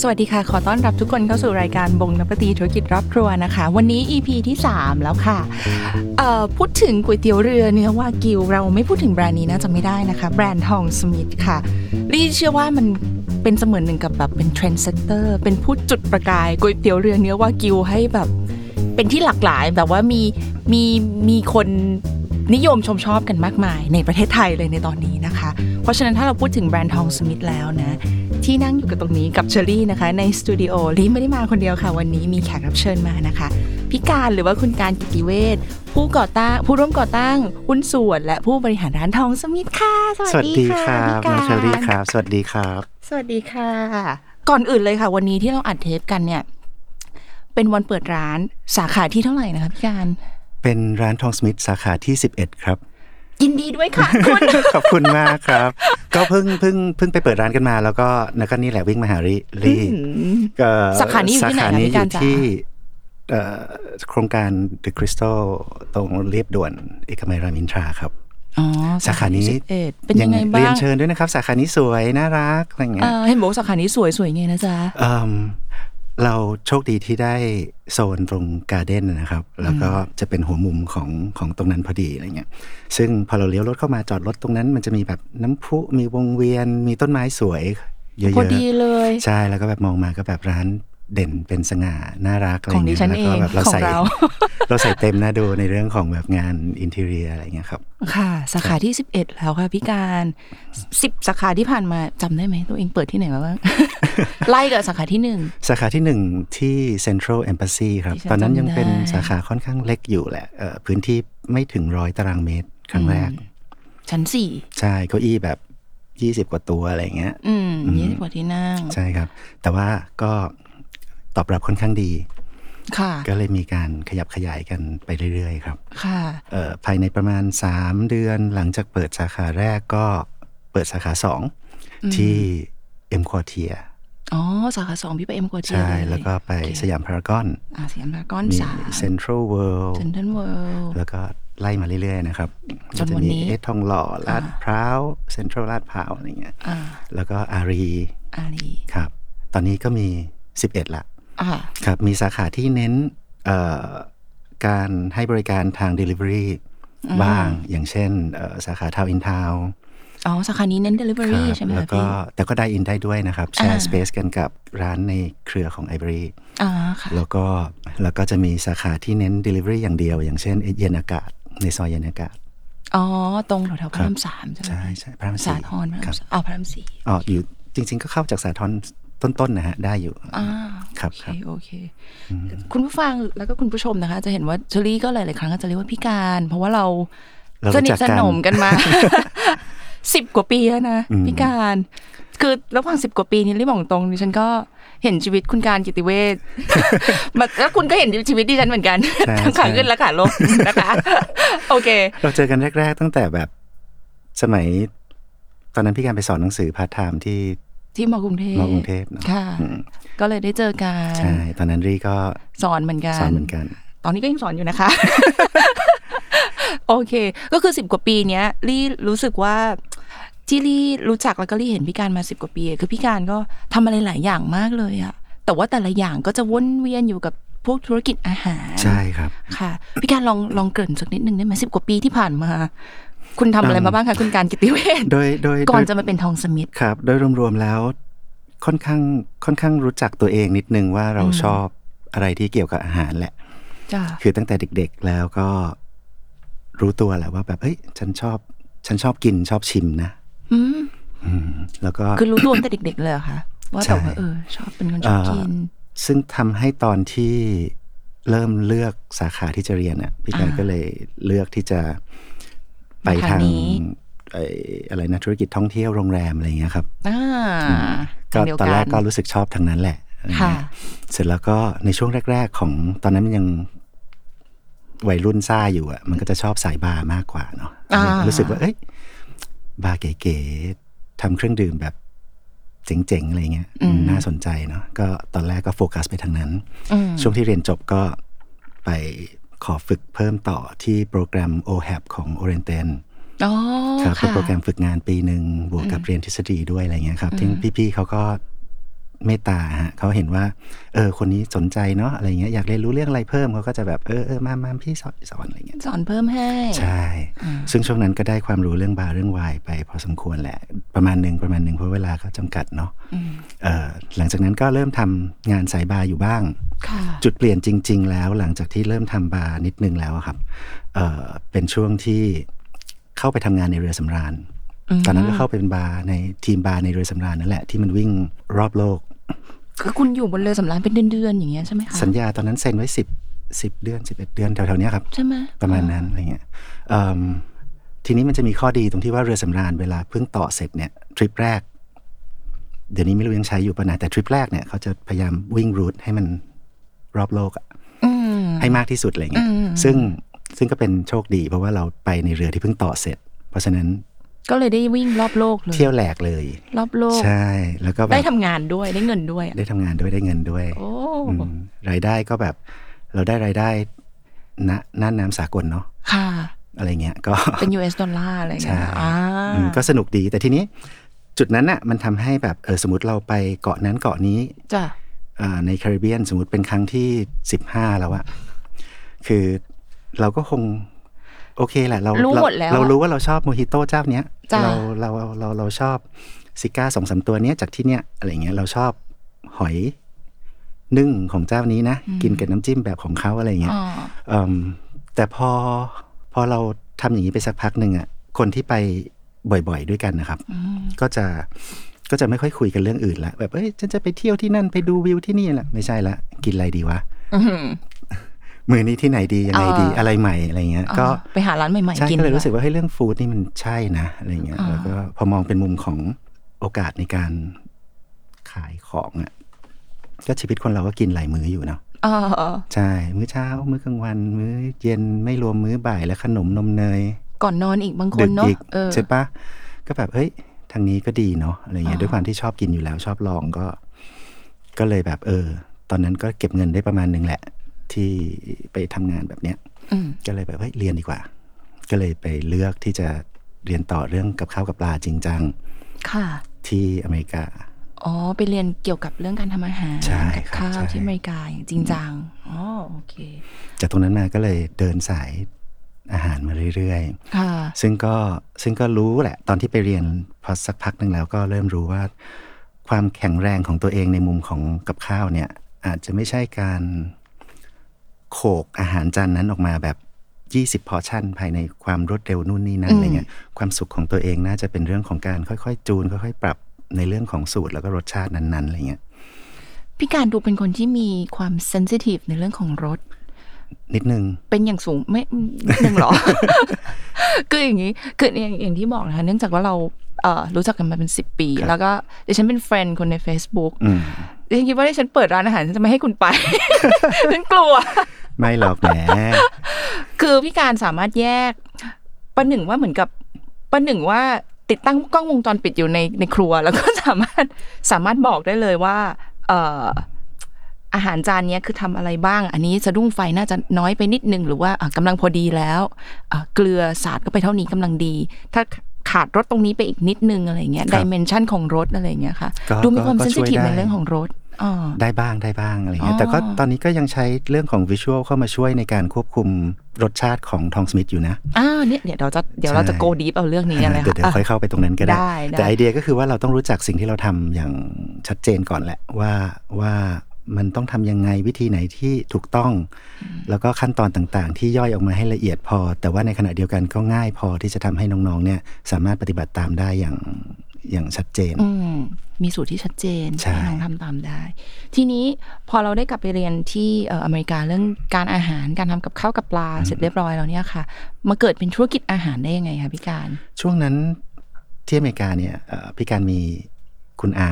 สวัสดีค่ะ ขอต้อนรับทุกคนเข้าสู่รายการบงนปตีธุรกิจรอบครัวนะคะ วันนี้ EP ที่ 3 แล้วค่ะเอ่อพูดถึงก๋วยเตี๋ยวเรือเนื้อวากิว เราไม่พูดถึงแบรนด์นี้น่าจะไม่ได้นะคะ แบรนด์ทองสมิธค่ะรี่เชื่อว่ามันเป็นเสมือนหนึ่งกับแบบเป็นเทรนด์เซตเตอร์เป็นผู้จุดประกายก๋วยเตี๋ยวเรือเนื้อวากิวให้แบบ เป็นที่หลากหลายแบบว่ามีมีมีคนนิยมชมชอบกันมากมาย ในประเทศไทยเลยในตอนนี้นะคะ เพราะฉะนั้นถ้าเราพูดถึงแบรนด์ทองสมิธแล้วนะ ที่นั่งอยู่กับตรงนี้กับเชอรี่นะคะ ในสตูดิโอลิไม่ได้มาคนเดียวค่ะ วันนี้มีแขกรับเชิญมานะคะ พิการหรือว่าคุณการกิติเวชผู้ก่อตั้งผู้ร่วมก่อตั้งหุ้นส่วน และผู้บริหารร้านทองสมิธค่ะ สวัสดีครับ พี่ น้ กา อง ร เชอรี่ครับ สวัสดีครับ สวัสดีค่ะ ก่อนอื่นเลยค่ะ วันนี้ที่เราอัดเทปกันเนี่ย เป็นวันเปิดร้านสาขาที่เท่าไหร่นะคะพี่การ เป็นร้านทองสมิธสาขาที่ 11 ครับ ยินดีด้วยค่ะ คุณ ขอบคุณมากครับ ก็เพิ่งเพิ่งเพิ่งไปเปิดร้านกันมา แล้วก็แล้วก็นี่แหละวิ่งมาหาริรีก็ สาขานี้อยู่ที่ไหน สาขา คะ นี้ พี่ อ การ ยู่ จ๋า ที่เอ่อโครงการ The Crystal ตรงเรียบด่วนเอกมัยรามอินทราครับ อ๋อ สาขานี้ สิบเอ็ดเป็นยังไงบ้า เรียน ง เชิญด้วยนะครับ สาขานี้สวยน่ารักอะไรอย่างเงี้ เอ่ ย อเห็นบอกว่าสาขานี้สวยสวยไงนะจ๊ะ เอิ่มเราโชคดีที่ได้โซนตรงการ์เด้นนะนะครับ แล้วก็จะเป็นหัวมุมของของตรงนั้นพอดีอะไรเงี้ยซึ่งพอเราเลี้ยวรถเข้ามาจอดรถตรงนั้น มันจะมีแบบน้ำพุมีวงเวียนมีต้นไม้สวยเยอะๆ พอดีเลย ใช่แล้วก็แบบมองมาก็แบบร้านเด่นเป็นสง่าน่ารักอะไร ของดิ เงี้ย ฉัน แล้วก็ เอง แบบเรา ของ ใส่ เรา เราใส่เต็มนะดูในเรื่องของแบบงานอินเทเรียอะไรเงี้ยครับ ค่ะ สาขาที่สิบเอ็ดแล้วค่ะพี่การสิบสาขาที่ผ่านมาจำได้ไหมตัวเองเปิดที่ไหนมา บ้าง ไล่กับสาขาที่หนึ่ง สาขาที่หนึ่งที่ Central Embassy ครับ ที่ฉัน ตอนนั้นยังเป็น จำได้ สาขาค่อนข้างเล็กอยู่แหละเอ่อพื้นที่ไม่ถึงร้อยตารางเมตรครั้งแรก ชั้นสี่ ใช่เก้าอี้แบบ 20 กว่าตัวอะไรอย่างเงี้ย อืมยี่สิบกว่าที่นั่ง ใช่ครับ แต่ว่าก็ตอบรับค่อนข้างดี ค่ะ ก็เลยมีการขยับขยายกันไปเรื่อยๆครับ ค่ะ เอ่อภายในประมาณ 3 เดือนหลังจากเปิดสาขาแรกก็เปิดสาขา 2 ที่ M Quartier อ๋อ สาขาสองพี่ไปเอ็มกัวเทีย ใช่ เย แล้วก็ไป โอเค สยามพารากอน อ่าสยามพารากอน มี สาม Central World เซ็นทรัลเวิลด์ แล้วก็ไล่มาเรื่อยๆนะครับ จนวันนี้ มัจะมีเอสทองหล่อลาดพร้าว เซ็นทรัลลาดพร้าวอะไรเงี้ย อ่า แล้วก็อารี อารี ครับ ตอนนี้ก็มี 11 ละ อ่า ครับ มีสาขาที่เน้นเอ่อการให้บริการทาง Delivery บ้าง อย่างเช่นเอ่อสาขาทาวอินทาว อ๋อ สาขานี้เน้น Delivery ใช่ไหม แล้ว คะ ก็ พี่ แต่ก็ได้อินได้ด้วยนะครับ แชร์ อ่า สเปซกันกับร้านในเครือของไอบรี อ่าค่ะ แล้วก็แล้วก็จะมีสาขาที่เน้น Delivery อย่างเดียว อย่างเช่นเย็นอากาศ ในซอยเย็นอากาศ อ๋อ ตรงแถวๆพระครับ รามสามใช่ไหม ใช่ใช่พระราม สา สี่ ทรพระ ค รา รั ม บ สามอ๋อพระรามสี่ อ๋ออยู่จริง ๆ ก็เข้าจากสาทรต้นๆนะฮะได้อยู่ อ่า ครับ โอเค ครับ โอเค คุณผู้ฟังแล้วก็คุณผู้ชมนะคะ จะเห็นว่าเชอรี่ก็หลาย ๆ ครั้งก็จะเรียกว่าพี่การ เพราะว่าเรา เรา ส รู้ นิท จัสกกัน นมกันมา สิบกว่าปีแล้วนะพี่การ คือระหว่างสิบกว่าปีนี้รีบบอกตรงดิฉันก็เห็นชีวิตคุณการกิติเว ช มาแล้วคุณก็เห็นชีวิตดิฉันเหมือนกัน ใช่ ทั้งขา ใช่ ขึ้นและขา ลงนะคะ โอเค เราเจอกันแรก ๆ ตั้งแต่แบบสมัย ตอนนั้นพี่การไปสอนหนังสือพาร์ทไทม์ที่ ที่มากรุงเทพ มากรุงเทพเนอะ ค่ะ อืม ก็เลยได้เจอกัน ใช่ ตอนนั้นรีก็ สอนเหมือนกัน สอนเหมือนกัน ตอนนี้ก็ยังสอนอยู่นะคะ โอเค ก็คือสิบกว่าปีเนี้ยรี่รู้สึกว่าที่รี่รู้จักแล้วก็รี่เห็นพี่การมาสิบกว่าปีคือพี่การก็ทำอะไรหลายอย่างมากเลยอะแต่ว่าแต่ละอย่างก็จะวนเวียนอยู่กับพวกธุรกิจอาหาร ใช่ครับ ค่ะ พี่การลองลองเกริ่นสักนิดนึงได้ไหมสิบกว่าปีที่ผ่านมา คุณทำอะไรมาบ้าง คะคุณการกิติเวช โดยโดย ก่อน โดย จะมาเป็นทองสมิธ ครับ โดยรวมๆแล้ว ค่อนข้างค่อนข้างรู้จักตัวเองนิดนึงว่าเราชอบอะไรที่เกี่ยวกับอาหารแหละ จ้า คือตั้งแต่เด็กๆแล้วก็รู้ตัวแหละว่าแบบเฮ้ยฉันชอบ ฉันชอบกินชอบชิมนะอืมแล้วก็ คือรู้ตัวตั้งแต่เด็ก ๆ เลยเหรอคะว่าแบบว่าเออ ชอบเป็นคนชอบกิน ซึ่งทำให้ตอนที่เริ่มเลือกสาขาที่จะเรียนอ่ะพี่การก็เลยเลือกที่จะไปทาง ทางนี้ ไอ้อะไรนะธุรกิจท่องเที่ยวโรงแรมอะไรอย่างเงี้ยครับ อ่า ก็ เดียว ตอนแรกก็ น รู้สึกชอบทางนั้นแหละอะไรเงี้ย ค่ะ เสร็จแล้วก็ในช่วงแรก ๆ ของตอนนั้นมันยังวัยรุ่นซ่าอยู่อ่ะ มันก็จะชอบสายบาร์มากกว่าเนาะ อ่ารู้ รู้สึกว่า เอ้ยบาร์เก๋ ทำเครื่องดื่มแบบเจ๋งๆอะไรเงี้ย อืม น่าสนใจเนาะก็ตอนแรกก็โฟกัสไปทางนั้น อืม ช่วงที่เรียนจบก็ไปขอฝึกเพิ่มต่อที่โปรแกรม OHAP ของ o r i e n t e n อ๋อ ครับเป็น ค่ะ โปรแกรมฝึกงานปีหนึ่งบวกกับเรียนทฤษฎีด้วยอะไรเงี้ยครับที่พี่ๆเขาก็เมตตาฮะเขาเห็นว่า เออ คนนี้สนใจเนาะอะไรเงี้ยอยากเรียนรู้เรื่องอะไรเพิ่มเขาก็จะแบบเออเออมามาพี่สอนสอนอะไรเงี้ย สอนเพิ่มให้ ใช่ ซึ่งช่วงนั้นก็ได้ความรู้เรื่องบาร์เรื่องไวน์ไปพอสมควรแหละ ประมาณหนึ่งประมาณหนึ่งเพราะเวลาก็จำกัดเนาะเอ่อหลังจากนั้นก็เริ่มทำงานสายบาร์อยู่บ้าง ค่ะ จุดเปลี่ยนจริง ๆ แล้วหลังจากที่เริ่มทำบาร์นิดนึงแล้วอะครับเอ่อเป็นช่วงที่เข้าไปทำงานในเรือสำราญ ตอนนั้นก็เข้าไปเป็นบาร์ในทีมบาร์ในเรือสำราญนั่นแหละที่มันวิ่งรอบโลก คือคุณอยู่บนเรือสำราญเป็นเดือนๆอย่างเงี้ยใช่ไหมคะ สัญญาตอนนั้นเซ็นไว้ 10 10 เดือน 11 เดือนแถวๆเนี้ยครับ ใช่ไหม ประมาณนั้นอะไรเงี้ยเอิ่มทีนี้มันจะมีข้อดีตรงที่ว่าเรือสำราญเวลาเพิ่งต่อเสร็จเนี่ยทริปแรก เดี๋ยวนี้ไม่รู้ยังใช้อยู่ปะนะแต่ทริปแรกเนี่ยเขาจะพยายามวิ่งรูทให้มันรอบโลกอะ อืม ให้มากที่สุดอะไรเงี้ย อืม ซึ่งซึ่งก็เป็นโชคดี เพราะว่าเราไปในเรือที่เพิ่งต่อเสร็จ เพราะฉะนั้น ก็เลยได้วิ่งรอบโลกเลย เที่ยวแหลกเลย รอบโลก ใช่แล้วก็แบ ได้ บ ทำงานด้วยได้เงินด้วยอะ ได้ทำงานด้วยได้เงินด้วย โอ้ อืมรายได้ก็แบบเราได้รายได้ณน่านน้ำสากลเนาะ ค่ะ อะไรเงี้ยก็ เป็น US ดอลลาร์อะไรอย่าง ใช่ เงี้ยอ่า อืมก็สนุกดีแต่ทีนี้จุดนั้นน่ะมันทำให้แบบเออสมมติเราไปเกาะนั้นเกาะนี้ จ้ะ อ่าในแคริบเบียน สมมติเป็นครั้งที่สิบห้าแล้วอะคือเราก็คง โอเคแหละเรา รู้ เรา หมดแล้วอะ เรารู้ว่าเราชอบโมฮิโต้เจ้าเนี้ย จ้ะ เราเราเราเราชอบซิก้าสองสามตัวเนี้ยจากที่เนี้ยอะไรเงี้ยเราชอบหอยนึ่งของเจ้านี้นะ กินกับน้ำจิ้มแบบของเขาอะไรเงี้ย อ๋อ อืมแต่พอพอเราทำอย่างนี้ไปสักพักหนึ่งอะ่ะคนที่ไปบ่อยๆด้วยกันนะครับ ก็จะก็จะไม่ค่อยคุยกันเรื่องอื่นละแบบเอ้ยฉันจะไปเที่ยวที่นั่นไปดูวิวที่นี่แหละไม่ใช่ละกินอะไรดีวะ อื้อหือ มือนี้ที่ไหนดียังไงดี เอออ อะไรใหม่อะไรเงี้ย ก็ อ่าไปหาร้านใหม่ ใช่ ๆกิน ก็เลย ดี รู้สึกว่าเฮ้ยเรื่องฟู้ดนี่มันใช่นะอะไรเงี้ยแล้วก็พอมองเป็นมุมของโอกาสในการขายของอะ่ะก็ชีวิตคนเราก็กินหลายมื้ออยู่เนาะ เออ ใช่ มื้อเช้า มื้อกลางวัน มื้อเย็นไม่รวมมื้อบ่ายและขนมนมเนย ก่อนนอนอีกบางค ดึ น ก เนาะ อีก เออ ใช่ปะก็แบบเฮ้ย ทางนี้ก็ดีเนาะอะไรเงี้ อ่า ยด้วยความที่ชอบกินอยู่แล้วชอบลองก็ ก็เลยแบบเออ ตอนนั้นก็เก็บเงินได้ประมาณหนึงแหละ ที่ไปทำงานแบบเนี้ย อืม ก็เลยแบบเฮ้ยเรียนดีกว่า ก็เลยไปเลือกที่จะเรียนต่อเรื่องกับข้าวกับปลาจริงจัง ค่ะ ที่อเมริกา อ๋อ ไปเรียนเกี่ยวกับเรื่องการทำอาหาร ใช่ กับ ครับ ข้าว ใช่ ที่อเมริกาอย่างจริงจังอ๋อโอเค จากตรงนั้นมาก็เลยเดินสายอาหารมาเรื่อยๆ ค่ะ ซึ่งก็ซึ่งก็รู้แหละ ตอนที่ไปเรียนพอสักพักหนึ่งแล้วก็เริ่มรู้ว่า ความแข็งแรงของตัวเองในมุมของกับข้าวเนี่ย อาจจะไม่ใช่การโขกอาหารจานนั้นออกมาแบบ 20 พอชั่น ภายในความรวดเร็วนู่นนี่นั่นอะไรเงี้ยความสุขของตัวเองน่าจะเป็นเรื่องของการค่อยๆ จูน ค่อยๆ ปรับในเรื่องของสูตรแล้วก็รสชาตินั้นๆอะไรเงี้ย พี่การดูเป็นคนที่มีความเซนซิทีฟในเรื่องของรส นิดนึง เป็นอย่างสูงไม่หนึ่งหรอ คืออย่างนี้คืออย่างอย่างที่บอกนะคะเนื่องจากว่าเราเอ่อรู้จักกันมาเป็นสิบปี ครับ แล้วก็ดิฉันเป็นเฟรนด์คนใน Facebook อืม ดิฉันคิดว่าดิฉันเปิดร้านอาหารฉันจะไม่ให้คุณไป ฉันกลัว ไม่หรอกแหม คือพี่การสามารถแยกประหนึ่งว่าเหมือนกับประหนึ่งว่าติดตั้งกล้องวงจรปิดอยู่ในในครัว แล้วก็ สามารถสามารถบอกได้เลยว่า เอ่ออาหารจานเนี้ยคือทำอะไรบ้าง อันนี้สะดุ้งไฟน่าจะน้อยไปนิดนึงหรือว่าอ่ะกำลังพอดีแล้วอ่ะเกลือสาดก็ไปเท่านี้กำลังดี ถ้าขาดรสตรงนี้ไปอีกนิดนึงอะไรเงี้ย ครับ ดิเมนชันของรสอะไรเงี้ยค่ะ ก็ ดูมีความ ก็ เซ ก็ น ช่ ซิ วย ทีฟ ได้ ในเรื่องของรสอ๋อ ได้บ้างได้บ้างอะไรเงี้ อ๋ ย อ แต่ก็ตอนนี้ก็ยังใช้เรื่องของวิชวลเข้ามาช่วยในการควบคุมรสชาติของทองสมิธอยู่นะ อ้าวเนี่ยเดี๋ยวเราจะเดี๋ยวเราจะ ใช่ โกดีฟเอาเรื่องนี้กันเลย เดี๋ยว ค่ะ เดี๋ยวค่อยเข้าไปตรงนั้นก็ได้ ได้ได้ แต่ไอเดียก็คือว่าเราต้องรู้จักสิ่งที่เราทำอย่างชัดเจนก่อนแหละว่าว่ามันต้องทำยังไงวิธีไหนที่ถูกต้อง แล้วก็ขั้นตอนต่างๆ ที่ย่อยออกมาให้ละเอียดพอ แต่ว่าในขณะเดียวกันก็ง่ายพอที่จะทำให้น้องๆเนี่ยสามารถปฏิบัติตามได้อย่างอย่างชัดเจน อืมมีสูตรที่ชัดเจน ใช่ ให้น้องทำตามได้ ทีนี้พอเราได้กลับไปเรียนที่เอ่ออเมริกาเรื่องการอาหารการทำกับข้าวกับปลาเสร็จเรียบร้อยแล้วเนี่ยค่ะ มาเกิดเป็นธุรกิจอาหารได้ยังไงคะพี่การ ช่วงนั้นที่อเมริกาเนี่ยเอ่อพี่การมีคุณอา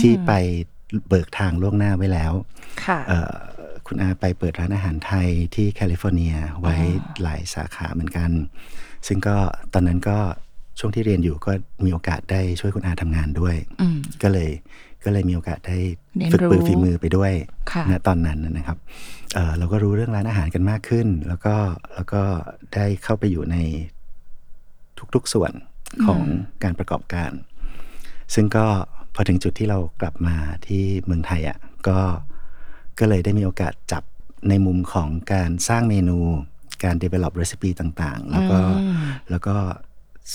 ที่ไปเบิกทางล่วงหน้าไว้แล้ว ค่ะ เอ่อคุณอาไปเปิดร้านอาหารไทยที่แคลิฟอร์เนียไว้หลายสาขาเหมือนกัน ซึ่งก็ตอนนั้นก็ ช่วงที่เรียนอยู่ก็มีโอกาสได้ช่วยคุณอาทำงานด้วย อืม ก็เลยก็เลยมีโอกาสได้ เรียนรู้ ฝึกปือฝีมือไปด้วย ค่ะ ณตอนนั้นน่ะนะครับเอ่อเราก็รู้เรื่องร้านอาหารกันมากขึ้น แล้วก็แล้วก็ได้เข้าไปอยู่ในทุกๆส่วนของการประกอบการ ซึ่งก็พอถึงจุดที่เรากลับมาที่เมืองไทยอ่ะก็ก็เลยได้มีโอกาสจับในมุมของการสร้างเมนูการ develop recipe ต่างๆ แล้วก็แล้วก็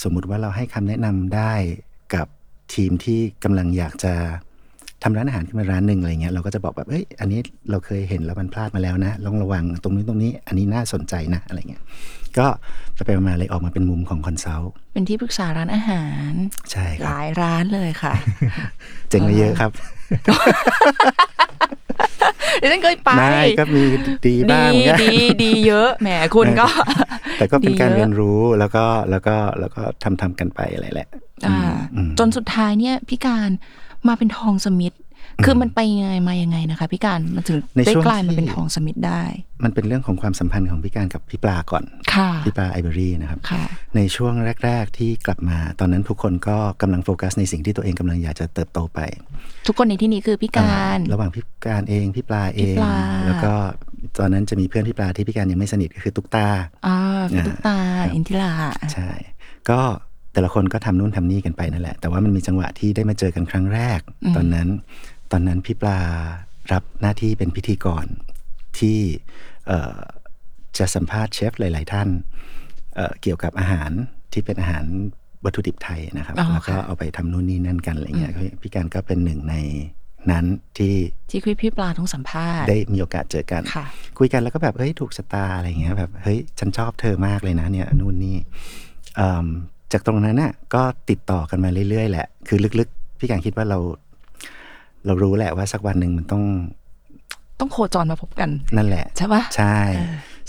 สมมุติว่าเราให้คำแนะนำได้กับทีมที่กำลังอยากจะทำร้านอาหารขึ้นมาร้านหนึ่งอะไรเงี้ยเราก็จะบอกแบบเอ้ยอันนี้เราเคยเห็นแล้วมันพลาดมาแล้วนะลองระวังตรงนี้ตรงนี้อันนี้น่าสนใจนะอะไรเงี้ยก็จะไปมาๆเลยออกมาเป็นมุมของคอนซัลท์ เป็นที่ปรึกษาร้านอาหาร ใช่ค ห รับ ลายร้านเลยค่ะ เจ๋งไปเยอะครับ ดิฉันเคยไป ไม่ก็มีดีบ้างเหมือนกัน ดีดีเยอะแหมคุณก็ แต่ก็เป็นการ ดีเยอะ เรียนรู้แล้วก็แล้วก็แล้วก็ทำทำกันไปอะไรแหละ อ่าจนสุดท้ายเนี่ยพี่การมาเป็นทองสมิธคือมันไปยังไงมายังไงนะคะพี่การมันถึง ใน ได้ ช่วง กลายมา ที่ เป็นทองสมิธได้ มันเป็นเรื่องของความสัมพันธ์ของพี่การกับพี่ปลาก่อน ค่ะ พี่ปลาไอเบอรี่นะครับ ค่ะ ในช่วงแรก ๆ ที่กลับมา ตอนนั้นทุกคนก็กำลังโฟกัสในสิ่งที่ตัวเองกำลังอยากจะเติบโตไป ทุกคนในที่นี้คือพี่การ ระหว่างพี่การเองพี่ปลาเอ พี่ ง ปลา แล้วก็ตอนนั้นจะมีเพื่อนพี่ปลาที่พี่การยังไม่สนิทก็คือตุ๊กตา อ่าพี่ตุ๊กตา ครับ อินทิรา ใช่ ก็แต่ละคนก็ทำนู่นทำนี่กันไปนั่นแหละ แต่ว่ามันมีจังหวะที่ได้มาเจอกันครั้งแรก ตอนนั้น ตอนนั้นพี่ปลารับหน้าที่เป็นพิธีกรที่เอ่อจะสัมภาษณ์เชฟหลาย ๆ ท่านเอ่อเกี่ยวกับอาหารที่เป็นอาหารวัตถุดิบไทยนะครับ แล้วก็เอาไปทำนู่นนี่นั่นกันอะไรเงี้ยพี่การก็เป็นหนึ่งในนั้นที่ ที่คุยพี่ปลาท้องสัมภาษณ์ ได้มีโอกาสเจอกัน ค่ะ คุยกันแล้วก็แบบเฮ้ยถูกชะตาอะไรอย่างเงี้ยแบบเฮ้ยฉันชอบเธอมากเลยนะเนี่ยนู่นนี่เอิ่มจากตรงนั้นน่ะก็ติดต่อกันมาเรื่อยๆแหละ คือลึกๆ พี่การคิดว่าเรา เรารู้แหละว่าสักวันหนึ่งมันต้อง ต้องโคจรมาพบกัน นั่นแหละ ใช่ปะ ใช่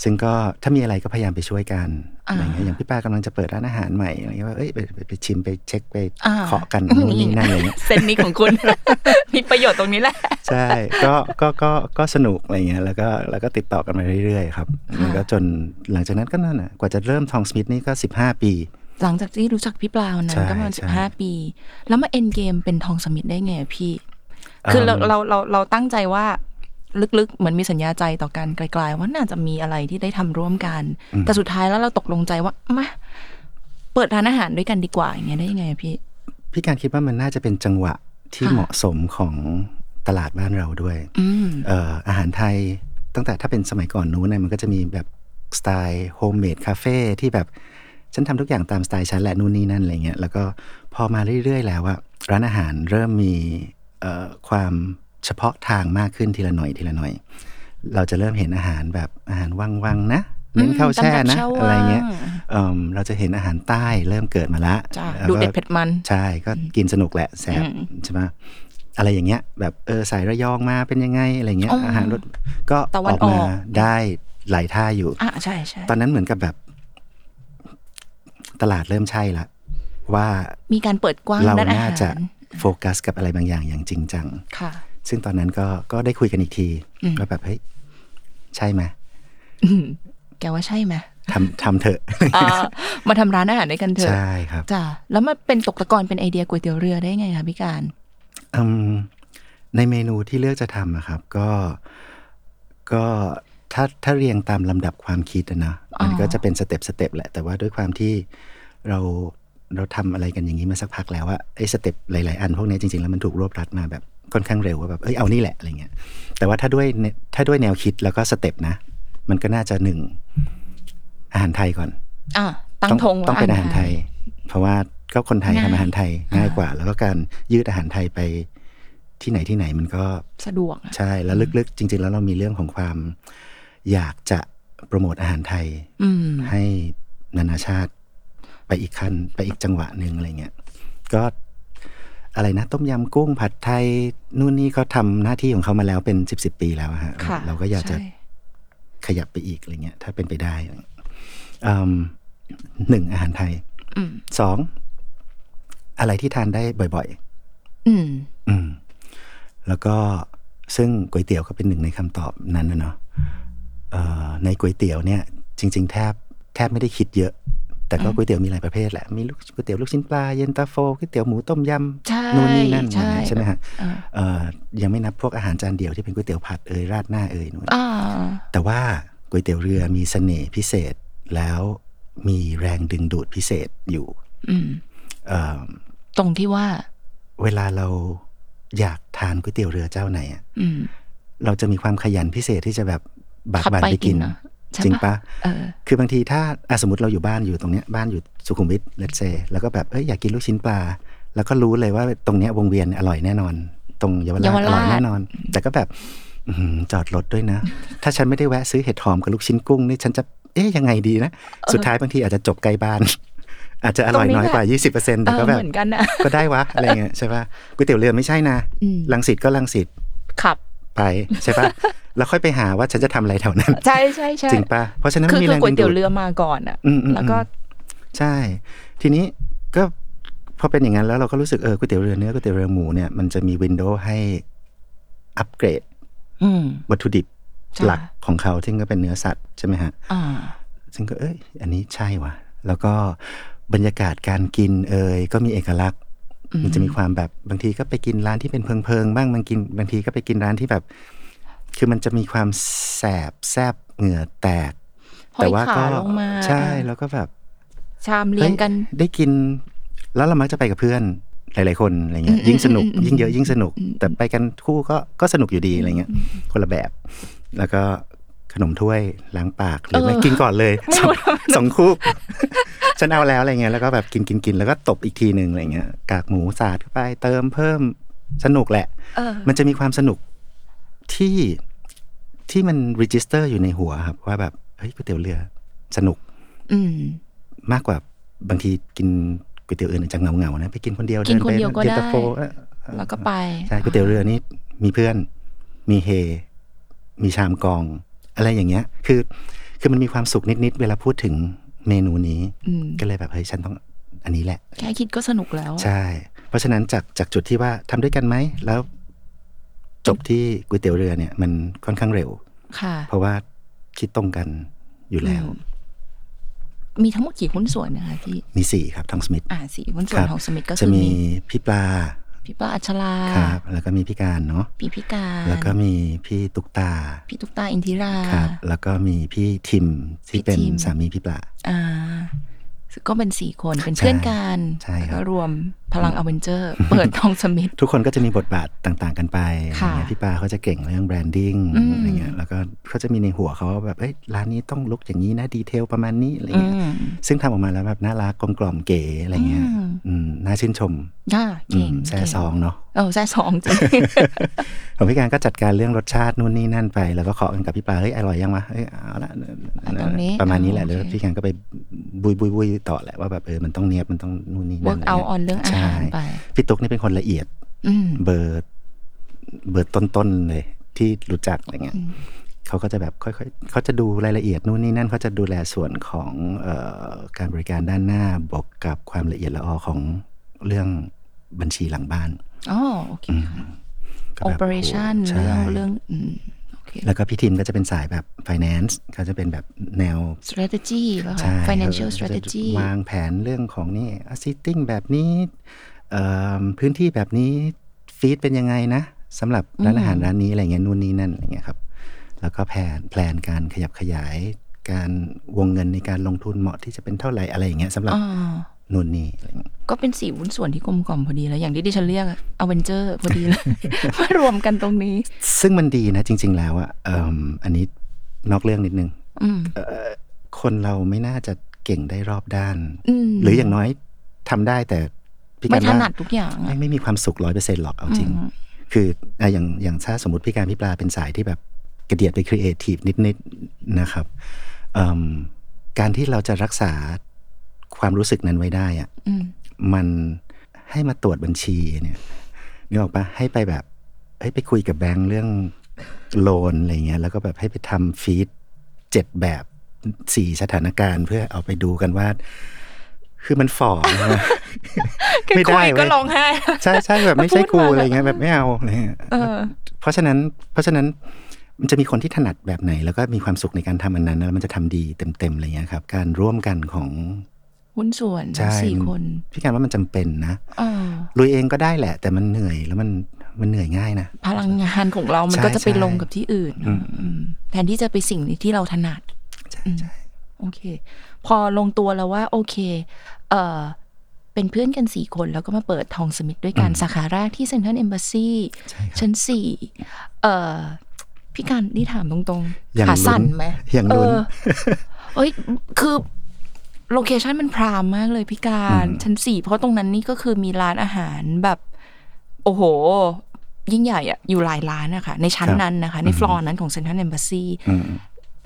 ซึ่งก็ถ้ามีอะไรก็พยายามไปช่วยกัน อ่า อะไรเงี้ยอย่างพี่ปากำลังจะเปิดร้านอาหารใหม่อะไรเงี้ยว่าเอ้ยไปไปไปชิมไปเช็คไป อ่า เคาะกันนู่นนี่นั่นอะไรเงี้ย เส้นนี้ของคุณ มีประโยชน์ตรงนี้แหละ ใช่ ก็ก็ก็ก็สนุกอะไรเงี้ย แล้วก็แล้วก็ติดต่อกันมาเรื่อยๆครับแล้วก็จนหลังจากนั้นก็นั่นน่ะ กว่าจะเริ่มทองสมิธนี่ก็ 15 ปี หลังจากที่รู้จักพี่ปลาวันนั้ ใช่ นก็ประมาณ ใช่ สิบห้าปี แล้วมาเอ็นเกมเป็นทองสมิธได้ไงอะพี่ คือเรา อืม เราเราเราตั้งใจว่าลึกๆ เหมือนมีสัญญาใจต่อกันไกลๆ ว่าน่าจะมีอะไรที่ได้ทำร่วมกัน แต่สุดท้ายแล้วเราตกลงใจว่ามาเปิดร้านอาหารด้วยกันดีกว่าอย่างเงี้ยได้ยังไงอะพี่ พี่การคิดว่ามันน่าจะเป็นจังหวะที่ ค่ะ เหมาะสมของตลาดบ้านเราด้วย อืม เอ่ออาหารไทยตั้งแต่ถ้าเป็นสมัยก่อนนู้นเนี่ยมันก็จะมีแบบสไตล์โฮมเมดคาเฟ่ที่แบบ ฉันทำทุกอย่างตามสไตล์ฉันแหละนู่นนี่นั่นอะไรเงี้ยแล้วก็พอมาเรื่อยๆ แล้วอะร้านอาหารเริ่มมีเอ่อความเฉพาะทางมากขึ้นทีละหน่อยทีละหน่อย เราจะเริ่มเห็นอาหารแบบอาหารวังๆนะเน้นข้าวแช่ตำนะรับชาววัง อะไรเงี้ยเอิ่มเราจะเห็นอาหารใต้เริ่มเกิดมาละ จ้า แล้ว ดู ก็ เด็ดเผ็ดมัน ใช่ก็กินสนุกแหละแสบใช่ไหมอะไรอย่างเงี้ย แบบเออสายระยองมาเป็นยังไงอะไรเงี้ย อ๋ออ อาหารรสก็อ ตะวัน อก ออก มาได้หลายท่าอยู่ อ่ะใช่ใช่ ตอนนั้นเหมือนกับแบบ ตลาดเริ่มใช่ละว่า มีการเปิดกว้าง เรา ด้านอา น่า หาร จะโฟกัสกับอะไรบางอย่างอย่างจริงจัง ค่ะ ซึ่งตอนนั้นก็ก็ได้คุยกันอีกทีว่าแบบเฮ้ยใช่ไหม แกว่าใช่ไหม ทำทำเถอะ เออมา ทำร้านอาหารด้วยกันเถอะ ใช่ครับ จ้ะแล้วมันเป็นตกตะกอนเป็นไอเดียก๋วยเตี๋ยวเรือได้ไงคะพี่การ อืมในเมนูที่เลือกจะทำนะครับ ก็ก็ถ้าถ้าเรียงตามลำดับความคิดอะนะมันก็จะเป็นสเต็ปสเต็ปแหละ แต่ว่าด้วยความที่เราเราทำอะไรกันอย่างนี้มาสักพักแล้วอะไอ้สเต็ปหลาย ๆ อันพวกเนี้ยจริง ๆ แล้วมันถูกรวบรัดมาแบบค่อนข้างเร็วว่าแบบเอ้ยเอานี่แหละอะไรเงี้ยแต่ว่าถ้าด้วยเนถ้าด้วยแนวคิดแล้วก็สเต็ปนะ มันก็น่าจะหนึ่งอาหารไทยก่อน อ่ะตั้งธง ต้อง ว่ เป็นอาหารไทย เพราะว่าก็คนไทยทำอาหารไทยง่ายกว่า แล้วก็การยืดอาหารไทยไปที่ไหนที่ไหนมันก็ สะดวกอะ ใช่แล้วลึกๆ จริง ๆ แล้วเรามีเรื่องของความอยากจะโปรโมทอาหารไทย อืม ให้นานาชาติไปอีกขั้นไปอีกจังหวะหนึ่งอะไรเงี้ยก็อะไรนะ ต้มยำกุ้งผัดไทยนู่นนี่เขาทำหน้าที่ของเขามาแล้วเป็นสิบสิบปีแล้วอะฮะ ค่ะ เราก็อยากจะ ใช่ ขยับไปอีกอะไรเงี้ยถ้าเป็นไปได้อะไรเงี้ยอืมหนึ่งอาหารไทยสองอะไรที่ทานได้บ่อย อืม ๆ อืม แล้วก็ซึ่งก๋วยเตี๋ยวก็เป็นหนึ่งในคำตอบนั้นนะเนาะเอ่อในก๋วยเตี๋ยวเนี่ย จริง ๆ แทบแทบไม่ได้คิดเยอะ แต่ก็ อืม ก๋วยเตี๋ยวมีหลายประเภทแหละ มีลูกก๋วยเตี๋ยวลูกชิ้นปลา เย็นตาโฟก๋วยเตี๋ยวหมูต้มย ใช่ ำนู่นนี่นั่นอะไร ใช่ ใช่ไหมฮะ อ่า เอ่อยังไม่นับพวกอาหารจานเดียวที่เป็นก๋วยเตี๋ยวผัดเอ่ยราดหน้าเอ่ยนู่น อ่า แต่ว่าก๋วยเตี๋ยวเรือมีเสน่ห์พิเศษแล้วมีแรงดึงดูดพิเศษอยู่ อืม เอ่อ ตรงที่ว่า เวลาเราอยากทานก๋วยเตี๋ยวเรือเจ้าไหนอะ อืม เราจะมีความขยันพิเศษที่จะแบบบักบัขันบไป ไปกิกินนเหรอใช่ปะ จริงปะ เออ คือบางทีถ้าอ่ะสมมติเราอยู่บ้านอยู่ตรงเนี้ยบ้านอยู่สุขุมวิทเลตเซแล้วก็แบบเอ้ยอยากกินลูกชิ้นปลา แล้วก็รู้เลยว่าตรงเนี้ยวงเวียนอร่อยแน่นอน ตรงเยาวราช เยาวราช อร่อยแน่นอน แต่ก็แบบอื้อหือจอดรถด้วยนะ ถ้าฉันไม่ได้แวะซื้อเห็ดหอมกับลูกชิ้นกุ้งนี่ฉันจะเอ๊ยยังไงดีนะ สุดท้ายบางทีอาจจะจบไกลบ้าน อาจจะอร่อยน้อยกว่า 20% เอ แต่ อ ก็แบบ เหมือนกันนะ ก็ได้วะอะไรเงี้ยใช่ปะก๋วยเตี๋ยวเรือไม่ใช่นะ อืม ลังสิตก็ลังสิต ขับ ไปใช่ปะแล้วค่อยไปหาว่าฉันจะทำอะไรแถวนั้น ใช่ใช่ใช่ จริงปะเพราะฉะนั้นมั คือน มี คือ แรง ก๋วย ดึง เตี๋ยวดูด เรือมาก่อนอ่ะ อืมอืม แล้วก็ อืมใช่ ทีนี้ก็พอเป็นอย่างนั้นแล้วเราก็รู้สึกเออก๋วยเตี๋ยวเรือเนื้อก๋วยเตี๋ยวเรือหมูเนี่ยมันจะมีวินโดว์ให้อัปเกรด อืม วัตถุดิบ จ้ะ หลักของเขาซึ่งก็เป็นเนื้อสัตว์ใช่ไหมฮะ อ่า ซึ่งก็เอ้ยอันนี้ใช่ว่ะ แล้วก็บรรยากาศการกินเอยก็มีเอกลักษณ์ อืม มันจะมีความแบบบางทีก็ไปกินร้านที่เป็นเพิงๆบ้างบางกินบางทีก็ไปกินร้านที่แบบ คือมันจะมีความแสบแซบเหงื่อแตก ห้อ แต่ ย ว่า ขา ก็ ลงมา ใช่ อ่ะ แล้วก็แบบ ชามเลี้ยงกัน ฮ้ได้กิน แล้วเรามักจะไปกับเพื่อนหลาย ๆ คนอะไรเงี้ย อืม ยิ่งสนุก อืมอืม ยิ่งเยอะยิ่งสนุก อืม แต่ไปกันคู่ก็ก็สนุกอยู่ดีอะไรเงี้ยคนละแบบ แล้วก็ขนมถ้วยล้างปากห รือไม่กินก่อนเลยสองสองคู่ ฉันเอาแล้วอะไรเงี้ยแล้วก็แบบกินกินกินแล้วก็ตบอีกทีหนึ่งอะไรเงี้ยกากหมูสาดเข้าไปเติมเพิ่มสนุกแหละ เออ มันจะมีความสนุกที่ที่มันรีจิสเตอร์อยู่ในหัวครับว่าแบบเฮ้ยก๋วยเตี๋ยวเรือสนุก อืม มากกว่าบางทีกินก๋วยเตี๋ยวอื่นอาจจะเหงาๆนะไปกินคนเดียว กินคนเดียว ไป ก็ได้ นตาโฟเอ่อเอ่อ แล้วก็ไป ใช่ก๋วยเตี๋ยวเรือนี่มีเพื่อน มีเฮ มีชามกอง อะไรอย่างเงี้ย คือ คือมันมีความสุขนิดๆเวลาพูดถึงเมนูนี้ อืม ก็เลยแบบเฮ้ยฉันต้องอันนี้แหละ แค่คิดก็สนุกแล้วอะ ใช่ เพราะฉะนั้นจากจากจุดที่ว่าทำด้วยกันไหมแล้ว จบที่ก๋วยเตี๋ยวเรือเนี่ย มันค่อนข้างเร็ว ค่ะ เพราะว่าคิดตรงกันอยู่แล้ว อืม มีทั้งหมดกี่หุ้นส่วนนะคะที่ มีสี่ครับทองสมิธ อ่าสี่หุ้นส่ว คน รับ ของสมิธก็ จะ คือ มี มี พี่ปลา พี่ป้าอัชรา ครับแล้วก็มีพี่การเนาะ ปีพิการ แล้วก็มีพี่ตุกตา พี่ตุ๊กตาอินทิรา ครับ แล้วก็มีพี่ทิมที่ พี่ เป็น ทิม สามีพี่ปลา อ่าก็เป็นสี่คนเป็นเพื่อนกัน ใช่แล้ครับวก็รวมพลังอเวนเจอร์ เปิดทองสมิธ ทุกคนก็จะมีบทบาทต่างๆกันไป ค่ะ อะไรเงี้ยพี่ปลาเขาจะเก่งเรื่องแบรนดิ้ง อืม อะไรเงี้ยแล้วก็เขาจะมีในหัวเขาว่าแบบเอ้ยร้านนี้ต้องลุกอย่างนี้นะดีเทลประมาณนี้อะไร อื เงี้ย ม ซึ่งทำออกมาแล้วแบบน่ารักกลมกล่อมเก๋อะไรเงี้ย อืม อืมน่าชื่นชม อ่าเก่ง อืมแซ่ เก่ ซองเนาะ เออแซ่สองจริง ของพี่การก็จัดการเรื่องรสชาตินู่นนี่นั่นไป แล้วก็ขอกันกับพี่ปลาเฮ้ยอร่อยยังวะเอ้ยเอาละ เอาตรงนี้ ประมาณนี้แหละ เอา แล้ว โอเค พี่การก็ไปบุยบุยบุยต่อแหละว่าแบบเออมันต้องเนียบมันต้องนู่นนี่ เวิ นั่ ร์กเอานะไงี้ย ออนเรื่องอาหารไป ใช่พี่ตุ๊กนี่เป็นคนละเอียด อืม เบอร์เบอร์ต้นๆเลย ที่รู้จักอะไรเงี้ยเขาก็จะแบบค่อยๆเขาจะดูรายละเอียดนู่นนี่นั่นเขาจะดูแลส่วนของเอ่อการบริการด้านหน้าบวกกับความละเอียดละออของเรื่องบัญชีหลังบ้าน อ๋อโอเคค่ะ ก็ โอ แบบ เปอเรชั่น ใช่ เรื่องเรื่องอืมโอเค แล้วก็พี่ทีมก็จะเป็นสายแบบ finance เขาจะเป็นแบบแนว strategy ป่ะคะ ใช่ financial ขาจะ strategy วางแผนเรื่องของนี่ sitting แบบนี้เอิ่มพื้นที่แบบนี้ฟีดเป็นยังไงนะสำหรับร้านอาหารร้านนี้อะไรเงี้ยนู่นนี่นั่นอะไรเงี้ยครับ แล้วก็แผนแผนการขยับขยาย การวงเงินในการลงทุนเหมาะที่จะเป็นเท่าไหร่อะไรอย่างเงี้ยสำหรับ อ๋อ นู่นนี่อะไรเงี้ย ก็เป็นสี่วุ้นส่วนที่กลมกล่อมพอดีแล้ว อย่างที่ดิฉันเรียกอเวนเจอร์พอดีเลย มารวมกันตรงนี้ ซึ่งมันดีนะจริง ๆ แล้วอะเอิ่มอันนี้นอกเรื่องนิดนึง อืม คนเราไม่น่าจะเก่งได้รอบด้าน อืม หรืออย่างน้อยทำได้แต่พี่ ไม่ การ ถ ว่า นัดทุกอย่างอะ ไม่ไม่มีความสุขร้อยเปอร์เซ็นต์หรอกเอาจริง อืม คืออ่ะอย่างอย่างถ้าสมมติพี่การพี่ปลาเป็นสายที่แบบกระเดียดไปครีเอทีฟนิดๆนะครับเอิ่มการที่เราจะรักษาความรู้สึกนั้นไว้ได้อะ อืม มันให้มาตรวจบัญชีเนี่ยนึกออกปะให้ไปแบบเอ้ยไปคุยกับแบงค์เรื่องโลนอะไรเงี้ยแล้วก็แบบให้ไปทำฟีดเจ็ดแบบสี่สถานการณ์เพื่อเอาไปดูกันว่า คือมันฝ่อนะ ไม่ ไม่ ได้ ได้ เว้ย ก็ร้องไห้ ใช่ใช่แบบไม่ใช่ พู กู ดมา อะไรเงี้ยแบบไม่เอาอะไรเงี้ย เออ เพราะฉะนั้นเพราะฉะนั้นมันจะมีคนที่ถนัดแบบไหน แล้วก็มีความสุขในการทำอันนั้นแล้วมันจะทำดีเต็มๆอะไรเงี้ยครับ การร่วมกันของ หุ้นส่วน ใช่ สี่คน พี่การว่ามันจำเป็นนะ อ่า ลุยเองก็ได้แหละ แต่มันเหนื่อยแล้วมันมันเหนื่อยง่ายนะ พลังงานของเรามัน ใช่ ก็จะไป ใช่ ลงกับที่อื่น อืม อืมแทนที่จะไปสิ่งที่เราถนัด ใช่ใช่ โอเค พอลงตัวแล้วว่า โอเค เออเป็นเพื่อนกันสี่คนแล้วก็มาเปิดทองสมิธด้วยกันสาขาแรกที่เซ็นทรัลเอมบ s ซี ใช่ครับ ชั้นสี่เออพี่การนี่ถามตรง อย่า ๆ ง ขา ลุ้ สั่น น ไหม อย่างลุ้น เออเอ้ย คือโลเคชันมันพรามมากเลยพี่การ อืม ชั้นสี่เพราะตรงนั้นนี่ก็คือมีร้านอาหารแบบ โอ้โห ยิ่งใหญ่อะอยู่หลายร้านนะคะในชั้นนั้นนะคะ ในฟลอร์นั้นของเซ็นทรัลเอมบ s ซี ม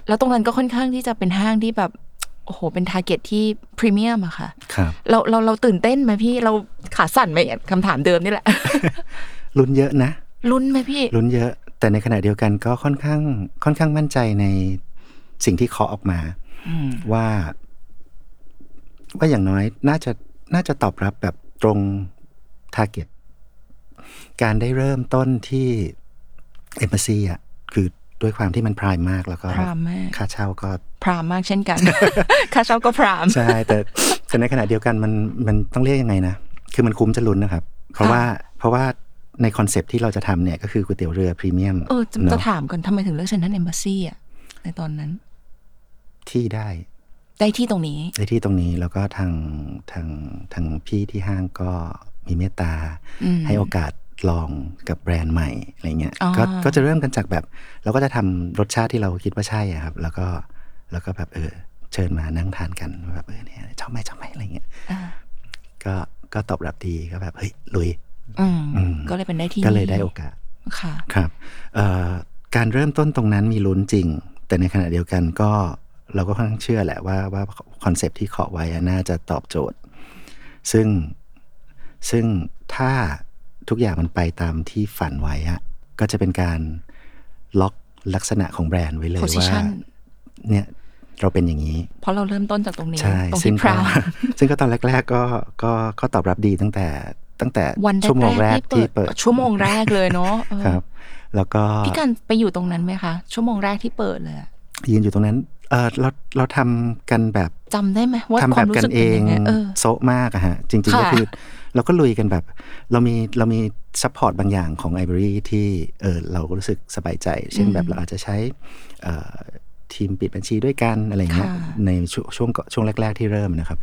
แล้วตรงนั้นก็ค่อนข้างที่จะเป็นห้างที่แบบ โอ้โห เป็นทาร์เก็ตที่พรีเมียมอะค่ะ ครับ เราเราเราตื่นเต้นไหมพี่ เราขาสั่นไหมคำถามเดิมนี่แหละ ลุ้นเยอะนะ ลุ้นไหมพี่ ลุ้นเยอะ แต่ในขณะเดียวกันก็ค่อนข้างค่อนข้างมั่นใจในสิ่งที่เคาะออกมาว่า ว่าอย่างน้อยน่าจะน่าจะตอบรับแบบตรงทาร์เก็ตการได้เริ่มต้นที่เอมบ s ซีอ่ะคือด้วยความที่มันพรายมากแล้วก็ Prime มาก ค่าเช่าก็ พรามมากเช่น กัน ค่าเช่าก็พราม ใช่ แต่แต่ในขณะเดียวกันมันมันต้องเรียกยังไงนะ คือมันคุ้มจะลุ้นนะครับ เพราะว่าเพราะว่าในคอนเซปต์ที่เราจะทำเนี่ยก็คือก๋วยเตี๋ยวเรือพรีเมียม เออจะ เน จะ อะ ถามก่อนทำไมถึงเลือกเซนทรัลเอมบ s ซีอะในตอนนั้น ที่ได้ ได้ที่ตรงนี้ ในที่ตรงนี้แล้วก็ทางทางทางพี่ที่ห้างก็มีเมตตา อืม ให้โอกาสลองกับแบรนด์ใหม่อะไรเงี้ย อ๋อ ก็ก็จะเริ่มกันจากแบบ เราก็จะทำรสชาติที่เราคิดว่าใช่อะครับ แล้วก็แล้วก็แบบเออเชิญมานั่งทานกันว่าแบบเออเนี่ยชอบไหมชอบไหมอะไรเงี้ย อ่า ก็ก็ตอบรับดีก็แบบเฮ้ยลุย อืม อืม ก็เลยเป็นได้ที่ ก็เลย นี้ ได้โอกาส ค่ะ ครับเอ่อการเริ่มต้นตรงนั้นมีลุ้นจริง แต่ในขณะเดียวกันก็เราก็ค่อนข้างเชื่อแหละว่าว่าคอนเซปที่ขอไว้อะน่าจะตอบโจทย์ ซึ่งซึ่งถ้าทุกอย่างมันไปตามที่ฝันไว้อะก็จะเป็นการล็อกลักษณะของแบรนด์ไว้เลยว่า position เนี่ยเราเป็นอย่างนี้ เพราะเราเริ่มต้นจากตรงนี้ ใช่ ตรง ซึ่ ที่ ง พ ก็ ราม ซึ่งก็ตอนแรก ๆ ก็ก็ก็ตอบรับดีตั้งแต่ตั้งแต่ วัน ชั่วโมงแร แร ก ก ที่ ที่ เปิ เปิ ด ด ชั่วโมงแรกเลยเนาะเออ ครับ แล้วก็ พี่กันไปอยู่ตรงนั้นไหมคะ ชั่วโมงแรกที่เปิดเลยอะ ยืนอยู่ตรงนั้น เออเราเราทำกันแบบ จำได้ไหมว่า ทำ ควา แบ ม บ รู้ กัน สึก เอ เป็น ง ยังไงเออ โซะมากอะฮะ จริงค่ะๆก็คือ เราก็ลุยกันแบบ เรามีเรามีซัพพอร์ตบางอย่างของไอ o อรี่ที่เออเราก็รู้สึกสบายใจ เช่นแบบเราอาจจะใช้เอ่อทีมปิดบัญชีด้วยกันอะไรเงี้ยในช่วงช่วงช่วงแรก ๆ ที่เริ่มนะครับ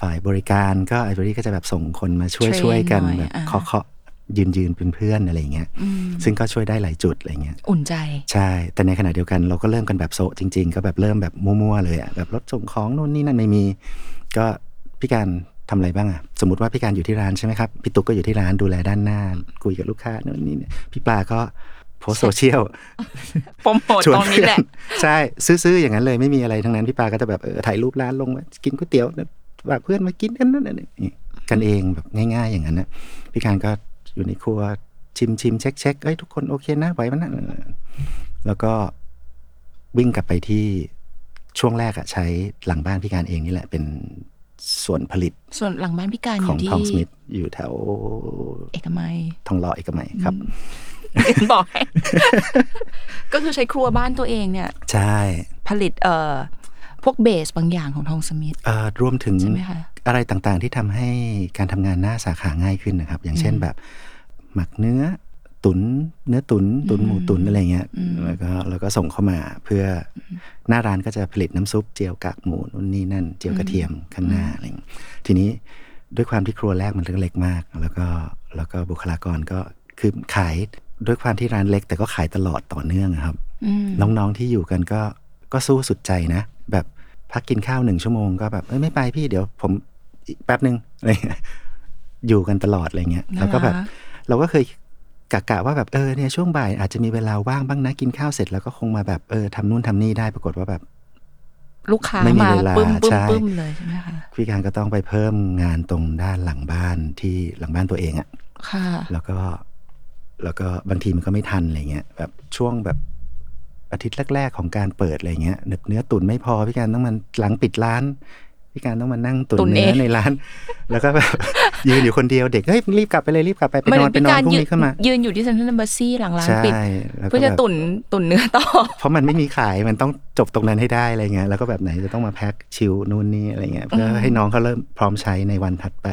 ฝ่ายบริการก็ไอ o อรี่ก็จะแบบส่งคนมาช่วย เทรน ช่วยกัน หน่อย แบบ อ่า เคาะเคาะยืนยืนเป็นเพื่อนอะไรเงี้ยซึ่งก็ช่วยได้หลายจุดอะไรเงี้ย อุ่นใจ ใช่ แต่ในขณะเดียวกันเราก็เริ่มกันแบบโซะจริง ๆ ก็แบบเริ่มแบบมั่วๆเลยอะแบบรถส่งของนู่นนี่นั่นไม่มี ก็พี่การทำอะไรบ้างอะสมมติว่าพี่การอยู่ที่ร้านใช่ไหมครับ พี่ตุ๊กก็อยู่ที่ร้านดูแลด้านหน้า คุยกับลูกค้านู่นนี่เนี่ยพี่ปลาก็โพสต์โซเชียล ปมโหดตรงนี้แหละ ใช่ซื้อๆอย่างนั้นเลยไม่มีอะไรทั้งนั้นพี่ปาก็จะแบบเออถ่ายรูปร้านลงไว้กินก๋วยเตี๋ยวฝากเพื่อนมากินกันนั่นนั่นนี่กันเองแบบง่าย ๆ อย่างนั้นนะพี่การก็อยู่ในครัวชิมชิมเช็คเช็คเอ้ยทุกคนโอเคนะไหวมันนะแล้วก็วิ่งกลับไปที่ช่วงแรกอะใช้หลังบ้านพี่การเองนี่แหละ เป็นส่วนผลิต ส่วนหลังบ้านพี่การอ ของ ยู่ที่ ทอมสมิธอยู่แถว เอกมัย ทองหล่อเอกมัยครับ บอกให้ ก็คือใช้ครัวบ้านตัวเองเนี่ย ใช่ ผลิตเอ่อพวกเบสบางอย่างของทองสมิธ เอ่อรวมถึง ใช่ไหมคะ อะไรต่างๆที่ทำให้การทำงานหน้าสาขาง่ายขึ้นนะครับ อย่างเช่นแบบหมักเนื้อ ตุนเนื้อตุน ตุนหมูตุนอะไรเงี้ยแล้วก็แล้วก็ส่งเข้ามาเพื่ออหน้าร้านก็จะผลิตน้ำซุปเจียวกากหมูนู่นนี่นั่น เจียวกระเทียมข้างหน้าอะไรเงี้ยทีนี้ด้วยความที่ครัวแรกมันเล็กๆมาก แล้วก็แล้วก็บุคลากรก็คือขายด้วยความที่ร้านเล็ก แต่ก็ขายตลอดต่อเนื่องอะครับ อืม น้องๆที่อยู่กันก็ก็สู้สุดใจนะ แบบพักกินข้าวหนึ่งชั่วโมงก็แบบเอ้ยไม่ไปพี่เดี๋ยวผมอีกแป๊บหนึ่ง อะไรเงี้ยอยู่กันตลอดอะไรเงี้ยแล้วก็แบบ น่ารั เราก็เคยกะกะว่าแบบเออเนี่ยช่วงบ่ายอาจจะมีเวลาว่างบ้างนะกินข้าวเสร็จแล้วก็คงมาแบบเออทำนู่นทำนี่ได้ปรากฏว่าแบบ ลูกค้า ไม่มี มา เวลา ปึ้มปึ้ ใช่ มปึ้มเลยใช่ไหมคะ พี่การก็ต้องไปเพิ่มงานตรงด้านหลังบ้านที่หลังบ้านตัวเองอะ ค่ะ แล้วก็แล้วก็บางทีมันก็ไม่ทันอะไรเงี้ยแบบช่วงแบบอาทิตย์แรก ๆ ของการเปิดอะไรเงี้ยเนื้อตุนไม่พอพี่การต้องมันหลังปิดร้าน จ พี่การต้องมานั่งตุน ตุน เนื้ เอ อง ในร้าน แล้วก็แบบ ยืนอยู่คนเดียวเด็กเฮ้ยรีบกลับไปเลยรีบกลับไปไป มัน น เป็ อน น ไปนอกพิาน ร พรุ่ง ยืน นี้ขึ้นมา ยืนอยู่ที่เซ็นทรัลเอมบาซีหลังร้าน ใช่ ปิด แล้วก็ เพื่อจะ แบบ ตุนตุนเนื้อต่อ เพราะมันไม่มีขายมันต้องจบตรงนั้นให้ได้อะไรเงี้ยแล้วก็แบบไหนจะต้องมาแพ็คชิลนู่นนี่อะไรเงี้ยเพื่อให้น้องเขาเริ่มพร้อมใช้ในวันถัดไป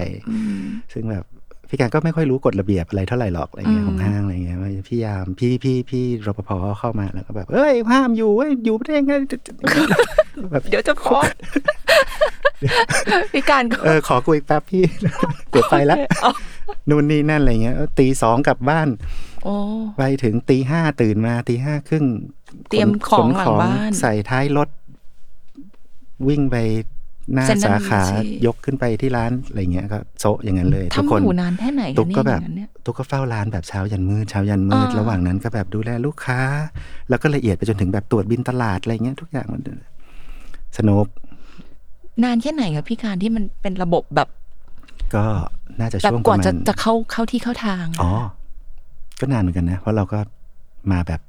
ซึ่งแบบพี่การก็ไม่ค่อยรู้กฎระเบียบอะไรเท่าไหร่หรอกอะไรเงี้ย อืม ของห้างอะไรเงี้ยว่าพี่ยามพี่พี่พี่รปภเข้ามาแล้วก็แบบเอ้ยห้ามอยู่เอ้ยอยู่ได้ยังไง แบบ เดี๋ยวจะฟ้องพิการก็ เออขอกูอีกแป๊บพี่ เดี๋ยวไปละ เอา นู่นนี่นั่นอะไรเงี้ยเออตีสองกลับบ้าน โอ้ ไปถึงตีห้าตื่นมาตีห้าครึ่ง เตรียมของหลังบ้าน ใส่ท้ายรถ วิ่งไปหน้า เซ็นทรัล สาขา เอเชีย ยกขึ้นไปที่ร้านอะไรเงี้ยก็โซะอย่างนั้นเลยทุกค ทำ น อยู่นานแค่ไหนคะ ตุ๊กก็แบบ เนี่ยอย่างนั้นเนี่ย ตุ๊กก็เฝ้าร้านแบบเช้ายันมืดเช้ายันมืด อ่า ระหว่างนั้นก็แบบดูแลลูกค้า แล้วก็ละเอียดไปจนถึงแบบตรวจบินตลาดอะไรเงี้ยทุกอย่างมันสนุก นานแค่ไหนคะพี่การที่มันเป็นระบบแบบ ก็น่าจะ แบบ ช่วงป ก ระ ว่า มา จะ ณ จะเข้าเข้าที่เข้าทาง อ๋อ ก็นานเหมือนกันนะ เพราะเราก็มาแบบ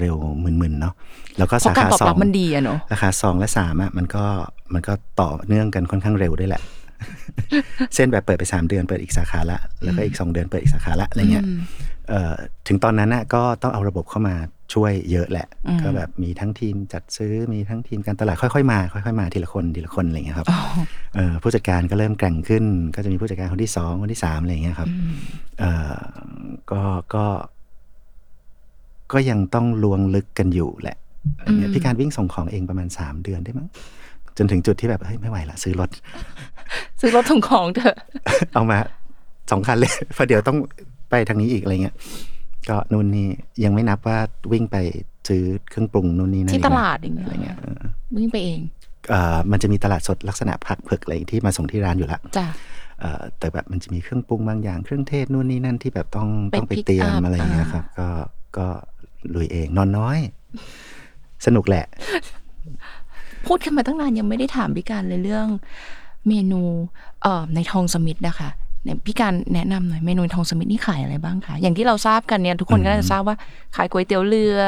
เร็วๆมึนๆเนาะแล้วก็ เพ สา ราะการ ขา ตอบ สอ รั ง บมันดีอะเนาะ สาขาสองและสามอ่ะมันก็มันก็ต่อเนื่องกันค่อนข้างเร็วด้วยแหละ เส้นแบบเปิดไปสามเดือนเปิดอีกสาขาละแล้วก็อีกสองเดือนเปิดอีกสาขาละอะไรเงี้ย อืม เอ่อถึงตอนนั้นน่ะก็ต้องเอาระบบเข้ามาช่วยเยอะแหละ อืม ก็แบบมีทั้งทีมจัดซื้อมีทั้งทีมการตลาดค่อยๆมาค่อยๆมาทีละคนทีละคนอะไรอย่างเงี้ยครับ อ๋อ เอ่อผู้จัดการก็เริ่มแกร่งขึ้น ก็จะมีผู้จัดการคนที่สองคนที่สามอะไรอย่างเงี้ยครับ อืม เอ่อก็ก็ ก็ยังต้องลวงลึกกันอยู่แหละอะไรเงี้ย อืม พี่การวิ่งส่งของเองประมาณสามเดือนได้มั้งจนถึงจุดที่แบบเฮ้ยไม่ไหวละซื้อรถ ซื้อรถส่งของเถอะ เอามาสองคันเลย เพราะเดี๋ยวต้องไปทางนี้อีกอะไรเงี้ย ก็นู่นนี่ยังไม่นับว่าวิ่งไปซื้อเครื่องปรุงนู่นนี่นั่น ที่ อีกนะ ตลาดอย่างเงี้ย อะไรเงี้ยเออ วิ่งไปเอง เอ่อมันจะมีตลาดสดลักษณะผักเผือกอะไรที่มาส่งที่ร้านอยู่ละ จ้ะ เอ่อแต่แบบมันจะมีเครื่องปรุงบางอย่างเครื่องเทศนู่นนี่นั่นที่แบบต้อง ไป ต้องไป pick เตรียม up อะไรเงี้ย อ่า ครับ ก็ก็ลุยเองนอนน้อย สนุกแหละ พูดกันมาตั้งนานยังไม่ได้ถามพี่การเลยเรื่องเมนูเอ่อในทองสมิธนะคะเนี่ยพี่การแนะนำหน่อยเมนูในทองสมิธนี่ขายอะไรบ้างคะอย่างที่เราทราบกันเนี่ยทุกคนก็น่าจะทราบว่าขายก๋วยเตี๋ยวเรือ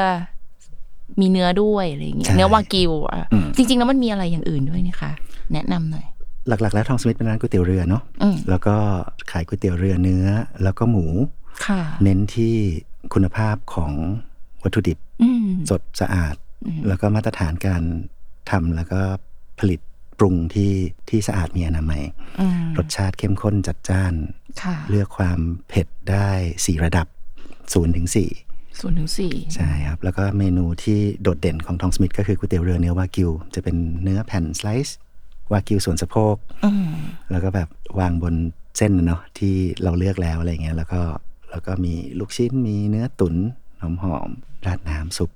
มีเนื้อด้วยอะไรอย่างเงี้ ใช่ ยเนื้อวากิวอ่ะ อืม จริง ๆ แล้วมันมีอะไรอย่างอื่นด้วยนะคะ แนะนำหน่อย หลักๆ แล้วทองสมิธเป็นร้านก๋วยเตี๋ยวเรือเนาะ อืม แล้วก็ขายก๋วยเตี๋ยวเรือเนื้อ แล้วก็หมู ค่ะ เน้นที่คุณภาพของวัตถุดิบ อืม สดสะอาด อืม แล้วก็มาตรฐานการทำแล้วก็ผลิตปรุงที่ที่สะอาดมีอนามัย อืม รสชาติเข้มข้นจัดจ้าน ค่ะ เลือกความเผ็ดได้ 4 ระดับ0ถึง ศูนย์ถึงสี่ 4ใช่ครับ แล้วก็เมนูที่โดดเด่นของทองสมิธก็คือก๋วยเตี๋ยวเรือเนื้อวากิว จะเป็นเนื้อแผ่นสไลซ์วากิวส่วนสะโพก อืม แล้วก็แบบวางบนเส้นน่ะเนาะที่เราเลือกแล้วอะไรเงี้ยแล้วก็แล้วก็มีลูกชิ้นมีเนื้อตุ๋นหอมหอมๆราดน้ำซุป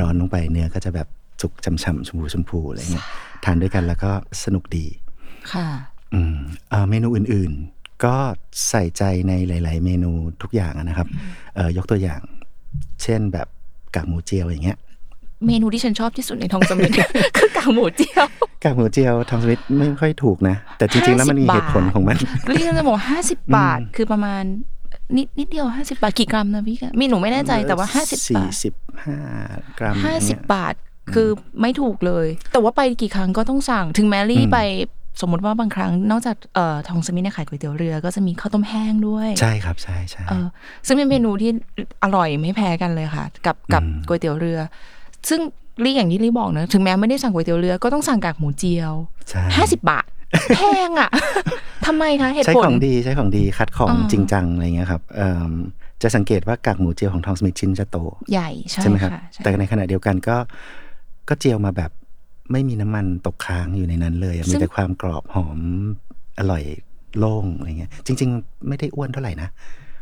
ร้อนๆลงไปเนื้อก็จะแบบสุกช่ำๆชมพูชมพูอะไรเงี้ยทานด้วยกันแล้วก็สนุกดี ค่ะ อืมเอ่อเมนูอื่นๆ ก็ใส่ใจในหลาย ๆ เมนูทุกอย่างอะนะครับเอ่อยกตัวอย่าง เช่นแบบกากหมูเจียวอย่างเงี้ย เมนูที่ฉันชอบที่สุดในทองสมิธ คือกากหมูเจียว กากหมูเจียวทำสวิตไม่ค่อยถูกนะ แต่จริง ๆ แล้วมันมีเหตุผลของมัน เรื่องจะบอกห้าสิบบาทคือประมาณ นิดนิดเดียวห้าสิบาทกี่กรัมนะพี่กะมีหนูไม่แน่ใจแต่ว่าห้าสิบ สี่ บาท สิบห้ากรัม ห้าสิบ เนี่ย บาทคือไม่ถูกเลย แต่ว่าไปกี่ครั้งก็ต้องสั่งถึงแมรี่ อืม ไปสมมติว่าบางครั้งนอกจากเอ่อทองสมิธเนี่ยขายก๋วยเตี๋ยวเรือก็จะมีข้าวต้มแห้งด้วย ใช่ครับใช่ใช่ เออซึ่งเป็นเมนูที่อร่อยไม่แพ้กันเลยค่ะ กับกับ อืม ก๋วยเตี๋ยวเรือ ซึ่งลี่อย่างที่ลี่บอกนะถึงแม้ไม่ได้สั่งก๋วยเตี๋ยวเรือก็ต้องสั่งกากหมูเจียว ใช่ ห้าสิบบาทแพงอ่ะ ทำไมคะเหตุ ใช้ ผ ข ล องดีใช้ของดีคัดของ อ่า จริงจังอะไรเงี้ยครับเอิ่มจะสังเกตว่ากากหมูเจียวของทองสมิธชิ้นจะโต ใหญ่ใช่ ใช่ไหมครับ ค่ะใช่ แต่ในขณะเดียวกันก็ก็เจียวมาแบบไม่มีน้ำมันตกค้างอยู่ในนั้นเลยอะ ซึ่ มี ง แต่ความกรอบหอมอร่อยโล่งอะไรเงี้ยจริง ๆ ไม่ได้อ้วนเท่าไหร่นะ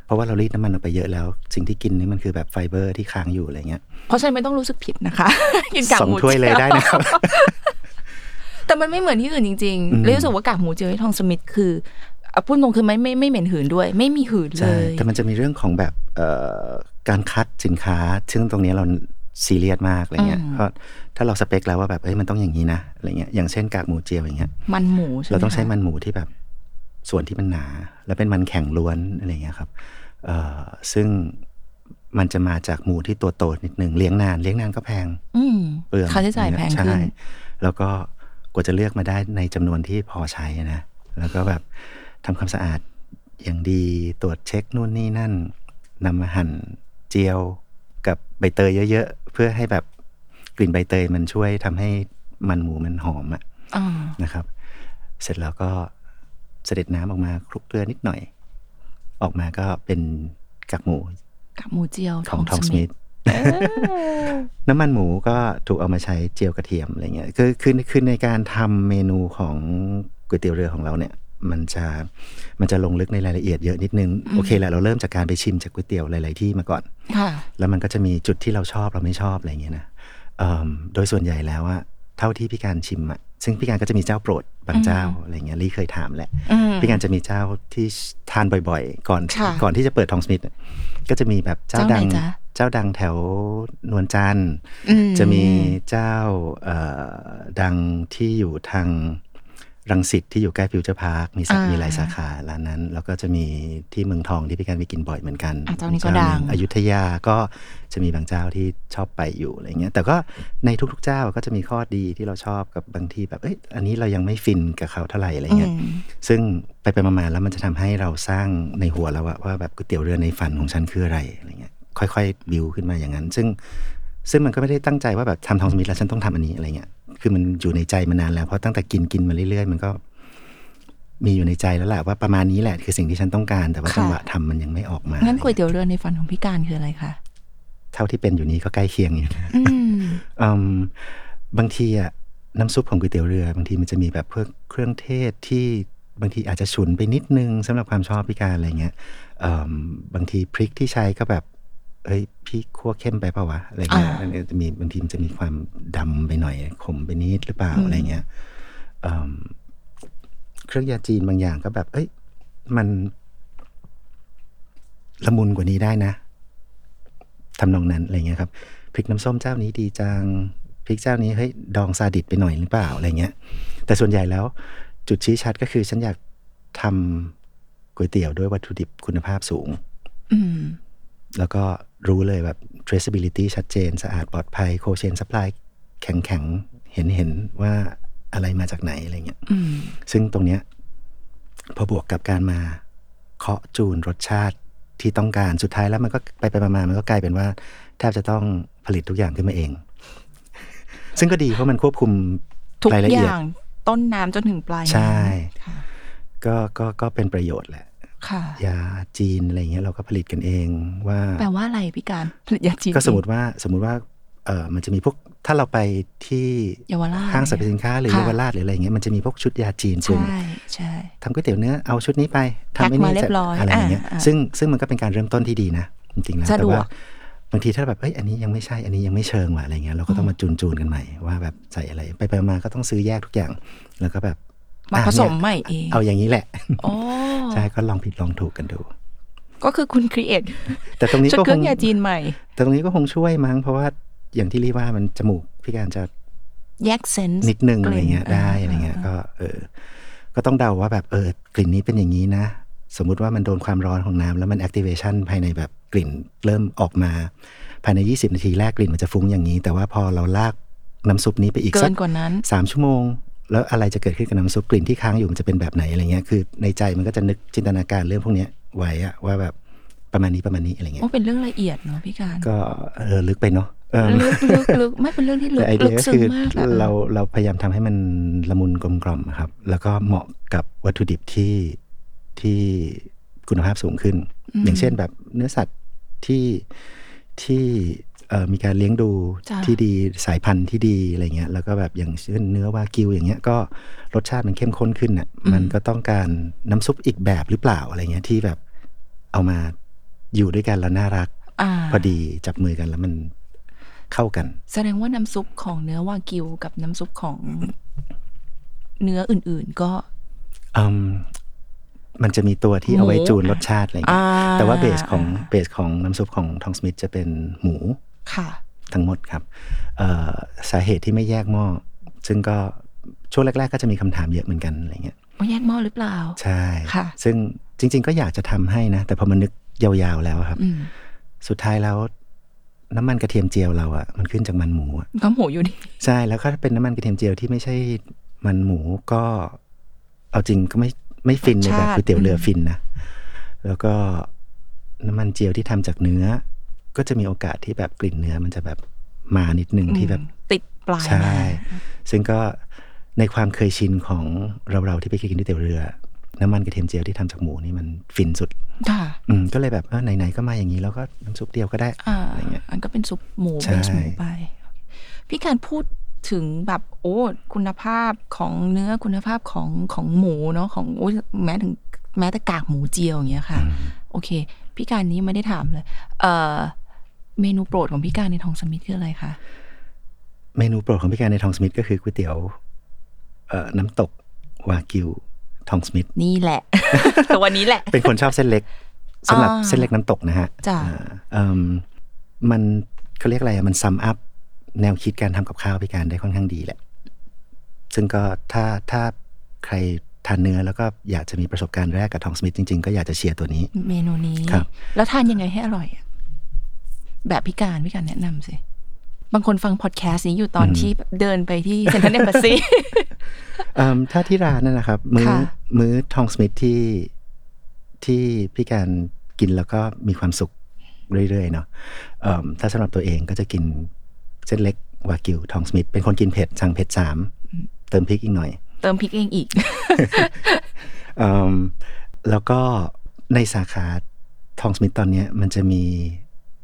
เพราะว่าเรารีดน้ำมันออกไปเยอะแล้ว สิ่งที่กินนี่มันคือแบบไฟเบอร์ที่ค้างอยู่อะไรเงี้ย เพราะฉะนั้นไม่ต้องรู้สึกผิดนะคะ กินกาก สอง หมู ถ้วยเลย จี ได้นะครับ แต่มันไม่เหมือนที่อื่นจริง อืๆมเลยรู้สึกว่ากากหมูเจียวที่ทองสมิธคือเอาพูดตรงคือไม่ไม่ไม่เหม็นหืนด้วย ไม่มีหืนเล ใช่ ย แต่มันจะมีเรื่องของแบบเอ่อการคัดสินค้า ซึ่งตรงนี้เราซีเรียสมากอะไรเงี้ย อืม เพราะถ้าเราสเปคแล้วว่าแบบเอ้ยมันต้องอย่างนี้นะอะไรเงี้ย อย่างเช่นกากหมูเจียวอย่างเงี้ย มันหมูใช่ไหม เราต้องใช้ คะ มันหมูที่แบบส่วนที่มันหนา แล้วเป็นมันแข็งล้วนอะไรเงี้ยครับเอ่อซึ่งมันจะมาจากหมูที่ตัวโตนิดหนึ่งเลี้ยงนาน เลี้ยงนานก็แพง อืม เปลือง ค่าใช้จ่ายแพงขึ้น ใช่แล้วก็ กว่าจะเลือกมาได้ในจำนวนที่พอใช้นะ แล้วก็แบบทำความสะอาดอย่างดีตรวจเช็คนู่นนี่นั่นนำมาหั่นเจียวกับใบเตยเยอะๆ เพื่อให้แบบกลิ่นใบเตยมันช่วยทำให้มันหมูมันหอมอะ อ่า นะครับ เสร็จแล้วก็เสด็จน้ำออกมาคลุกเกลือนิดหน่อย ออกมาก็เป็นกากหมู กับหมูเจียว ของทอมส มิ มิธน้ำมันหมูก็ถูกเอามาใช้เจียวกระเทียมอะไรเงี้ยคือคือคือในการทำเมนูของก๋วยเตี๋ยวเรือของเราเนี่ย มันจะมันจะลงลึกในรายละเอียดเยอะนิดนึง โอเคแหละเราเริ่มจากการไปชิมจากก๋วยเตี๋ยวหลาย ๆ ที่มาก่อน ค่ะ แล้วมันก็จะมีจุดที่เราชอบเราไม่ชอบอะไรอย่างเงี้ยนะเอิ่มโดยส่วนใหญ่แล้วอะเท่าที่พี่การชิมอะซึ่งพี่การก็จะมีเจ้าโปรดบางเจ้าอะไรเงี้ยลี่เคยถามแหละ อืม พี่การจะมีเจ้าที่ทานบ่อยๆ ก่อน ค่ะ ก่อนที่จะเปิดทองสมิธก็จะมีแบบเจ้าดัง เจ้าไหนจ๊ะ เจ้าดังแถวนวลจันทร์ จะมีเจ้าเอ่อดังที่อยู่ทางรังสิตที่อยู่ใกล้ฟิวเจอร์พาร์ค มีสา อ่ามี มีหลายสาขาร้านนั้น แล้วก็จะมีที่เมืองทองที่พี่การไปกินบ่อยเหมือนกัน อ่ะเจ้านี้ก็ ห ดั นึ่ ง อยุธยาก็จะมีบางเจ้าที่ชอบไปอยู่อะไรเงี้ย แต่ก็ในทุกๆเจ้าก็จะมีข้อดีที่เราชอบกับบางที่แบบเอ้ยอันนี้เรายังไม่ฟินกับเขาเท่าไหร่อะไรเงี้ย อืม ซึ่งไปไปๆมาๆแล้วมันจะทำให้เราสร้างในหัวเราอะว่าแบบก๋วยเตี๋ยวเรือในฝันของฉันคืออะไรอะไรเงี้ยค่อยๆบิวขึ้นมาอย่างนั้น ซึ่งซึ่งมันก็ไม่ได้ตั้งใจว่าแบบทำทองสมิธแล้วฉันต้องทำอันนี้อะไรเงี้ยคือมันอยู่ในใจมานานแล้วเพราะตั้งแต่กินกินมาเรื่อยๆ มันก็ มีอยู่ในใจแล้วแหละว่าประมาณนี้แหละคือสิ่งที่ฉันต้องการ แต่ว่า ค่ะ จังหวะทำมันยังไม่ออกมา งั้นก๋วยเตี๋ยวเรือในฝันของพี่การคืออะไรคะ เท่าที่เป็นอยู่นี้ก็ใกล้เคียงอยู่นะ อืม อืมบางทีอะน้ำซุปของก๋วยเตี๋ยวเรือบางทีมันจะมีแบบพวกเครื่องเทศที่บางทีอาจจะฉุนไปนิดนึงสำหรับความชอบพี่การอะไรเงี้ย เอิ่มบางทีพริกที่ใช้ก็แบบเอ้ยพี่คั่วเข้มไปเปล่าวะอะไรเงี้ย อ่า มันจะมีบางทีมันจะมีความดำไปหน่อยขมไปนิดหรือเปล่าอะไรเงี้ยเอิ่มเครื่องยาจีนบางอย่างก็แบบ เอ้ย มันละมุนกว่านี้ได้นะทำนองนั้นอะไรเงี้ยครับพริกน้ำส้มเจ้านี้ดีจังพริกเจ้านี้เฮ้ยดองซาดิสไปหน่อยหรือเปล่าอะไรเงี้ย แต่ส่วนใหญ่แล้ว จุดชี้ชัดก็คือฉันอยากทำก๋วยเตี๋ยวด้วยวัตถุดิบคุณภาพสูง อืม แล้วก็รู้เลยแบบ traceability ชัดเจน สะอาดปลอดภัย cold chain supply แข็งแข็งๆเห็นเห็นว่าอะไรมาจากไหนอะไรเงี้ย อืม ซึ่งตรงเนี้ยพอบวกกับการมาเคาะจูนรสชาติที่ต้องการสุดท้ายแล้วมันก็ไปไปๆมาๆมันก็กลายเป็นว่า แทบจะต้องผลิตทุกอย่างขึ้นมา เอง ซึ่งก็ดีเพราะมันควบคุม ทุก รายละ อ เอียด ย่างต้นน้ำจนถึงปลายน้ำ ใช่ ค่ะ ก็ก็ก็เป็นประโยชน์แหละ ค่ะ ยาจีนอะไรเงี้ยเราก็ผลิตกันเองว่า แปลว่าอะไรพี่การผลิตยาจีน ก็สมมติว่าสมมติว่าเออมันจะมีพวกถ้าเราไปที่ เยาวราช ห้างสรรพสินค้าหรือ ค่ะ เยาวราชหรืออะไรเงี้ยมันจะมีพวกชุดยาจีนซึ่ง ใช่ใช่ ทำก๋วยเตี๋ยวเนื้อเอาชุดนี้ไป แพ็ค ทำไอ้ มา นี่ เรี เสยร็จ บร้อย อะไรอย่างเงี้ย อ่าอ่า ซึ่งซึ่งมันก็เป็นการเริ่มต้นที่ดีนะจริงๆแล้ว สะด แต่ วก ว่าบางทีถ้าแบบเอ้ยอันนี้ยังไม่ใช่อันนี้ยังไม่เชิงว่ะอะไรเงี้ยเราก็ต้องมาจูนจูนๆกันใหม่ว่าแบบใส่อะไรไปไปมาก็ต้องซื้อแยกทุกอย่าง แล้วก็แบบ มา อ่ะ ผสม เนี่ย ใหม่เอง เอาอย่างนี้แหละ โอ้ ใช่ก็ลองผิดลองถูกกันดู ก็คือคุณครีเอท แต่ตรงนี้ ชุด ก็ เค ค รื่อง ง ยาจีนใหม่ แต่ตรงนี้ก็คงช่วยมั้งเพราะว่าอย่างที่รีว่ามันจมูกพี่การจะ แยกเซนส์ นิดนึง กลิ่น อะไรเงี้ยได้ อ่า อะไรเงี้ยก็เออ ก็ต้องเดาว่าแบบเออกลิ่นนี้เป็นอย่างนี้นะ สมมุติว่ามันโดนความร้อนของน้ำแล้วมัน activation ภายในแบบกลิ่นเริ่มออกมา ภายใน 20 นาทีแรกกลิ่นมันจะฟุ้งอย่างนี้ แต่ว่าพอเราลากน้ำซุปนี้ไปอีก เกิ สัก นกว่านั้น สามชั่วโมง แล้วอะไรจะเกิดขึ้นกับน้ำซุปกลิ่นที่ค้างอยู่มันจะเป็นแบบไหนอะไรเงี้ยคือในใจมันก็จะนึกจินตนาการเรื่องพวกเนี้ยไว้อะว่าแบบประมาณนี้ประมาณนี้อะไรเงี้ โอ้ ย เป็นเรื่องละเอียดเนาะพี่การ ก็เออลึกไปเนาะเอิ่ม ลึกลึกลึกไม่เป็นเรื่องที่ลึ แต่ ก ไอ ลึ เดีย ก ก็ ซึ้ง คือ มากอะ เราเราพยายามทำให้มันละมุนกลมกล่อมอะครับ แล้วก็เหมาะกับวัตถุดิบที่ที่คุณภาพสูงขึ้น อย่างเช่นแบบเนื้อสัตว์ที่ที่เอ่อมีการเลี้ยงดู ะ ที่ดีสายพันธุ์ที่ดีอะไรเงี้ยแล้วก็แบบอย่างเช่นเนื้อวากิวอย่างเงี้ยก็รสชาติมันเข้มข้นขึ้นอ่ะมันก็ต้องการน้ำซุปอีกแบบหรือเปล่าอะไรเงี้ยที่แบบเอามาอยู่ด้วยกันแล้วน่ารัก อ่า พอดีจับมือกันแล้วมันเข้ากัน แสดงว่าน้ำซุปของเนื้อวากิวกับน้ำซุปของ เนื้ออื่น ๆ ก็ อืมมันจะมีตัวที่เอาไว้ หมู จูนรสชาติอะไรอย่างเงี้ย อ่า แต่ว่าเบสของเบสของน้ำซุปของทองสมิธจะเป็นหมู ค่ะ ทั้งหมดครับเอ่อสาเหตุที่ไม่แยกหม้อซึ่งก็ช่วงแรก ๆ ก็จะมีคำถามเยอะเหมือนกันอะไรเงี้ย ว่าแยกหม้อหรือเปล่า ใช่ ค่ะ ซึ่งจริง ๆ ก็อยากจะทำให้นะ แต่พอมันนึกยาวๆแล้วอะครับ อืม สุดท้ายแล้ว น้ำมันกระเทียมเจียวเราอะมันขึ้นจากมันหมูอะ ก็หมูอยู่ดี ใช่แล้วก็เป็นน้ำมันกระเทียมเจียวที่ไม่ใช่ มันหมูก็เอาจริงก็ไม่ไม่ฟินในแบรสบชาติ ก๋วยเตี๋ยวเรือฟินนะ แล้วก็น้ำมันเจียวที่ทำจากเนื้อ ก็จะมีโอกาสที่แบบกลิ่นเนื้อมันจะแบบมานิดนึงที่แบบ ติดปลาย ใช่ มา ซึ่งก็ในความเคยชินของเราเราๆที่ไปกินก๋วยเตี๋ยวเรือ น้ำมันกระเทียมเจียวที่ทำจากหมูนี่มันฟินสุด ค่ะ อืมก็เลยแบบเออไหนๆก็มาอย่างนี้แล้วก็น้ำซุปเดียวก็ได้ อ่า อะไรเงี้ย อันก็เป็นซุปหมู ใช่ เป็นซุปหมูไป พี่การพูดถึงแบบโอ้คุณภาพของเนื้อคุณภาพของของหมูเนาะของโอ้ยแม้ถึงแม้แต่กากหมูเจียวอย่างเงี้ยค่ะ โอเค พี่การนี้ไม่ได้ถามเลย เอ่อ เมนูโปรดของพี่การในทองสมิธคืออะไรคะ เมนูโปรดของพี่การในทองสมิธก็คือก๋วยเตี๋ยวเอ่อน้ำตกวากิวทองสมิธ นี่แหละ ตัวนี้แหละ เป็นคนชอบเส้ นเล็กสำหรับ อ่า เส้นเล็กน้ำตกนะฮะ จ้ะ อ่าเอิ่มมันเขาเรียกอะไรอะมันซัมอัพแนวคิดการทำกับข้าวพิการได้ค่อนข้างดีแหละ ซึ่งก็ถ้าถ้าใครทานเนื้อแล้วก็อยากจะมีประสบการณ์แรกกับทองสมิธจริงๆ ก็อยากจะเชียร์ตัวนี้ เมนูนี้ ครับ แล้วทานยังไงให้อร่อยอะแบบพี่การพี่การแนะนำสิ บางคนฟังพอดแคสต์นี้อยู่ตอนที่แบบเดินไปที่เซ็นทรัลเอมบาซี เอิ่มถ้าที่ร้านน่ะนะครับ มื้อ ค่ะ มื้อทองสมิธที่ที่พี่การกินแล้วก็มีความสุขเรื่อยๆเนาะเอิ่มถ้าสำหรับตัวเองก็จะกินเส้นเล็กวากิวทองสมิธเป็นคนกินเผ็ดสั่งเผ็ดสามเติมพริกอีกหน่อย เติมพริกเองอีก เอิ่มแล้วก็ในสาขาทองสมิธตอนเนี้ยมันจะมี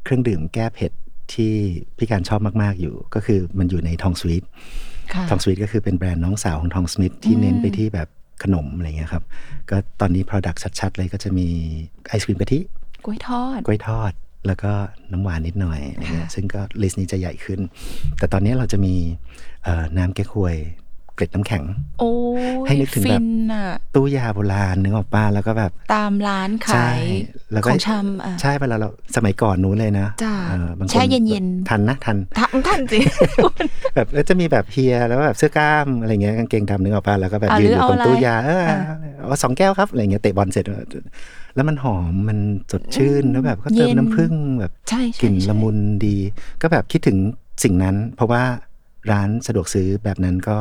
เครื่องดื่มแก้เผ็ดที่พี่การชอบมาก ๆ อยู่ ก็คือมันอยู่ในทองสวีท ค่ะ ทองสวิตก็คือเป็นแบรนด์น้องสาวของทองสมิธที่เน้นไปที่แบบขนมอะไรเงี้ยครับ ก็ตอนนี้ Product ชัดๆ เลยก็จะมีไอศครีมกะทิ กล้วยทอด กล้วยทอด แล้วก็น้ำหวานนิดหน่อยอะไรเงี้ย ค่ะ ซึ่งก็ลิสต์นี้จะใหญ่ขึ้น แต่ตอนนี้เราจะมีเอ่อน้ำแก้ควย เกล็ดน้ำแข็ง โอ้ย ให้นึกถึงแบบ ฟินอะ ตู้ยาโบราณนึกออกป้าแล้วก็แบบ ตามร้าน ใช่ ขาย แล้วก็ ของชำอะ ใช่เวลาเราสมัยก่อนนู้นเลยนะ จ้ะ เออบางค แช่เย็นๆ ทันนะทัน ทำท่านสิ แบบแล้วจะมีแบบเฮียแล้วแบบเสื้อกล้ามอะไรเงี้ยกางเกงดำนึกออกป่ะแล้วก็แบบ อ่ะ ยืนอหยู่รือ ตร เอา งตู้ อะไร ยาเออ อ่ะ เอาสองแก้วครับอะไรเงี้ยเตะบอลเสร็จ แล้วมันหอมมันสดชื่นแล้วแบบก็เติมน้ำผึ้งแบบ ใช่ กลิ่น ใช่ใช่ ละมุนดี ก็แบบคิดถึงสิ่งนั้น เพราะว่าร้านสะดวกซื้อแบบนั้นก็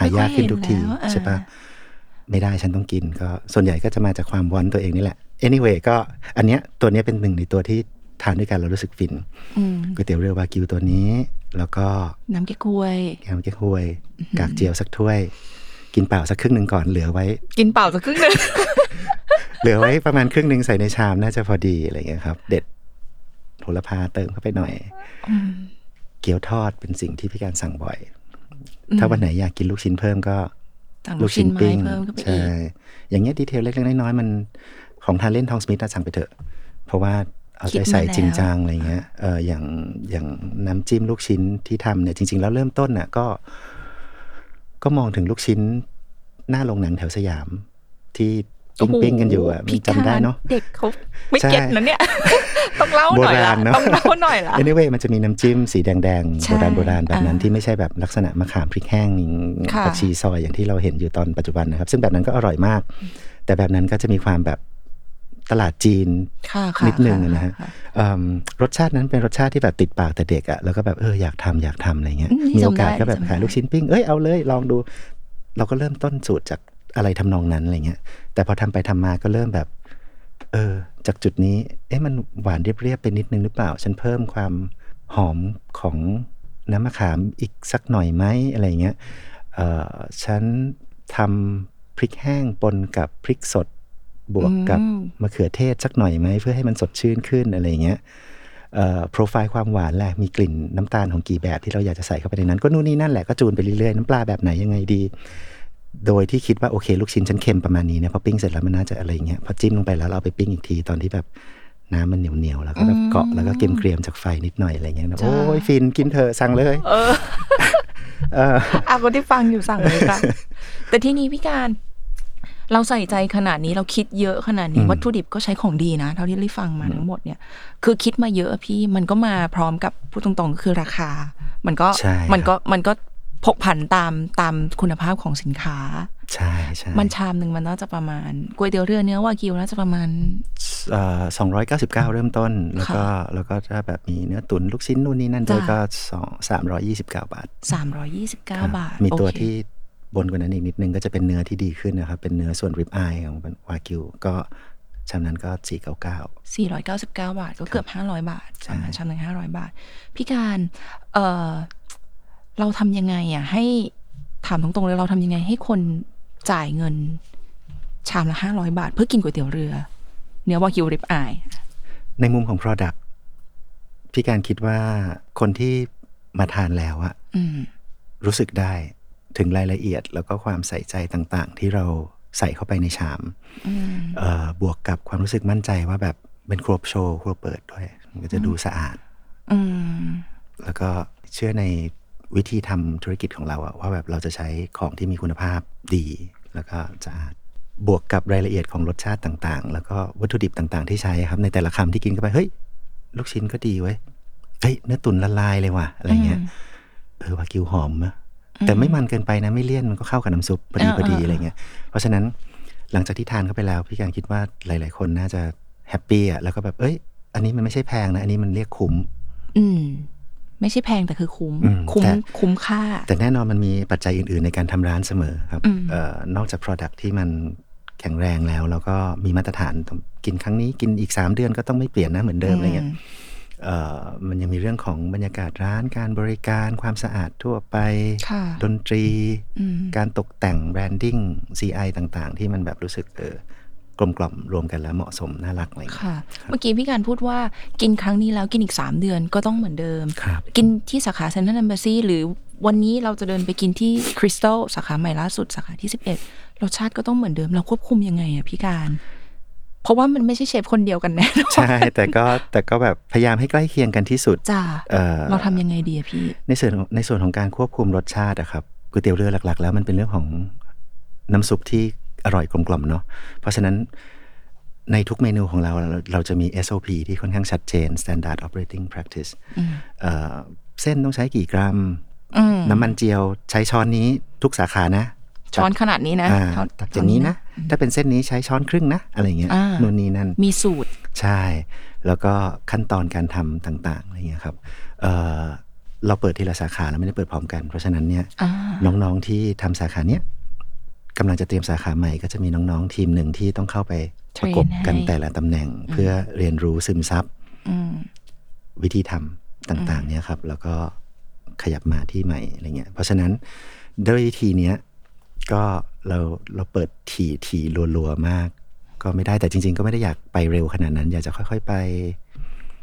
หายากขึ้นทุกที ไม่ค่อยเห็นแล้ว ใช่ปะ อ่ ไม่ได้ฉันต้องกินก็ส่วนใหญ่ก็จะมาจากความวอนตัวเองนี่แหละ anyway ก็อันเนี้ยตัวเนี้ยเป็นหนึ่งในตัวที่ทานด้วยกันเรารู้สึกฟิน อืม ก๋วยเตี๋ยวเรือวากิวตัวนี้ แล้วก็ น้ำเก๊กฮวย แกงเก๊กฮวย กากเจียวสักถ้วย กินเปล่าสักครึ่งหนึ่งก่อนเหลือไว้ กินเปล่าสักครึ่งหนึง เหลือไว้ ประมาณครึ่งหนึ่งใส่ในชามน่าจะพอดีอะไรอย่างเงี้ยครับ เด็ดโหระพาเติมเข้าไปหน่อย เกี๊ยวทอดเป็นสิ่งที่พี่การสั่งบ่อย ถ้าวันไหนอยากกินลูกชิ้นเพิ่มก็ สั่งลูกชิ้นไม้เพิ่มเข้าไปอีก ใช่อย่างเงี้ยดีเทลเล็กๆน้อยๆมันของทานเล่นทองสมิธน่ะสั่งไปเถอะ เพราะว่าเอาใจใส่จริงจังอะไรเงี้ยเอออย่างอย่างน้ำจิ้มลูกชิ้นที่ทำเนี่ยจริง ๆ แล้วเริ่มต้นน่ะก็ ก็มองถึงลูกชิ้น หน้าโรงหนังแถวสยาม ที่ปิ้งปิ้งๆกันอยู่อ่ะ โโหพี่ จำได้เนาะ กรเด็กเขาไม่ ใช่ เก็ตนะเนี่ย ต้องเล่าหน่อยละ โบราณเนอะ ต้องเล่าหน่อยละ anyway มันจะมีน้ำจิ้มสีแดงๆ ใช่ โบราณโบราณแบบนั้น อ่า ที่ไม่ใช่แบบลักษณะมะขามพริกแห้ง ค่ะ ผักชีซอยอย่างที่เราเห็นอยู่ตอนปัจจุบันนะครับ ซึ่งแบบนั้นก็อร่อยมาก แต่แบบนั้นก็จะมีความแบบตลาดจีน ค่ะค่ะ นิดนึง ค่ะ นะฮะ ค่ะ เอิ่มรสชาตินั้นเป็นรสชาติที่แบบติดปากแต่เด็กอะแล้วก็แบบเอออยากทำอยากทำอะไรเงี้ย อืม มีโอกาส จำได้ ก็แบบ จำได้ ขายลูกชิ้นปิ้งเอ้ยเอาเลยลองดู เราก็เริ่มต้นสูตรจากอะไรทำนองนั้นอะไรเงี้ย แต่พอทำไปทำมาก็เริ่มแบบ เออ จากจุดนี้ เอ๊ะมันหวานเรียบๆไปนิดนึงหรือเปล่า ฉันเพิ่มความหอมของน้ำมะขามอีกสักหน่อยไหมอะไรเงี้ย เออฉันทำพริกแห้งปนกับพริกสดบวกกับ อืม มะเขือเทศสักหน่อยไหมเพื่อให้มันสดชื่นขึ้นอะไรเงี้ย เอ่อโปรไฟล์ความหวานแหละมีกลิ่นน้ำตาลของกี่แบบที่เราอยากจะใส่เข้าไปในนั้น ก็นู่นนี่นั่นแหละก็จูนไปเรื่อยๆ น้ำปลาแบบไหนยังไงดี โดยที่คิดว่าโอเค ลูกชิ้นฉันเค็มประมาณนี้นะพอปิ้งเสร็จแล้วมันน่าจะอะไรอย่างเงี้ยพอจิ้มลงไปแล้วเราเอาไปปิ้งอีกทีตอนที่แบบน้ำมันเหนียวๆแล้วก็แบบเกาะแล้วก็เกรียมๆจากไฟนิดหน่อยอะไรเงี้ยนะโอ้ยฟินกินเถอะสั่งเลย เออ เออ อ่ะคนที่ฟังอยู่สั่งเลยค่ะ แต่ที่นี้พี่การ เราใส่ใจขนาดนี้เราคิดเยอะขนาดนี้ วัตถุดิบก็ใช้ของดีนะเท่าที่ได้ฟังมาทั้งหมดเนี่ย คือคิดมาเยอะอะพี่มันก็มาพร้อมกับพูดตรงๆก็คือราคา มันก็ ใช่ครับ มันก็มันก็ผกผันตามตามคุณภาพของสินค้า ใช่ใช่ มันชามหนึ่งมันน่าจะประมาณก๋วยเตี๋ยวเรือเนื้อวากิวน่าจะประมาณ สองร้อยเก้าสิบเก้าเริ่มต้น แล้วก็แล้วก็ถ้าแบบมีเนื้อตุ๋นลูกชิ้นนู่นนี่นั่นด้วย จ้ะ ก็สองสามร้อยยี่สิบเก้าบาท 329 บาท มีตัว โอเค ที่ บนกว่านั้นอีกนิดนึงก็จะเป็นเนื้อที่ดีขึ้นนะครับ เป็นเนื้อส่วนริบอายของวากิว ก็ชามนั้นก็ 499 499 บาทก็เกือบ 500 บาท ใช่ ประมาณชามหนึ่ง500 บาท พี่การเออเราทำยังไงอ่ะให้ถามตรงๆเลยเราทำยังไงให้คนจ่ายเงิน ชามละ 500 บาท เพื่อกินก๋วยเตี๋ยวเรือ เนื้อวากิวริบอาย ในมุมของ Product พี่การคิดว่าคนที่มาทานแล้วอะ อืม รู้สึกได้ถึงรายละเอียดแล้วก็ความใส่ใจต่างๆ ที่เราใส่เข้าไปในชาม อืม เอ่อบวกกับความรู้สึกมั่นใจว่าแบบเป็นครัวโชว์ครัวเปิดด้วย มันก็จะดูสะอาด อืม แล้วก็เชื่อในวิธีทำธุรกิจของเราอะว่าแบบเราจะใช้ของที่มีคุณภาพดี แล้วก็สะอาดบวกกับรายละเอียดของรสชาติต่างๆ แล้วก็วัตถุดิบต่างๆ ที่ใช้ครับในแต่ละคำที่กินเข้าไปเฮ้ยลูกชิ้นก็ดีเว้ยเฮ้ยเนื้อตุ๋นละลายเลยว่ะอะไรเงี้ยเออวากิวหอมอะแต่ไม่มันเกินไปนะไม่เลี่ยนมันก็เข้ากับน้ำซุปพอดี เออ พอดี เอออ อะไรเงี้ยเพราะฉะนั้นหลังจากที่ทานเข้าไปแล้วพี่การคิดว่าหลาย ๆ คนน่าจะแฮปปี้อะแล้วก็แบบเอ้ย อันนี้มันไม่ใช่แพงนะอันนี้มันเรียกคุ้ม อืม ไม่ใช่แพงแต่คือคุ้ม อืม คุ้ม แต่ คุ้มค่า แต่แน่นอนมันมีปัจจัยอื่น ๆ ในการทำร้านเสมอครับ อืม เออนอกจาก Product ที่มันแข็งแรงแล้ว แล้วก็มีมาตรฐานต้องกินครั้งนี้กินอีก 3 เดือนก็ต้องไม่เปลี่ยนนะเหมือนเดิมอะไรเงี้ยเอ่อมันยังมีเรื่องของบรรยากาศร้านการบริการความสะอาดทั่วไป ค่ะ ดนตรี อืม การตกแต่งแบรนดิ้ง CI ต่างๆ ที่มันแบบรู้สึกเออกลมกล่อมรวมกันแล้วเหมาะสมน่ารักอะไรเงี้ย ค่ะ เมื่อกี้พี่การพูดว่ากินครั้งนี้แล้วกินอีก 3 เดือนก็ต้องเหมือนเดิม ครับ กินที่สาขาเซ็นทรัล m อมบ s ซีหรือวันนี้เราจะเดินไปกินที่คริสตัลสาขาใหม่ล่าสุดสาขาที่ 11 รสชาติก็ต้องเหมือนเดิม เราควบคุมยังไงอะพี่การ เพราะว่ามันไม่ใช่เชฟคนเดียวกันแน่ นอน ใช่แต่ก็แต่ก็แบบพยายามให้ใกล้เคียงกันที่สุด จ้า เอ่อ เราทำยังไงดีอะพี่ ในส่วนของในส่วนของการควบคุมรสชาติอะครับก๋วยเตี๋ยวเรือหลัก ๆ แล้วมันเป็นเรื่องของน้ำซุปที่อร่อยกลมกล่อมเนาะเพราะฉะนั้นในทุกเมนูของเราเราเราจะมี SOP ที่ค่อนข้างชัดเจน Standard Operating Practice อืม เอ่อเส้นต้องใช้กี่กรัม อืม น้ำมันเจียวใช้ช้อนนี้ทุกสาขานะ ช้อนขนาดนี้นะ อ่า ช้น ตักอย่างนี้นะ ถ้าเป็นเส้นนี้ใช้ช้อนครึ่งนะ อะไรอย่างเงี้ย อ่า นู่นนี่นั่น มีสูตร ใช่ แล้วก็ขั้นตอนการทำต่าง ๆ อะไรเงี้ยครับเอ่อเราเปิดทีละสาขาแล้วไม่ได้เปิดพร้อมกัน เพราะฉะนั้นเนี่ย อ่า น้องๆที่ทำสาขาเนี้ยกำลังจะเตรียมสาขาใหม่ก็จะมีน้องๆทีมหนึ่งที่ต้องเข้าไปประกบ เทรนให้ กันแต่ละตำแหน่งเพื่อเรียนรู้ซึมซับ อืม วิธีทำต่างๆเนี่ยครับ แล้วก็ขยับมาที่ใหม่อะไรเงี้ยเพราะฉะนั้นด้วยวิธีเนี้ยก็เราเราเปิดถี่ถี่รัวๆมาก ก็ไม่ได้แต่จริง ๆ ก็ไม่ได้อยากไปเร็วขนาดนั้น อยากจะค่อย ๆ ไป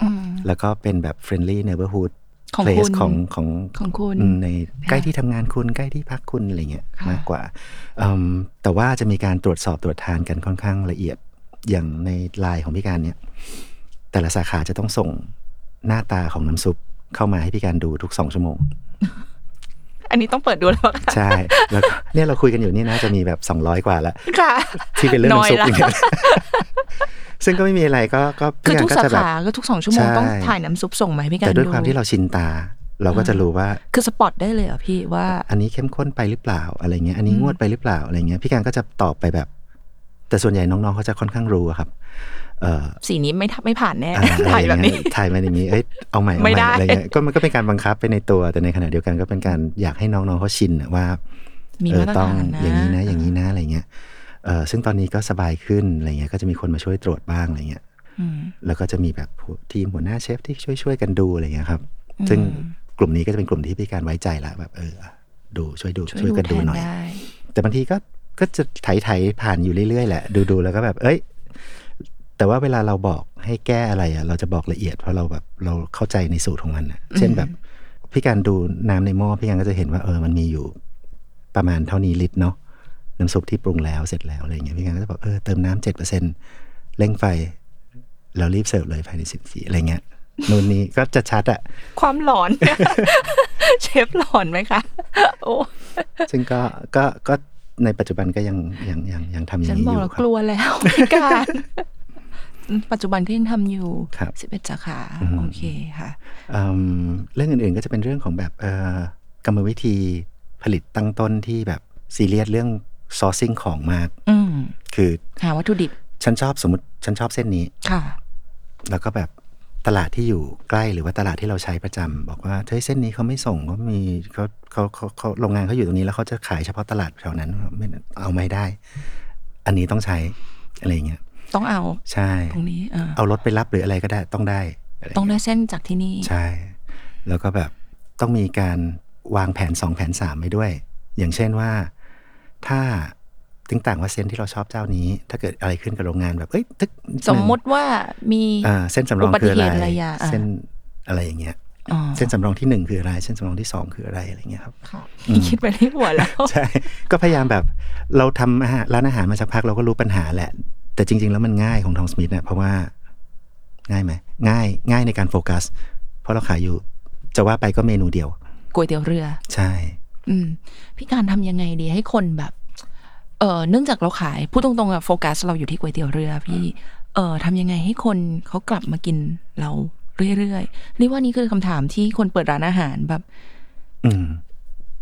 อืม แล้วก็เป็นแบบ friendly neighborhood ของคุณ place ของของ ของคุณ อืมในใกล้ที่ทำงานคุณใกล้ที่พักคุณอะไรเงี้ย ค่ะ มากกว่าอืมแต่ว่าจะมีการตรวจสอบตรวจทานกันค่อนข้างละเอียดอย่างในไลน์ของพี่การเนี่ย แต่ละสาขาจะต้องส่งหน้าตาของน้ำซุปเข้ามาให้พี่การดูทุกสองชั่วโมง อันนี้ต้องเปิดดูแล้ว ค่ะ ใช่ แล้วก็เนี่ยเราคุยกันอยู่นี่น่าจะมีแบบ 200 กว่าละ ค่ะ ที่เป็นเรื่องน้ำซุป น้อยละ อย่างเงี้ยซึ่งก็ไม่มีอะไรก็ก็ คือ พี่ ทุก ก็ สา จะแบบ ขาก็ทุกสองชั่วโมง ใช่ ต้องถ่ายน้ำซุปส่งมาให้พี่การ แต่ด้วยความที่เราชินตา เราก็จะรู้ว่า คือสปอตได้เลยเหรอพี่ว่า อันนี้เข้มข้นไปหรือเปล่าอะไรเงี้ย อันนี้งวดไปหรือเปล่าอะไรเงี้ย พี่การก็จะตอบไปแบบ แต่ส่วนใหญ่น้องๆเขาจะค่อนข้างรู้อะครับ เอ่อ สีนี้ไม่ทับไม่ผ่านแน่ อ่ ถ่ายแบบนี้ อะไรเงี้ถ่ายมาอย่างนี้ เอ้ย เอาใหม่เอา ไม่ ให ได้ ม่อะไรเงี้ย ก็มันก็เป็นการบังคับไปในตัว แต่ในขณะเดียวกันก็เป็นการอยากให้น้องๆเขาชินอะว่า มี เออ มาตร ต้อง ฐานนะ อย่างนี้นะอย่างนี้นะอะไรเงี้ย เออซึ่งตอนนี้ก็สบายขึ้นอะไรเงี้ย ก็จะมีคนมาช่วยตรวจบ้างอะไรเงี้ย อืม แล้วก็จะมีแบบหัวทีมหัวหน้าเชฟที่ช่วยช่วยๆกันดูอะไรเงี้ยครับ ซึ่งกลุ่มนี้ก็จะเป็นกลุ่มที่พี่การไว้ใจละแบบเอออ่ะดูช่วยดู ช่ ช่ ว วยย ดู กัน แท ดู น หน่อย ได้ แต่บางทีก็ก็จะไถไถผ่านอยู่เรื่อยๆแหละ ดูดูแล้วก็แบบ เอ้ย แต่ว่าเวลาเราบอกให้แก้อะไรอ่ะ เราจะบอกละเอียดเพราะเราแบบเราเข้าใจในสูตรของมันอ่ะ เช่นแบบ พี่การดูน้ำในหม้อพี่การก็จะเห็นว่าเออมันมีอยู่ ประมาณเท่านี้ลิตรเนาะน้ำซุปที่ปรุงแล้วเสร็จแล้วอะไรอย่างเงี้ยพี่การก็จะบอกเออเติมน้ำเจ็ดเปอร์เซ็นเร่งไฟแล้วรีบเสิร์ฟเลยภายในสิบสี่อะไรเงี้ยนู่นนี่ก็จะชัดอ่ะ ความหลอน เชฟหลอนไหมคะ โอ้ ซึ่งก็ก็ก็ในปัจจุบันก็ยังยังยังยังทำอย่า ฉั ง น นี้ บอ อก ยู่ แล้ว ค กลัวแล้วพี่รับ การ ปัจจุบันก็ยังทำอยู่ ครับ สิบเอ็ดสาขา อืม โอเคค่ะ อืมเรื่องอื่นๆก็จะเป็นเรื่องของแบบเอ่อกรรมวิธีผลิตตั้งต้นที่แบบซีเรียสเรื่องซอร์ซิ่งของมาก อืม คือ หาวัตถุดิบ ฉันชอบสมมติฉันชอบเส้นนี้ ค่ะ แล้วก็แบบ ตลาดที่อยู่ใกล้หรือว่าตลาดที่เราใช้ประจำบอกว่าเฮ้ยเส้นนี้เขาไม่ส่งเขามีเขาเขาเขาเขาโรงงานเขาอยู่ตรงนี้แล้วเขาจะขายเฉพาะตลาดแถวนั้นไม่เอาไม่ได้ อันนี้ต้องใช้อะไรอย่างเงี้ย ต้องเอา ใช่ ตรงนี้เออ เอารถไปรับหรืออะไรก็ได้ต้องได้อะไร ต้องได้เส้นจากที่นี่ ใช่ แล้วก็แบบต้องมีการวางแผนสองแผนสามไว้ด้วย อย่างเช่นว่า ถ้าติ้งต่างว่าเส้นที่เราชอบเจ้านี้ ถ้าเกิดอะไรขึ้นกับโรงงานแบบเอ้ยตึกนิดนึง สมมุติว่ามี อ่าเส้นสำรอง อุบัติ คือ เห อะ ตุ ไร ระยะอ่ะ เส้นอะไรอย่างเงี้ย อ๋อ เส้นสำรองที่หนึ่งคืออะไร เส้นสำรองที่สองคืออะไรอะไรเงี้ยครับ ค่ะคิดไปในหัวแล้ว ใช่ ก็พยายามแบบเราทำอาหารร้านอาหารมาสักพักเราก็รู้ปัญหาแหละ แต่จริง ๆ แล้วมันง่ายของทอมสมิธเนี่ยเพราะว่าง่ายไหมง่ายง่ายในการโฟกัส เพราะเราขายอยู่จะว่าไปก็เมนูเดียว ก๋วยเตี๋ยวเรือ ใช่ อืม พี่การทำยังไงดีให้คนแบบ เออเนื่องจากเราขายพูดตรงๆอะโฟกัสเราอยู่ที่ก๋วยเตี๋ยวเรือ พี่ เออทำยังไงให้คนเขากลับมากินเราเรื่อยๆนี่ว่านี่คือคำถามที่คนเปิดร้านอาหารแบบ อืม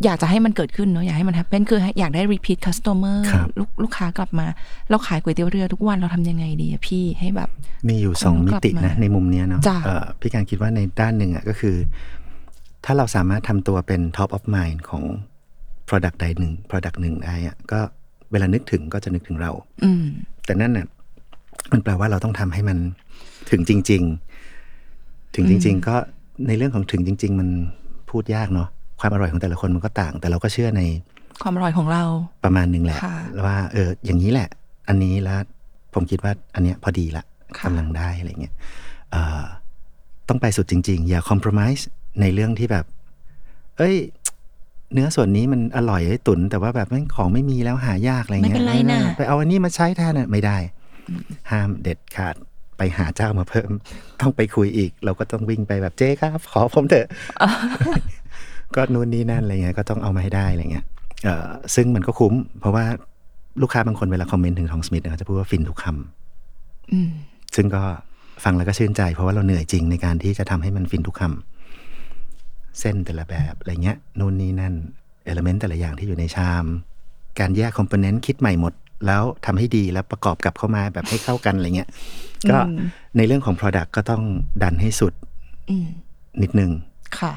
อยากจะให้มันเกิดขึ้นเนาะอยากให้มัน happen คืออยากได้ repeat customer ครับ ลูกลูกค้ากลับมา เราขายก๋วยเตี๋ยวเรือทุกวันเราทำยังไงดีอะพี่ให้แบบ มีอยู่สองมิตินะ ในมุมเนี้ยเนาะ จ้ะ เอ่อพี่การคิดว่าในด้านหนึ่งอ่ะก็คือ ถ้าเราสามารถทำตัวเป็น top of mind ของ product ใดหนึ่ง product หนึ่งได้อ่ะก็เวลานึกถึงก็จะนึกถึงเรา อืม แต่นั่นน่ะมันแปลว่าเราต้องทำให้มันถึงจริง ๆ ถึงจริง ๆ ก็ในเรื่องของถึงจริง ๆ มันพูดยากเนาะความอร่อยของแต่ละคนมันก็ต่าง แต่เราก็เชื่อใน ความอร่อยของเรา ประมาณหนึ่งแหละ ค่ะ ว่าเอออย่างนี้แหละ อันนี้แล้วผมคิดว่าอันเนี้ยพอดีละ ค่ะ กำลังได้อะไรเงี้ยเอ่อต้องไปสุดจริง ๆ อย่าคอม p r o m i s e ในเรื่องที่แบบ เอ้ย เนื้อส่วนนี้มันอร่อยไอ้ยตุนแต่ว่าแบบแม่งของไม่มีแล้วหายากอะไรเงี้ย ไม่เป็นไรน่ะ ออไปเอาอันนี้มาใช้แทนน่ะไม่ได้ ห้ามเด็ดขาดไปหาเจ้ามาเพิ่ม ต้องไปคุยอีก เราก็ต้องวิ่งไปแบบเจ๊ครับ ขอผมเถอะ ก็นู่นนี่นั่นอะไรเงี้ยก็ต้องเอามาให้ได้อะไรเงี้ยเอ่อซึ่งมันก็คุ้ม เพราะว่าลูกค้าบางคนเวลาคอมเมนต์ถึงทองสมิธเนี่ยเขาจะพูดว่าฟินทุกคำ อืม ซึ่งก็ฟังแล้วก็ชื่นใจ เพราะว่าเราเหนื่อยจริงในการที่จะทำให้มันฟินทุกคำเส้นแต่ละแบบอะไรเงี้ยนู่นนี่นั่นเอลเมนต์แต่ละอย่างที่อยู่ในชาม การแยกคอมโพเนนต์คิดใหม่หมด แล้วทำให้ดีแล้วประกอบกลับเข้ามาแบบให้เข้ากันอะไรเงี้ยก็ อืม ในเรื่องของ Product ก็ต้องดันให้สุด อืม นิดนึง ค่ะ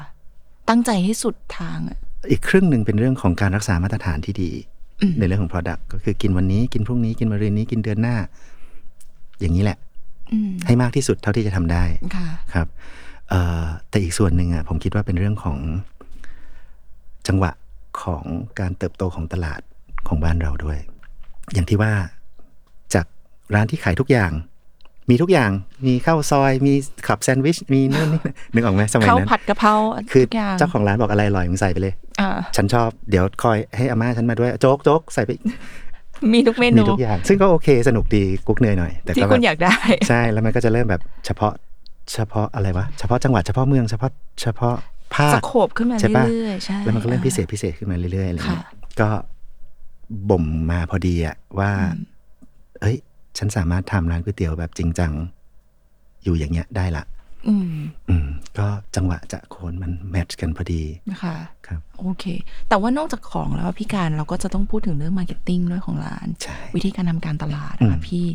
ตั้งใจให้สุดทางอะ อีกครึ่งหนึ่งเป็นเรื่องของการรักษามาตรฐานที่ดี อืม ในเรื่องของ Product ก็คือกินวันนี้กินพรุ่งนี้กินมะรืนนี้กินเดือนหน้า อย่างนี้แหละ อืม ให้มากที่สุดเท่าที่จะทำได้ ค่ะ ครับเอ่อแต่อีกส่วนหนึ่งอ่ะผมคิดว่าเป็นเรื่องของจังหวะของการเติบโตของตลาดของบ้านเราด้วย อย่างที่ว่าจากร้านที่ขายทุกอย่าง มีทุกอย่างมีข้าวซอย มีขับแซนด์วิชมีนู่นนี่นึกออกไหมสมัย เขาว นั้น ผัดกะเพรา คือ ทุกอย่าง เจ้าของร้านบอกอะไรอร่อยมึงใส่ไปเลย อ่า ฉันชอบเดี๋ยวคอยให้อาม่าฉันมาด้วย โจ๊กโจ๊กใส่ไปอีก มีทุกเม มี นู ทุกอย่าง ซึ่งก็โอเคสนุกดีกุ๊กเนยหน่อย แต่ ที่ ก็แบ คุณ บ อยากได้ ใช่แล้วมันก็จะเริ่มแบบเฉพาะเฉพาะอะไรวะ เฉพาะจังหวัดเฉพาะเมืองเฉพาะเฉพาะภา ส ค โคบขึ้นมา ใช่ปะ เรื่อยๆใช่ แล้วมันก็เริ่มพิเศษพิเศษขึ้นมาเรื่อยๆอะไรเงี้ย ค่ะ ก็บ่มมาพอดีอะว่า เอ้ย ฉันสามารถทำร้านก๋วยเตี๋ยวแบบจริงจังอยู่อย่างเงี้ยได้ละ อืม อืม ก็จังหวะจะโคนมันแมทช์กันพอดี นะคะ ครับ โอเค แต่ว่านอกจากของแล้วอะพี่การเราก็จะต้องพูดถึงเรื่องมาร์เก็ตติ้งด้วยของร้าน ใช่ วิธีการทำการตลาดอะค่ะพี่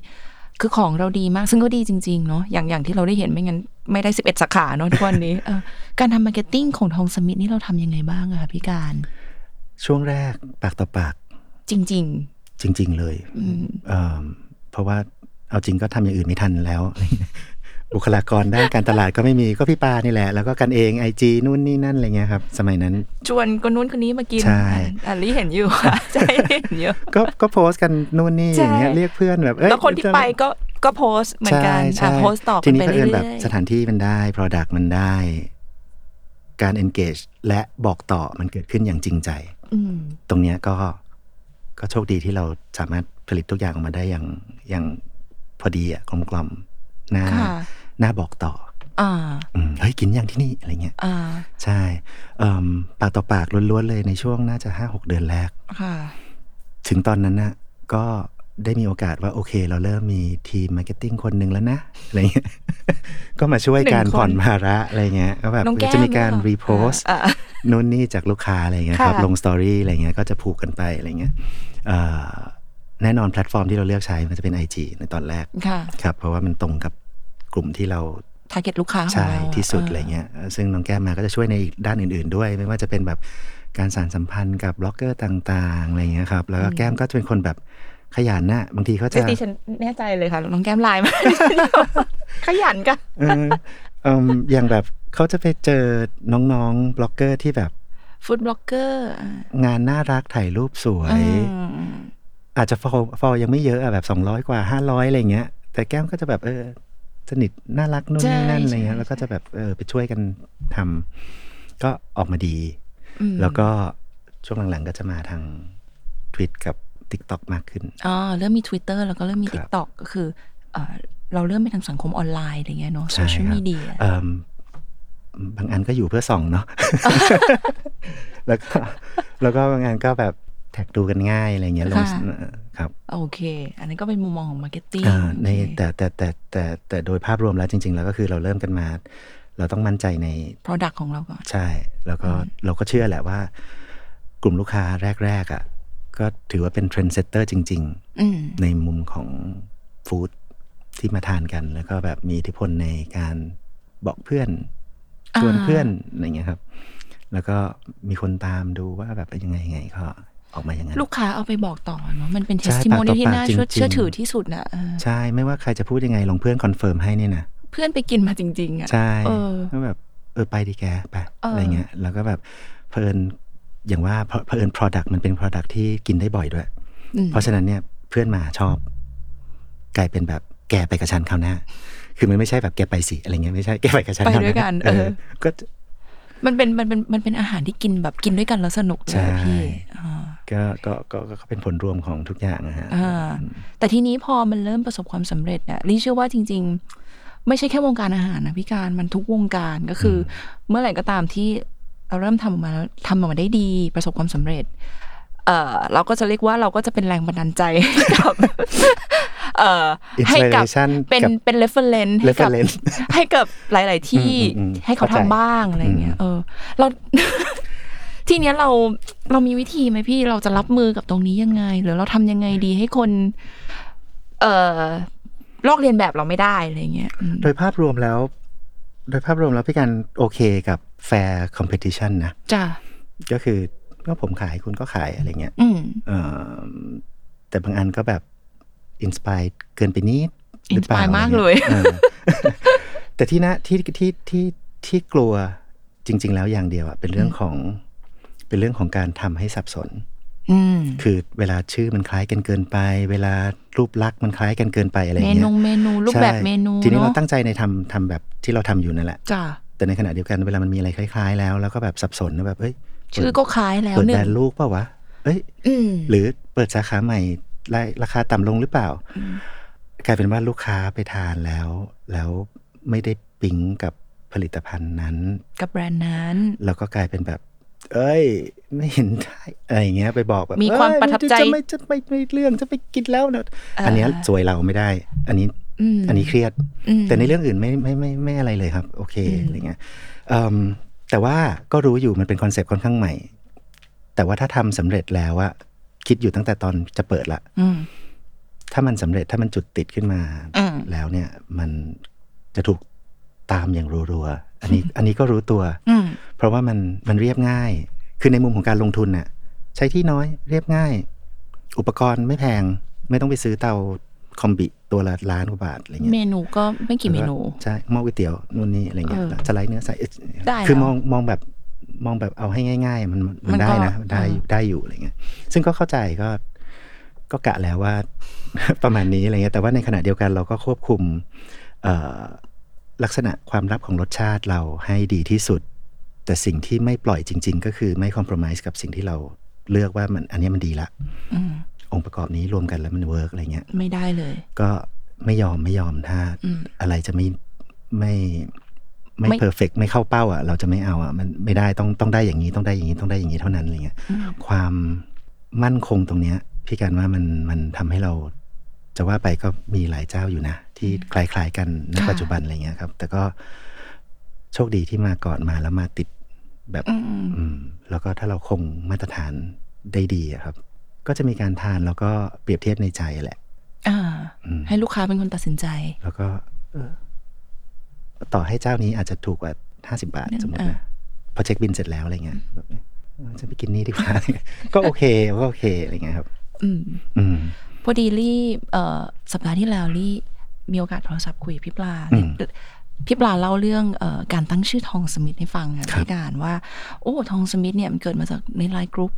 คือของเราดีมากซึ่งก็ดีจริงๆเนาะอย่างอย่างที่เราได้เห็นไม่งั้นไม่ได้ 11 สาขาเนาะทุกวันนี้ เออการทำมาร์เก็ตติ้งของทองสมิธนี่เราทำยังไงบ้างอะคะพี่การ ช่วงแรกปากต่อปาก จริง จริง ๆ เลยเอิ่มเพราะว่าเอาจริงก็ทำอย่างอื่นไม่ทันแล้ว บุคลากรด้านการตลาดก็ไม่มีก็พี่ปานี่แหละ แล้วก็กันเองไอจีนู่นนี่นั่นอะไรเงี้ยครับ สมัยนั้น ๆ ชวนคนนู้นคนนี้มากิน ใช่ อ่ะอันนี้เห็น อยู่ค่ะ ใช่เห็นอยู่ ก็ก็โพสต์กันนู่นนี่ ใช่ อย่างเงี้ยเรียกเพื่อนแบบเอ้ย แล้วคนที่ไปก็ก็โพสต์เหมือนกัน ใช่ อ่ะ ใช่ โพสต์ตอบ ที กัน นี้ ไป ก็ เรื่ เอิ อน แบบ ย สถานที่มันได้ Product มันได้ การ engage และบอกต่อมันเกิดขึ้นอย่างจริงใจ ๆอืม ตรงเนี้ยก็ก็โชคดีที่เราสามารถผลิตทุกอย่างออกมาได้อย่างอย่างพอดีอะกลมกล่อมๆน่า ค่ะ น่าบอกต่อ อ่า อืมเฮ้ยกินอย่างที่นี่อะไรเงี้ย อ่า ใช่เอิ่มปากต่อปากล้วนๆเลยในช่วงน่าจะห้าหกเดือนแรก ค่ะ ถึงตอนนั้นนะก็ได้มีโอกาสว่าโอเค เราเริ่มมีทีมมาร์เก็ตติ้งคนหนึ่งแล้วนะอะไรเงี้ย ก็มาช่วยการ หนึ่งคน ผ่อนภาระอะไรเงี้ยก็แบบ น้องแก้ม จะมีการ หอเปล่ รีโพส อ่า นู่นนี่จากลูกค้าอะไรเงี้ยครับ ค่ะ ลงสตอรี่อะไรเงี้ยก็จะผูกกันไปอะไรเงี้ยเอ่อแน่นอนแพลตฟอร์มที่เราเลือกใช้มันจะเป็น IG ในตอนแรก ค่ะ ครับ เพราะว่ามันตรงกับกลุ่มที่เรา ทาร์เก็ตลูกค้าของ ใช่ เราอะ ที่สุด ออ อะไรเงี้ย ซึ่งน้องแก้มมาก็จะช่วยในอีกด้านอื่น ๆ ด้วย ไม่ว่าจะเป็นแบบการสานสัมพันธ์กับบล็อกเกอร์ต่างๆอะไรเงี้ยครับ แล้วก็แก้มก็จะเป็นคนแบบขยันนะบางทีเขาจะ ดิฉันแน่ใจเลยค่ะน้องแก้มไลน์มา ขยันกัน เออเอิ่มอย่างแบบเขาจะไปเจอน้องๆบล็อกเกอร์ที่แบบ ฟู้ดบล็อกเกอร์ งานน่ารักถ่ายรูปสวย อาจจะฟอลฟอลยังไม่เยอะอะแบบ 200 กว่า 500 อะไรเงี้ย แต่แก้มก็จะแบบเออสนิทน่ารักนู่นนี่นั่นอะไรเงี้ยแล้วก็จะแบบเออไปช่วยกันทำก็ออกมาดี แล้วก็ช่วงหลังๆก็จะมาทางทวิตกับ TikTok มากขึ้น อ๋อเริ่มมี Twitter แล้วก็เริ่มมี ครับ TikTok ก็คือเอ่อเราเริ่มไปทางสังคมออนไลน์อะไรเงี้ยเนาะ ใช่ โซเชียล ครับ มีเดีย เอิ่มบางอันก็อยู่เพื่อส่องเนาะ แล้วก็แล้วก็บางอันก็แบบแท็กดูกันง่ายอะไรเงี้ยลงครับ โอเค อันนี้นก็เป็นมุมมองของ Marketing อ่าใน โอเค แต่แต่แต่แต่แต่โดยภาพรวมแล้วจริง ๆ แล้วก็คือเราเริ่มกันมา เราต้องมั่นใจใน Product ของเราก่อน ใช่ แล้วก็เราก็เชื่อแหละว่ากลุ่มลูกค้าแรก ๆ อ่ะ ก็ถือว่าเป็นเทรนเซตเตอร์จริง อืม ๆ ในมุมของฟู้ดที่มาทานกัน แล้วก็แบบมีอิทธิพลในการบอกเพื่อน ชวน อ่า เพื่อนอะไรเงี้ยครับ แล้วก็มีคนตามดูว่าแบบยังไงยังไงก็ออกมาอย่างนั้น ลูกค้าเอาไปบอกต่อเนาะมันเป็น ใช่ testimony ปากต่อ ที่น่า ปากจริงๆ เชื่อเชื่อถือที่สุดนะเออ ใช่ไม่ว่าใครจะพูดยังไงลองเพื่อนคอนเฟิร์มให้นี่นะ เพื่อนไปกินมาจริง ๆ อ่ะ ใช่ เออ ก็แบบเออไปดีแกไป เอออ อะไรเงี้ยแล้วก็แบบเพลินอย่างว่าเพราะเพลิน product มันเป็น product ที่กินได้บ่อยด้วย อืม เพราะฉะนั้นเนี่ยเพื่อนมาชอบ กลายเป็นแบบแกไปกับฉันคราวหน้า คือมันไม่ใช่แบบแกไปสิอะไรเงี้ยไม่ใช่แกไปกับฉัน ไป คราหา ด้วยกัน เอ เอ อ อ ก็ มันเป็นมันเป็นมันเป็นอาหารที่กินแบบกินด้วยกันแล้วสนุกเล ใช่ ยอะพี่อ่า ก็ก็ก็ก็เป็นผลรวมของทุกอย่างนะฮะ อ่าแต่ทีนี้พอมันเริ่มประสบความสำเร็จเนี่ยรีเชื่อว่าจริง ๆ ไม่ใช่แค่วงการอาหารนะพี่การมันทุกวงการก็คืออเมื่อไหร่ก็ตามที่เราเริ่มทำออกมาแล้วทำออกมาได้ดีประสบความสำเร็จ เออเราก็จะเรียกว่าเราก็จะเป็นแรงบันดาลใจให้กับเอ่อให้กับ Inspiration เป็น กับ เป็น reference ให้กับ reference ให้กับหลาย ๆ ที่ อืมอืมอืม ให้เขา เข้าใจ ทำบ้างอะไรเงี้ยเออเรา ทีเนี้ยเราเรามีวิธีไหมพี่เราจะรับมือกับตรงนี้ยังไง หรือเราทำยังไงดีให้คน เอ่อลอกเรียนแบบเราไม่ได้อะไรเงี้ยอืม โดยภาพรวมแล้ว โดยภาพรวมแล้วพี่กันโอเคกับแฟร์คอมเพติชันนะ จ้ะ ก็คือก็ผมขายคุณก็ขายอะไรเงี้ย อืม เอิ่มแต่บางอันก็แบบอินสปายเกินไปนิดหรือเปล่า inspire มากเลย ออ แต่ที่นะที่ที่ที่ที่กลัวจริง ๆ แล้วอย่างเดียวอะเป็นเรื่องของเป็นเรื่องของการทำให้สับสน อืม คือเวลาชื่อมันคล้ายกันเกินไป เวลารูปลักษณ์มันคล้ายกันเกินไปอะไรอ เม ย่างเงี้ย นูเมนูรูปแบบ ใช่ เมนู ทีนี้เรา เนาะ ตั้งใจในทำทำแบบที่เราทำอยู่นั่นแหละ จ้ะ แต่ในขณะเดียวกันเวลามันมีอะไรคล้ายๆ แล้วแล้วก็แบบสับสนนะแบบเอ้ยเปิด ชื่อก็คล้ายแล้ว เปิด ห แบ นึ่ รง นด์ลูกเปล่าวะเอ้ย อืม หรือเปิดสาขาใหม่ไล่ราคาต่ำลงหรือเปล่า กลายเป็นว่าลูกค้าไปทานแล้ว แล้วไม่ได้ปิ๊งกับผลิตภัณฑ์นั้น กับแบรนด์นั้น แล้วก็กลายเป็นแบบ เอ้ย ไม่เห็นได้อะไรอย่างเงี้ยไปบอกแบบ มีความ เอ้ย ประทับใจ จะไม่จะไม่ไม่เรื่องจะไปกินแล้วเนอะ อ่า อันเนี้ยสวยเราไม่ได้ อันนี้ อืม อันนี้เครียด อืม แต่ในเรื่องอื่นไม่ไม่ไม่ไม่อะไรเลยครับ โอเคอะไรเงี้ยเอิ่มแต่ว่าก็รู้อยู่มันเป็นคอนเซปต์ค่อนข้างใหม่ แต่ว่าถ้าทำสำเร็จแล้วอะคิดอยู่ตั้งแต่ตอนจะเปิดละ อืม ถ้ามันสำเร็จถ้ามันจุดติดขึ้นมา อืม แล้วเนี่ย มันจะถูกตามอย่างรัวๆอันนี้ อันนี้ก็รู้ตัว อืม เพราะว่ามันมันเรียบง่าย คือในมุมของการลงทุนน่ะ ใช้ที่น้อยเรียบง่าย อุปกรณ์ไม่แพง ไม่ต้องไปซื้อเตาคอมบิตัวละล้านกว่าบาทอะไรเงี้ย เมนูก็ไม่กี่เมนู ใช่หม้อก๋วยเตี๋ยวนู่นนี่อะไรเงี้ย เออ สไลด์เนื้อใส่เอ้ย ได้นะ คือมองมองแบบมองแบบเอาให้ง่าย ๆ มัน มั มัน นก็ ได้นะมันได้ เอออ ยู่ได้อยู่อะไรเงี้ย ซึ่งก็เข้าใจก็ก็กะแล้วว่า ประมาณนี้อะไรเงี้ยแต่ว่าในขณะเดียวกันเราก็ควบคุมเอ่อลักษณะความลับของรสชาติเราให้ดีที่สุด แต่สิ่งที่ไม่ปล่อยจริง ๆ ก็คือไม่คอม p r o m i s e กับสิ่งที่เราเลือกว่ามันอันเนี้ยมันดีละ อืม องค์ประกอบนี้รวมกันแล้วมันเวิร์กอะไรเงี้ย ไม่ได้เลย ก็ไม่ยอมไม่ยอมถ้า อืม อะไรจะไม่ไม่ไม่ ไม่ เพอร์เฟกไม่เข้าเป้าอ่ะ เราจะไม่เอาอ่ะ มันไม่ได้ต้องต้องได้อย่างนี้ต้องได้อย่างนี้ต้องได้อย่างนี้เท่านั้นอะไรเงี้ยความมั่นคงตรงเนี้ย พี่การว่ามันมันทำให้เรา จะว่าไปก็มีหลายเจ้าอยู่นะ ที่คล้าย ๆ กันในปัจจุบันอะไรเงี้ยครับ แต่ก็โชคดีที่มาก่อนมาแล้วมาติดแบบ อืม อืมแล้วก็ถ้าเราคงมาตรฐานได้ดีอะครับ ก็จะมีการทานแล้วก็เปรียบเทียบในใจแหละ อ่า อืม ให้ลูกค้าเป็นคนตัดสินใจ แล้วก็เออ ต่อให้เจ้านี้อาจจะถูกกว่า 50 บาทสมมติ อ่า นะพอเช็คบินเสร็จแล้วอะไรเงี้ยแบบเนี้ยเออจะไปกินนี่ดีกว่า ก็โอเค ก็โอเคอะไรเงี้ยครับ อืม อืม พอดีลี่เอ่อสัปดาห์ที่แล้วลี่มีโอกาสโทรศัพท์คุยกับพี่ปลา อืม พี่ปลาเล่าเรื่องเออการตั้งชื่อทองสมิธให้ฟังค่ะ ครับ พี่การว่า โอ้ทองสมิธเนี่ยมันเกิดมาจากในไลน์กรุ๊ป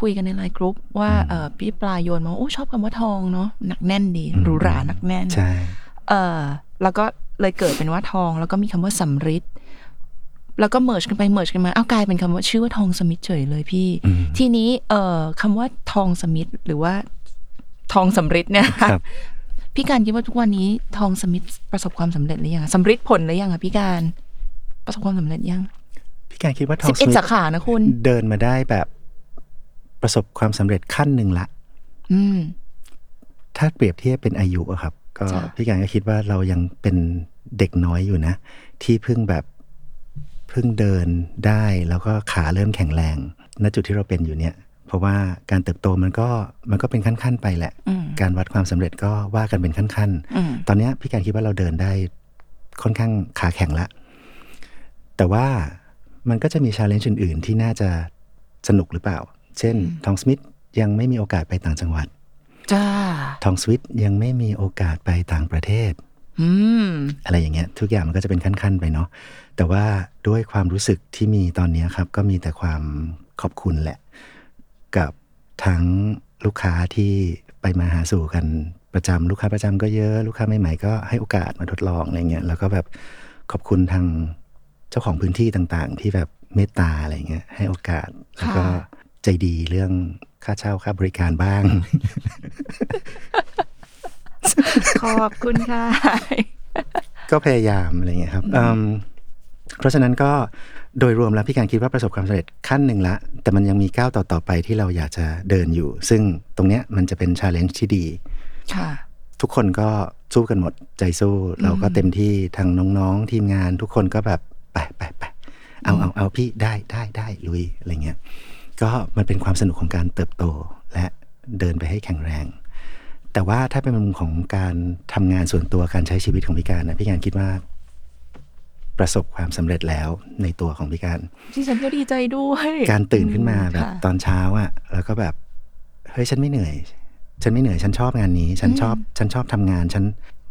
คุยกันในไลน์กรุ๊ปว่าเออพี่ปลาโยนมาว่าโอ้ชอบคำว่าทองเนาะหนักแน่นดีหรูหราหนักแน่น ใช่ เออแล้วก็เลยเกิดเป็นว่าทองแล้วก็มีคำว่าสำริดแล้วก็เมิร์กันไปเมิร์กันมาเอากลายเป็นคำว่าชื่อว่าทองสมิธเฉยเลยพี่ ทีนี้เอ่อคำว่าทองสมิธหรือว่าทองสำริดเนี่ย ครับ พี่การคิดว่าทุกวันนี้ทองสมิธประสบความสำเร็จหรือยังอะสำริดผลหรือยังคะพี่การประสบความสำเร็จยัง พี่การคิดว่าทอ สิบงเอ็ด มิธ สาขานะคุณ เดินมาได้แบบประสบความสำเร็จขั้นหนึ่งละ อืม ถ้าเปรียบเทียบเป็นอายุอะครับ ก็ จ้ะ พี่การก็คิดว่าเรายังเป็นเด็กน้อยอยู่นะ ที่เพิ่งแบบเพิ่งเดินได้แล้วก็ขาเริ่มแข็งแรงณจุดที่เราเป็นอยู่เนี่ย เพราะว่าการเติบโตมันก็มันก็เป็นขั้นๆไปแหละ อืม การวัดความสำเร็จก็ว่ากันเป็นขั้น อืม ๆ ตอนเนี้ยพี่การคิดว่าเราเดินได้ค่อนข้างขาแข็งละ แต่ว่ามันก็จะมีชาเลนจ์อื่น ๆ ที่น่าจะสนุกหรือเปล่า เช่น ทองสมิธยังไม่มีโอกาสไปต่างจังหวัด จ้า ทองสวิตยังไม่มีโอกาสไปต่างประเทศ อืม อะไรอย่างเงี้ยทุกอย่างมันก็จะเป็นขั้นๆไปเนาะแต่ว่าด้วยความรู้สึกที่มีตอนเนี้ยครับ ก็มีแต่ความขอบคุณแหละ กับทั้งลูกค้าที่ไปมาหาสู่กันประจำลูกค้าประจำก็เยอะลูกค้าใหม่ๆก็ให้โอกาสมาทดลองอะไรเงี้ยแล้วก็แบบขอบคุณทางเจ้าของพื้นที่ต่างๆ ที่แบบเมตตาอะไรเงี้ยให้โอกาสแล้วก็ ค่ะ ใจดีเรื่องค่าเช่าค่าบริการบ้าง ขอบคุณ ค่ะ ก็พยายามอะไรเงี้ยครับเอิ่มเพราะฉะนั้นก็โดยรวมแล้วพี่การคิดว่าประสบความสำเร็จขั้นหนึ่งละ แต่มันยังมีก้าวต่อๆไปที่เราอยากจะเดินอยู่ ซึ่งตรงเนี้ยมันจะเป็นชาเลนจ์ที่ดี ค่ะ ทุกคนก็สู้กันหมดใจสู้ เราก็เต็มที่ทางน้องๆ ทีมงานทุกคนก็แบบ ไปไปไปเอาเอาเอาพี่ได้ได้ได้ลุยอะไรเงี้ยก็มันเป็นความสนุกของการเติบโตและเดินไปให้แข็งแรง แต่ว่าถ้าเป็นมุมของการทำงานส่วนตัวการใช้ชีวิตของพี่การนะพี่การคิดว่า ประสบความสำเร็จแล้วในตัวของพี่การ ที่ฉันก็ดีใจด้วย การตื่นขึ้นมาแบบ ค่ะ ตอนเช้าอะแล้วก็แบบเฮ้ยฉันไม่เหนื่อย ฉันไม่เหนื่อย ฉันชอบงานนี้ ฉันชอบ ฉันชอบทำงาน ฉัน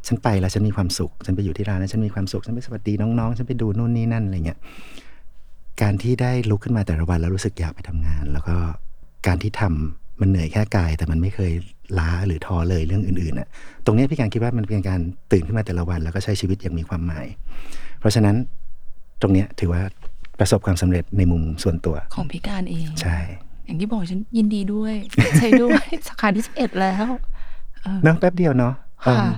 ฉันไปแล้วฉันมีความสุข ฉันไปอยู่ที่ร้านแล้วฉันมีความสุข ฉันไปสวัสดีน้องๆ ฉันไปดูนู่นนี่นั่นอะไรเงี้ย การที่ได้ลุกขึ้นมาแต่ละวันแล้วรู้สึกอยากไปทำงาน แล้วก็การที่ทำมันเหนื่อยแค่กาย แต่มันไม่เคยล้าหรือท้อเลยเรื่องอื่นๆอะตรงเนี้ยพี่การคิดว่ามันเป็นการตื่นขึ้นมาแต่ละวัน แล้วก็ใช้ชีวิตอย่างมีความหมาย เพราะฉะนั้นตรงเนี้ยถือว่าประสบความสำเร็จในมุมส่วนตัว ของพิการเอง ใช่ อย่างที่บอกฉันยินดีด้วย ใช่ด้วย สาขาที่สิบเอ็ดแล้ว เนาะแป๊บเดียวเนาะ ค่ะ อืมม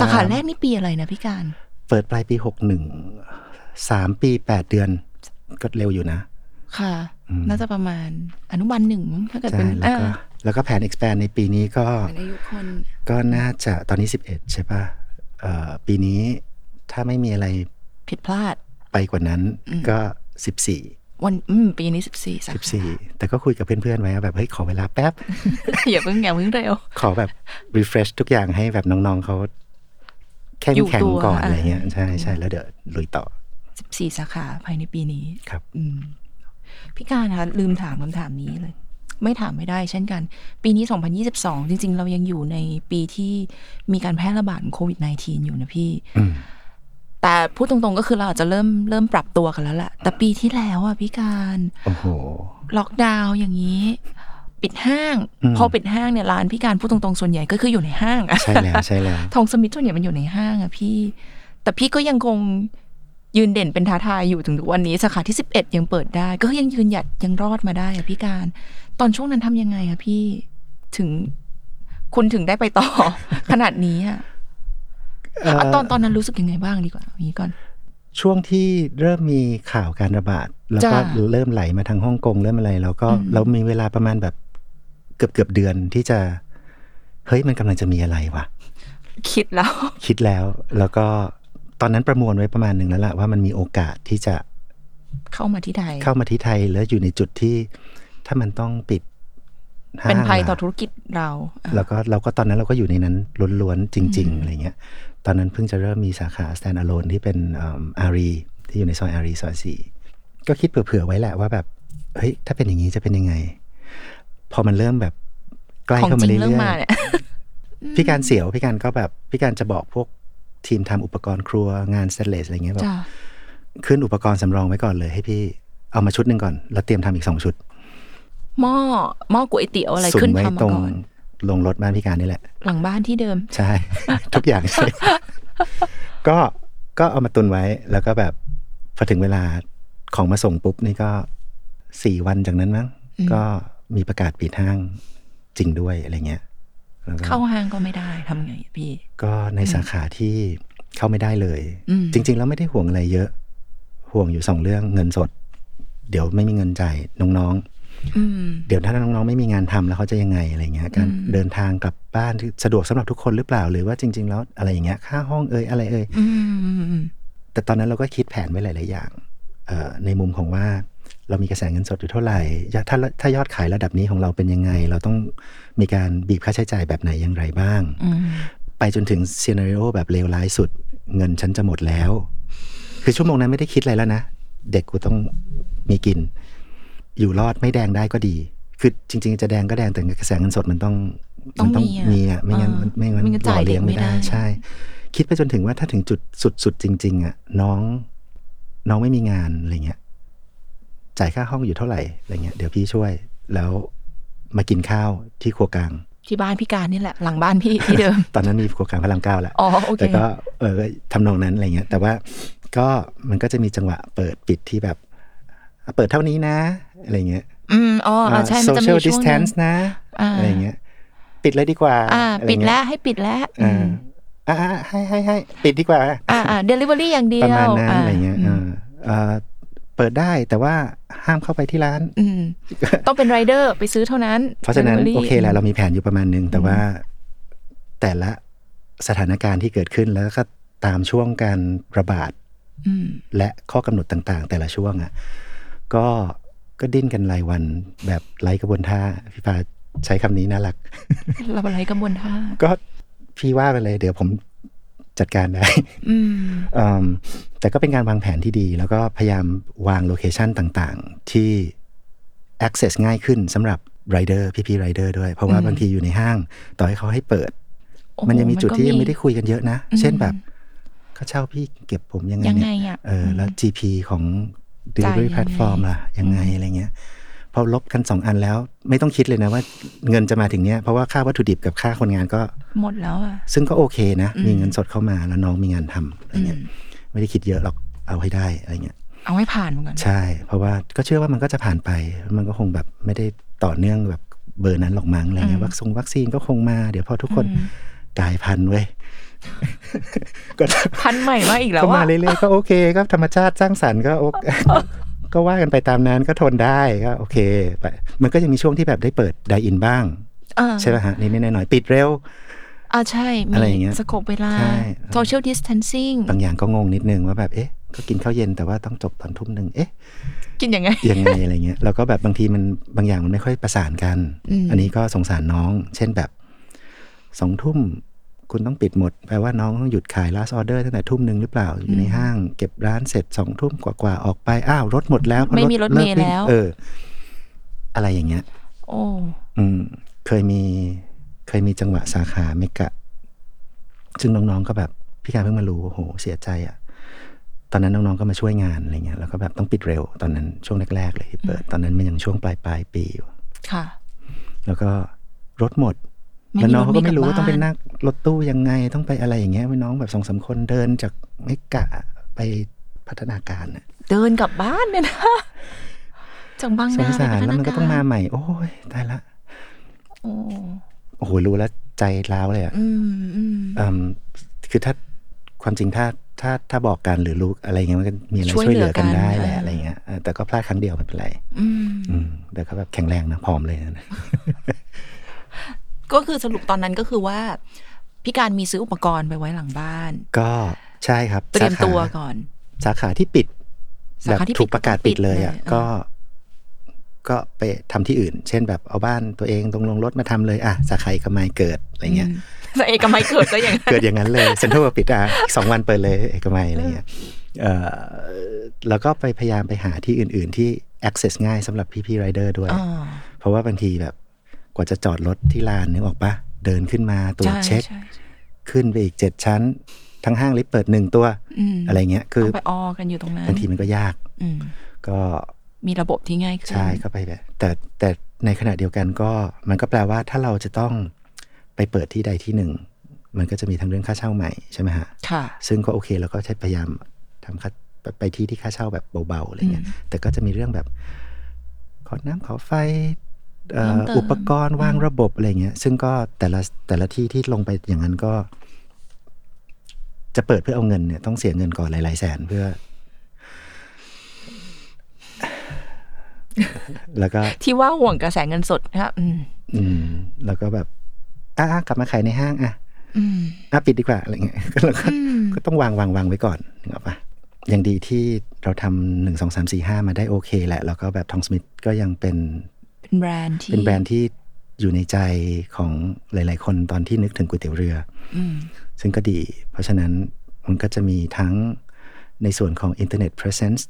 สาขาแรกนี่ปีอะไรนะพี่การ เปิดปลายปีหกหนึ่งสามปีแปดเดือน ก็เร็วอยู่นะ ค่ะ อืม น่าจะประมาณอนุบาลหนึ่งมั้งถ้าเกิด ใช่ เป็น แล้วก็ อ่า แล้วก็แผน expand ในปีนี้ก็ เป็นอายุคน ก็น่าจะตอนนี้สิบเอ็ดใช่ป่ะเอ่อปีนี้ถ้าไม่มีอะไร ผิดพลาด ไปกว่านั้นก็สิบสี่ วันอืมปีนี้สิบสี่สา สิบ ขา สี่แต่ก็คุยกับเพื่อนๆไว้ว่าแบบเฮ้ยขอเวลาแป๊บ อย่าเพิ่งอย่าเพิ่งเร็ว ขอแบบ refresh ทุกอย่างให้แบบน้องๆเขาแข็ง อยู่ แข็ง ตัว ก่อน อ่ะ อะไรเงี้ยใช่ใช่แล้วเดี๋ยวลุยต่อ สิบสี่สาขาภายในปีนี้ ครับ อืมพี่การคะลืมถามคำถามนี้เลย ไม่ถามไม่ได้ เช่นกัน ปีนี้ 2022 จริง ๆ เรายังอยู่ในปีที่มีการแพร่ระบาดของโควิด -19 อยู่นะพี่ อืม แต่พูดตรงๆก็คือเราอาจจะเริ่มเริ่มปรับตัวกันแล้วแหละ แต่ปีที่แล้วอ่ะพี่การ โอ้โห ล็อกดาวน์อย่างนี้ ปิดห้าง อืม พอปิดห้างเนี่ยร้านพี่การพูดตรงๆส่วนใหญ่ก็คืออยู่ในห้างอะ ใช่ แล้วใช่แล้ว ทองสมิธส่วนใหญ่มันอยู่ในห้างอะพี่ แต่พี่ก็ยังคงยืนเด่นเป็นท้าทายอยู่ถึงทุกวันนี้สาขาที่ 11 ยังเปิดได้ ก็ยังยืนหยัดยังรอดมาได้อะพี่การ ตอนช่วงนั้นทำยังไงคะพี่ถึงคุณถึงได้ไปต่อ ขนาดนี้อะ เอ่อ เอาตอนตอนนั้นรู้สึกยังไงบ้างดีกว่าเอาอย่างนี้ก่อน ช่วงที่เริ่มมีข่าวการระบาด แล้วก็ จ้า เริ่มไหลมาทางฮ่องกงเริ่มอะไร แล้วก็ อืม เรามีเวลาประมาณแบบเกือบเกือบเดือนที่จะเฮ้ยมันกำลังจะมีอะไรวะ คิดแล้ว คิดแล้วแล้วก็ตอนนั้นประมวลไว้ประมาณหนึ่งแล้วล่ะว่ามันมีโอกาสที่จะ เข้ามาที่ไทย เข้ามาที่ไทยแล้วอยู่ในจุดที่ ถ้ามันต้องปิด ห้า เป็นภัยต่อ หลัง ธุรกิจเราอ่ะ แล้วก็เราก็ตอนนั้นเราก็อยู่ในนั้นล้วนๆจริง ๆ อะไรเงี้ย ตอนนั้นเพิ่งจะเริ่มมีสาขา stand alone ที่เป็นอารีที่อยู่ในซอยอารีซอยสี่ก็คิดเผื่อๆไว้แหละว่าแบบเฮ้ยถ้าเป็นอย่างนี้จะเป็นยังไง พอมันเริ่มแบบใกล้ ของ เข้า จ มา ริง เรื่ เรื่อง อย มา ๆ เนี่ย พี่การเสียวพี่การก็แบบพี่การจะบอกพวกทีมทำอุปกรณ์ครัวงานสเตนเลสอะไรเงี้ยแบบ จ้ะ ขึ้นอุปกรณ์สำรองไว้ก่อนเลย ให้พี่เอามาชุดหนึ่งก่อน แล้วเตรียมทำอีกสองชุด หม้อหม้อก๋วยเตี๋ยวอะไร สุ ขึ้น ไว้ ทำมา ตรง ก่อน ลงรถบ้านพี่การนี่แหละ หลังบ้านที่เดิม ใช่ ทุกอย่างใช่ ก็ก็เอามาตุนไว้แล้วก็แบบพอถึงเวลาของมาส่งปุ๊บนี่ก็สี่วันจากนั้นมั้งก็มีประกาศปิดห้างจริงด้วยอะไรเงี้ยแล้วก็ เข้าห้างก็ไม่ได้ทำไงพี่ ก็ในสาขาที่เข้าไม่ได้เลย อืม จริง ๆ แล้วไม่ได้ห่วงอะไรเยอะ ห่วงอยู่สองเรื่องเงินสด เดี๋ยวไม่มีเงินจ่ายน้อง อืม ๆ เดี๋ยวถ้าน้องๆ ไม่มีงานทำแล้วเขาจะยังไงอะไรเงี้ยการ อืม เดินทางกลับบ้านสะดวกสำหรับทุกคนหรือเปล่าหรือว่าจริง ๆ แล้วอะไรอย่างเงี้ยค่าห้องเอ่ยอะไรเอ่ย อืม แต่ตอนนั้นเราก็คิดแผนไว้หลาย ๆ อย่างเอ่อในมุมของว่าเรามีกระแสเงินสดอยู่เท่าไหร่ยถ้าถ้ายอดขายระดับนี้ของเราเป็นยังไง เราต้องมีการบีบค่าใช้จ่ายแบบไหนอย่างไรบ้าง อืม ไปจนถึงซีนารีโอแบบเลวร้ายสุด เงินฉันจะหมดแล้ว คือชั่วโมงนั้นไม่ได้คิดอะไรแล้วนะ เด็กกูต้องมีกิน อยู่รอดไม่แดงได้ก็ดี คือจริง ๆ จะแดงก็แดงแต่กระแสเงินสดมันต้อง ต้อง น มีอะ มีอ่ะไม่งั้น เออ มันไม่งั้น ไม่งั้น หล่อเลี้ยงไม่ จ่ายเด็กไม่ได้ ได้ใช่ คิดไปจนถึงว่าถ้าถึงจุดสุดๆจริง ๆ อ่ะ น้อง น้องไม่มีงานอะไรเงี้ย จ่ายค่าห้องอยู่เท่าไหร่อะไรเงี้ยเดี๋ยวพี่ช่วย แล้วมากินข้าวที่ครัวกลาง ที่บ้านพี่การนี่แหละ หลังบ้านพี่ที่เดิม ตอนนั้นมีครัวกลางพระรามเก้าแหละ อ๋อโอเค แต่ก็เออทำนองนั้นอะไรเงี้ยแต่ว่าก็มันก็จะมีจังหวะเปิดปิดที่แบบ เปิดเท่านี้นะ อะไรเงี้ย อืมอ๋ออ่าใช่มันจะมี โซเชียช่วลดิส งห แท นึ น ง ซ์นะ อ่า อะไรเงี้ยปิดเลยดีกว่า อ่า อะไรเงี้ย ปิดแล้วให้ปิดแล้วอื อ่ามอ่าอ่าให้ให้ให้ปิดดีกว่า อ่าอ่าเดลิเวอรี่อย่างเดียว ประมาณนั้นอะไรเงี้ย อืม เออเอ่อเปิดได้แต่ว่าห้ามเข้าไปที่ร้าน อืม ต้องเป็นไรเดอร์ไปซื้อเท่านั้น เพราะฉะนั้น delivery โอเคแหละเรามีแผนอยู่ประมาณนึง แต่ว่าแต่ละสถานการณ์ที่เกิดขึ้นแล้วก็ตามช่วงการระบาด อืม และข้อกำหนดต่างๆ แต่ละช่วงอะ่ะก็ก็ดิ้นกันรายวันแบบไร้กระบวนท่า พี่ปาใช้คำนี้น่ารัก เราอะไรกระบวนท่า ก็พี่ว่าไปเลยเดี๋ยวผมจัดการได้ อืม อืมแต่ก็เป็นการวางแผนที่ดี แล้วก็พยายามวางโลเคชันต่างๆ ที่ access ง่ายขึ้นสำหรับไรเดอร์พี่ๆไรเดอร์ด้วย เพราะว่าบางทีอยู่ในห้าง ต่อให้เขาให้เปิด โอ้โห มันยังมีจุดที่ยังไม่ได้ นก็ คุยกันเยอะนะ อืม เช่นแบบเขาเช่าพี่เก็บผมยังไง ยังไงเนี่ย อ่ะ เออแล้ว GP ของจ่า delivery ยยังไง platform ล่ะ ยังไงอะไรเงี้ย พอลบกันสองอันแล้ว ไม่ต้องคิดเลยนะว่าเงินจะมาถึงเนี้ย เพราะว่าค่าวัตถุดิบกับค่าคนงานก็ หมดแล้วอ่ะ ซึ่งก็โอเคนะ อืม มีเงินสดเข้ามาแล้วน้องมีงานทำอะไร อื เงี้ย ม ไม่ได้คิดเยอะหรอกเอาให้ได้อะไรเงี้ย เอาให้ผ่านมันก่อน ใช่ เพราะว่าก็เชื่อว่ามันก็จะผ่านไป มันก็คงแบบไม่ได้ต่อเนื่องแบบเบอร์นั้นหรอกมั้งอะไรเงี้ยวัคซงวัคซีนก็คงมาเดี๋ยวพอทุกคน อืม กลายพันธุ์เว้ย ก็ พันใหม่มาอีกแล้ว ก็มา อ่ะ เรื่อยๆก็โอเคก็ธรรมชาติสร้างสรรค์ก็โอเค ก็ว่ากันไปตามนั้นก็ทนได้ก็โอเคไปมันก็ยังมีช่วงที่แบบได้เปิดไดอินบ้าง อ่า ใช่ป่ะฮะนิดๆหน่อยๆปิดเร็ว อ่าใช่ มี อะไรอย่างเงี้ย สโคปเวลา ใช่ social distancing บางอย่างก็งงนิดนึงว่าแบบเอ๊ะ ก็กินข้าวเย็นแต่ว่าต้องจบตอนทุ่มหนึ่งเอ๊ะ กินยังไง ยังไง อะไรเงี้ยแล้วก็แบบบางทีมันบางอย่างมันไม่ค่อยประสานกัน อืม อันนี้ก็สงสารน้อง เช่นแบบสองทุ่มคุณต้องปิดหมดแปลว่าน้องต้องหยุดขาย last order ตั้งแต่ทุ่มหนึ่งหรือเปล่าอยู่ในห้าง เก็บร้านเสร็จสองทุ่มกว่าๆออกไปอ้าวรถหมดแล้วพอ ไม่มีรถเมล์ กง แล้ว เออ อะไรอย่างเงี้ย โอ้ อืมเคยมีเคยมีจังหวะสาขาเมกะ ซึ่งน้องๆก็แบบพี่การเพิ่งมารู้โอ้โหเสียใจอะ่ะ ตอนนั้นน้องๆก็มาช่วยงานอะไรเงี้ยแล้วก็แบบต้องปิดเร็วตอนนั้นช่วงแรกๆเลยที่เปิด ตอนนั้นมันยังช่วงปลายปลายๆปีอยู่ ค่ะ แล้วก็รถหมด ไม่มี แล้วน้องเขาก็ไม่รู้ รถเมล์กลับ ว่าต้องไป บ้าน นั่งรถตู้ยังไงต้องไปอะไรอย่างเงี้ยน้องแบบสองสามคนเดินจากเมกะไปพัฒนาการน่ะ เดินกลับบ้าน เนี่ยนะจังบาง สง นา สาร ไป แล้วมันก็ต้องมา พัฒ ใหม่ โอ้ยตายละ โอ้ โอ้โหรู้แล้วใจร้าวเลยอ่ะ อืมอืม อืมคือถ้าความจริงถ้าถ้าถ้าบอกกันหรือรู้อะไรเงี้ยมันก็มีอะไร ช่ ช่ ว วยย เห เห ลื ลื อ อ กั กัน นได้แห เออละอ อะไรเงี้ยเออแต่ก็พลาดครั้งเดียวไม่เป็นไร อืม อืมแต่ก็แบบแข็งแรงนะผอมเลยนะ ก็คือสรุปตอนนั้นก็คือว่า พี่การมีซื้ออุปกรณ์ไปไว้หลังบ้าน ก็ใช่ครับ เตรียม สาขา ตัวก่อน สาขาที่ปิด สา แบบ ขาที่ปิด ถูกประกาศปิดเลยอ่ะ เลยอ่ะ ก็ ก็ไปทำที่อื่น เช่นแบบเอาบ้านตัวเองตรงลงรถมาทำเลยอ่ะสาขาเอกมัยเกิดอะไรเงี้ย แต่เอกมัยเกิดก็อย่างนั้น เกิดอย่างนั้นเลยเซ็นทรัลปิดอ่ะสองวันเปิดเลยเอกมัยอะไรเงี้ยเอ่อแล้วก็ไปพยายามไปหาที่อื่น ๆ ที่ access ง่ายสำหรับพี่ๆ rider ด้วย อ่า เพราะว่าบางทีแบบกว่าจะจอดรถที่ลานนึกออกปะเดินขึ้นมาตรวจเช็ค ใช่ใช่ ขึ้นไปอีกเจ็ดชั้น ทั้งห้างลิฟต์เปิดหนึ่งตัว อืม อะไรเงี้ยคือ ต้องไปออกันอยู่ตรงนั้น บางทีมันก็ยาก อืม ก็ มีระบบที่ง่ายขึ้น ใช่ก็ไปแบบแต่แต่ในขณะเดียวกันก็มันก็แปลว่าถ้าเราจะต้องไปเปิดที่ใดที่หนึ่ง มันก็จะมีทั้งเรื่องค่าเช่าใหม่ใช่ไหมฮะ ค่ะ ซึ่งก็โอเคเราก็ใช้พยายามทำค่าไปไปที่ที่ค่าเช่าแบบเบาๆอะไรเงี้ย อืม แต่ก็จะมีเรื่องแบบขอน้ำขอไฟเอ่อ เพิ่มเติม อุปกรณ์วางระบบอะไรเงี้ย ซึ่งก็แต่ละแต่ละที่ที่ลงไปอย่างนั้นก็ จะเปิดเพื่อเอาเงินเนี่ยต้องเสียเงินก่อนหลายๆแสนเพื่อ แล้วก็ ที่ว่าห่วงกระแสเงินสดนะคะอืม อืม แล้วก็แบบอ่ะอ่ะกลับมาขายในห้างอ่ะ อืม อ่ะปิดดีกว่าอะไรเงี้ย ก็เราก็ก็ต้องวางวางวางไว้ก่อนนึกออกปะยังดีที่เราทำหนึ่งสองสามสี่ห้ามาได้โอเคแหละ แล้วก็แบบทองสมิธก็ยังเป็น เป็นแบรนด์ที่ เป็นแบรนด์ที่อยู่ในใจของหลาย ๆ คนตอนที่นึกถึงก๋วยเตี๋ยวเรือ อืม ซึ่งก็ดี เพราะฉะนั้นมันก็จะมีทั้งในส่วนของอินเทอร์เน็ตเพรสเซนซ์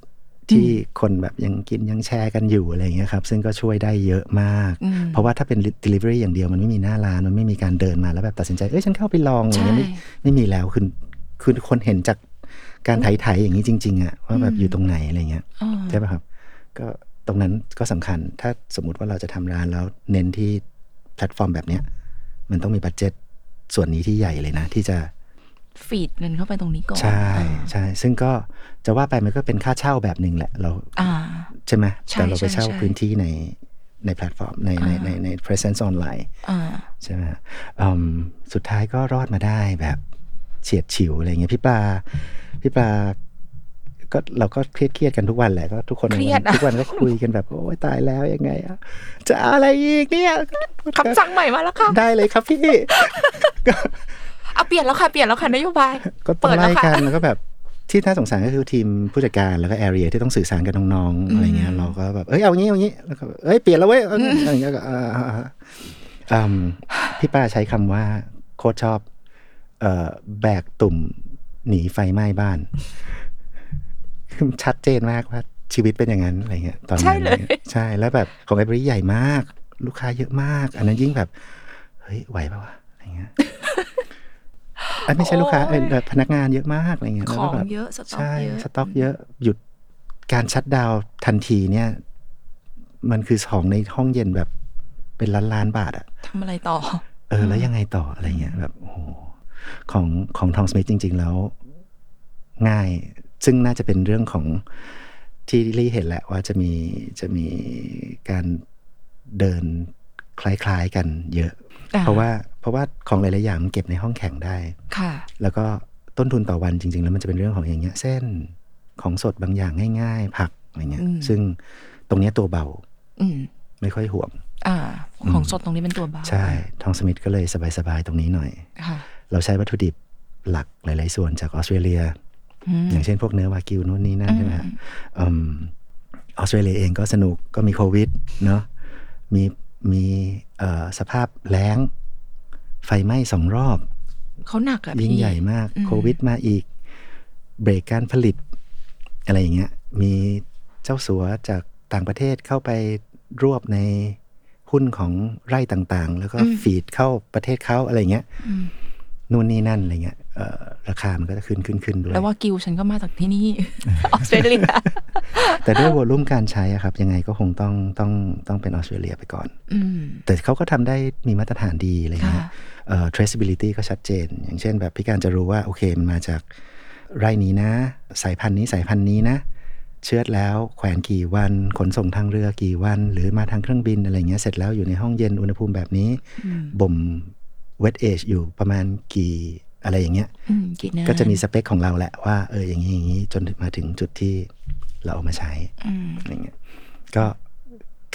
ที่คนแบบยังกินยังแชร์กันอยู่อะไรอย่างเงี้ยครับ ซึ่งก็ช่วยได้เยอะมาก อืม เพราะว่าถ้าเป็น delivery อย่างเดียวมันไม่มีหน้าร้าน มันไม่มีการเดินมาแล้วแบบตัดสินใจ เอ้ย ฉันเข้าไปลองอย่างเงี้ยไม่ ใช่ ไม่มีแล้วคือคือคนเห็นจากการไถ่ายๆอย่างนี้จริง ๆอะว่าแบบอยู่ตรงไหนอะไรเงี้ย อ่า ใช่ป่ะครับ ก็ตรงนั้นก็สำคัญ ถ้าสมมุติว่าเราจะทำร้านแล้วเน้นที่แพลตฟอร์มแบบเนี้ย มันต้องมีบัตเจ็ตส่วนนี้ที่ใหญ่เลยนะ ที่จะ ฟีดเงินเข้าไปตรงนี้ก่อน ใช่ อ่า ใช่ซึ่งก็จะว่าไปมันก็เป็นค่าเช่าแบบหนึ่งแหละ เรา อ่า ใช่ไหม ใช่ แต่เราไปเช่า ใช่ใช่ พื้นที่ในในแพลตฟอร์มในใน อ่า ในใน presence online อ่า ใช่ไหมฮะอืมสุดท้ายก็รอดมาได้แบบเฉียดฉิวอะไรเงี้ยพี่ปลาพี่ปลาก็เราก็เครียดเครียดๆกันทุกวันแหละก็ทุกคน เครียดอะ ทุกวันก็คุยกันแบบโอ้ยตายแล้วยังไงอะจะเอาอะไรอีก เนี่ย คำสั่งใหม่มาแล้ว ค่ะ ได้เลยครับพี่ เอาเปลี่ยนแล้วค่ะเปลี่ยนแล้วค่ะนโยบาย ก็ต้องไล่กันแล้วก็แบบที่น่าสงสารก็คือทีมผู้จัดการแล้วก็แอเรียที่ต้องสื่อสารกับน้องๆอะไรเงี้ยเราก็แบบเอ้ยเอางี้เอางี้แล้วก็แบบเอ้ยเปลี่ยนแล้วเว้ยเอางี้อะไรเงี้ยก็อ่าอ่าอ่าอืมพี่ป้าใช้คำว่าโคตรชอบ เอ่อแบกตุ่มหนีไฟไหม้บ้านคือชัดเจนมากว่าชีวิตเป็นอย่างนั้นอะไรเงี้ยตอนนั้น ใช่เลย ใช่แล้วแบบของไอบริใหญ่มาก ลูกค้าเยอะมาก อันนั้นยิ่งแบบเฮ้ยไหวปะวะอะไรเงี้ย อันไม่ใช่ลูกค้า โอ้ เอ้ ย ยแบบพนักงานเยอะมากอะไรเงี้ย ข แล้ว อ ก็ ง แบบ เยอะสต็อก ใช่ เยอะ สต็อกเยอะหยุดการชัดดาวน์ทันทีเนี่ย มันคือของในห้องเย็นแบบเป็นล้านล้านๆบาทอะ ทำอะไรต่อ เออแล้วยังไงต่ออะไรเงี้ยแบบโอ้โหของของทอมสมิธจริง ๆ แล้ว ง่าย ซึ่งน่าจะเป็นเรื่องของที่ลี่เห็นแหละว่าจะมีจะมีการเดินคล้ายๆกันเยอะ อ่า เพราะว่าเพราะว่าของหลายๆอย่างมันเก็บในห้องแข็งได้ ค่ะ แล้วก็ต้นทุนต่อวันจริง ๆ แล้วมันจะเป็นเรื่องของอย่างเงี้ย เส้นของสดบางอย่างง่าย ๆ ผักอะไรเงี้ย อืม ซึ่งตรงเนี้ยตัวเบา อืม ไม่ค่อยห่วง อ่า ของสดตรงนี้เป็นตัวบ้า ใช่ทอมสมิธก็เลยสบายๆตรงนี้หน่อย ค่ะ เราใช้วัตถุดิบหลักหลาย ๆ ส่วนจากออสเตรเลีย อืม อย่างเช่นพวกเนื้อวากิวนู่นนี่นั่นใช่ไหมฮะอืมออสเตรเลียเองก็สนุกก็มีโควิดเนาะมีมีเอ่อสภาพแล้ง ไฟไหม้สองรอบ เขาหนักอะ ยิ่ง พี่ ใหญ่มาก อืม โควิดมาอีก เบรกการผลิต อะไรอย่างเงี้ยมีเจ้าสัวจากต่างประเทศเข้าไปรวบในหุ้นของไร่ต่างๆ แล้วก็ฟีดเข้าประเทศเขาอะไรอย่างเงี้ย อืม นู่นนี่นั่นอะไรเงี้ยเอ่อราคามันก็จะขึ้นขึ้นขึ้นด้วย แล้วว่ากิวฉันก็มาจากที่ นี่ ออสเตรเลีย แต่ด้วยวอลลุ่มการใช้อะครับ ยังไงก็คงต้องต้องต้องเป็นออสเตรเลียไปก่อน อืม แต่เขาก็ทำได้มีมาตรฐานดีอะไรเงี้ย ค่ะ เอ่อ traceability ก็ชัดเจน อย่างเช่นแบบพี่การจะรู้ว่า โอเค มันมาจากไร่นี้นะ สายพันธุ์นี้สายพันธุ์นี้นะ เชือดแล้วแขวนกี่วัน ขนส่งทางเรือกี่วัน หรือมาทางเครื่องบินอะไรเงี้ยเสร็จแล้วอยู่ในห้องเย็นอุณหภูมิแบบนี้บ่ม wet age อยู่ประมาณกี่อะไรอย่างเงี้ย อืมกินนะ ก็จะมีสเปคของเราแหละว่าเอออย่างนี้อย่างนี้จนมาถึงจุดที่เราเอามาใช้ อืม อะไรเงี้ยก็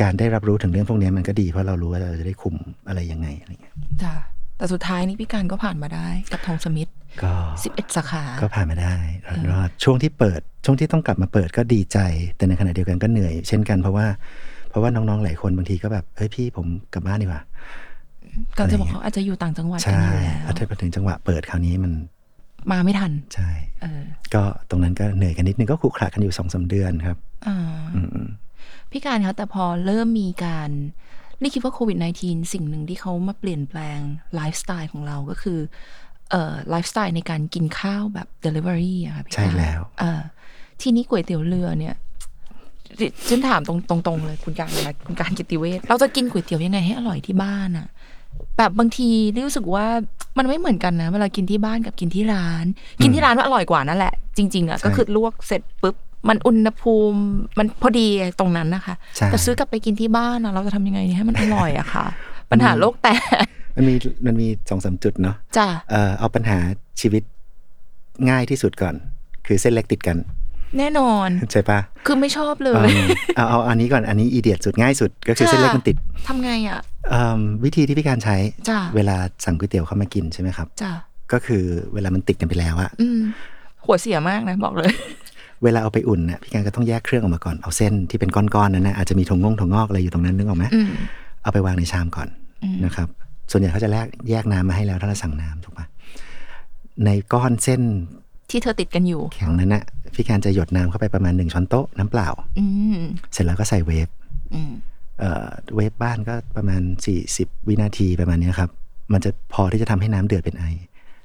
การได้รับรู้ถึงเรื่องพวกนี้มันก็ดีเพราะเรารู้ว่าเราจะได้คุมอะไรยังไงอะไรเงี้ย จ้ะแต่สุดท้ายนี่พี่การก็ผ่านมาได้กับทองสมิธ ก็ 11 สาขา ก็ผ่านมาได้รอดรอดช่วงที่เปิดช่วงที่ต้องกลับมาเปิดก็ดีใจ แต่ในขณะเดียวกันก็เหนื่อย เช่นกันเพราะว่า เพราะว่าน้องๆหลายคนบางทีก็แบบเฮ้ยพี่ผมกลับบ้านดีกว่า ก่อนจะบอกเขาอาจจะอยู่ต่างจังหวัดกัน ใช่ อยู่แล้ว ถ้าพอถึงจังหวะเปิดคราวนี้มัน มาไม่ทัน ใช่ เออ ก็ตรงนั้นก็เหนื่อยกันนิดนึงก็ขรุขระกันอยู่สองสามเดือนครับ อ่า อืม พี่การคะแต่พอเริ่มมีการนี่คิดว่าโควิด -19 สิ่งหนึ่งที่เขามาเปลี่ยนแปลงไลฟ์สไตล์ของเราก็คือเอ่อไลฟ์สไตล์ในการกินข้าวแบบ Delivery อะค่ะพี่ ใช่ การ แล้ว เอ่อทีนี้ก๋วยเตี๋ยวเรือเนี่ยดิฉันถามตรงตรงๆเลยคุณการเวลาคุณการกิติเวชเราจะกินก๋วยเตี๋ยวยังไงให้อร่อยที่บ้านอะแบบบางทีรู้สึกว่ามันไม่เหมือนกันนะเวลากินที่บ้านกับกินที่ร้าน กินที่ร้านว่าอร่อยกว่านั่นแหละ จริงๆอะก็คือลวกเสร็จปุ๊บมันอุณหภูมิมันพอดีตรงนั้นนะคะ ใช่ แต่ซื้อกลับไปกินที่บ้านนะเราจะทำยังไงเนี่ยให้มันอร่อยอะค่ะ ปัญหาโลกแตก มันมีมันมีสองสามจุดเนาะ จ้ะ เอ่อเอาปัญหาชีวิตง่ายที่สุดก่อน คือเส้นเล็กติดกัน แน่นอน ใช่ปะ คือไม่ชอบเล เอิ่ ย มเอาเอาอันนี้ก่อนอันนี้อีเดียดสุดง่ายสุด ก็คือ ค่ะ เส้นเล็กมันติด ทำไงอะ เอิ่มวิธีที่พี่การใช้ จ้ะ เวลาสั่งก๋วยเตี๋ยวเข้ามากินใช่ไหมครับ จ้ะ ก็คือเวลามันติดกันไปแล้วอะ อืม หัวเสียมากนะบอกเลย เวลาเอาไปอุ่นน่ะพี่การก็ต้องแยกเครื่องออกมาก่อนเอาเส้นที่เป็นก้อนๆนั้นนะอาจจะมีถงงงถงงอกอะไรอยู่ตรงนั้นนึกออกไหม อืม เอาไปวางในชามก่อน อืม นะครับ ส่วนใหญ่เขาจะแลกแยกน้ำมาให้แล้วถ้าเราสั่งน้ำถูกปะในก้อนเส้น ที่เธอติดกันอยู่ แข็งนั้นนะพี่การจะหยดน้ำเข้าไปประมาณหนึ่งช้อนโต๊ะน้ำเปล่า อืม เสร็จแล้วก็ใส่เวฟ อืม เอ่อเวฟบ้านก็ประมาณ 40 วินาทีประมาณเนี้ยครับ มันจะพอที่จะทำให้น้ำเดือดเป็นไอ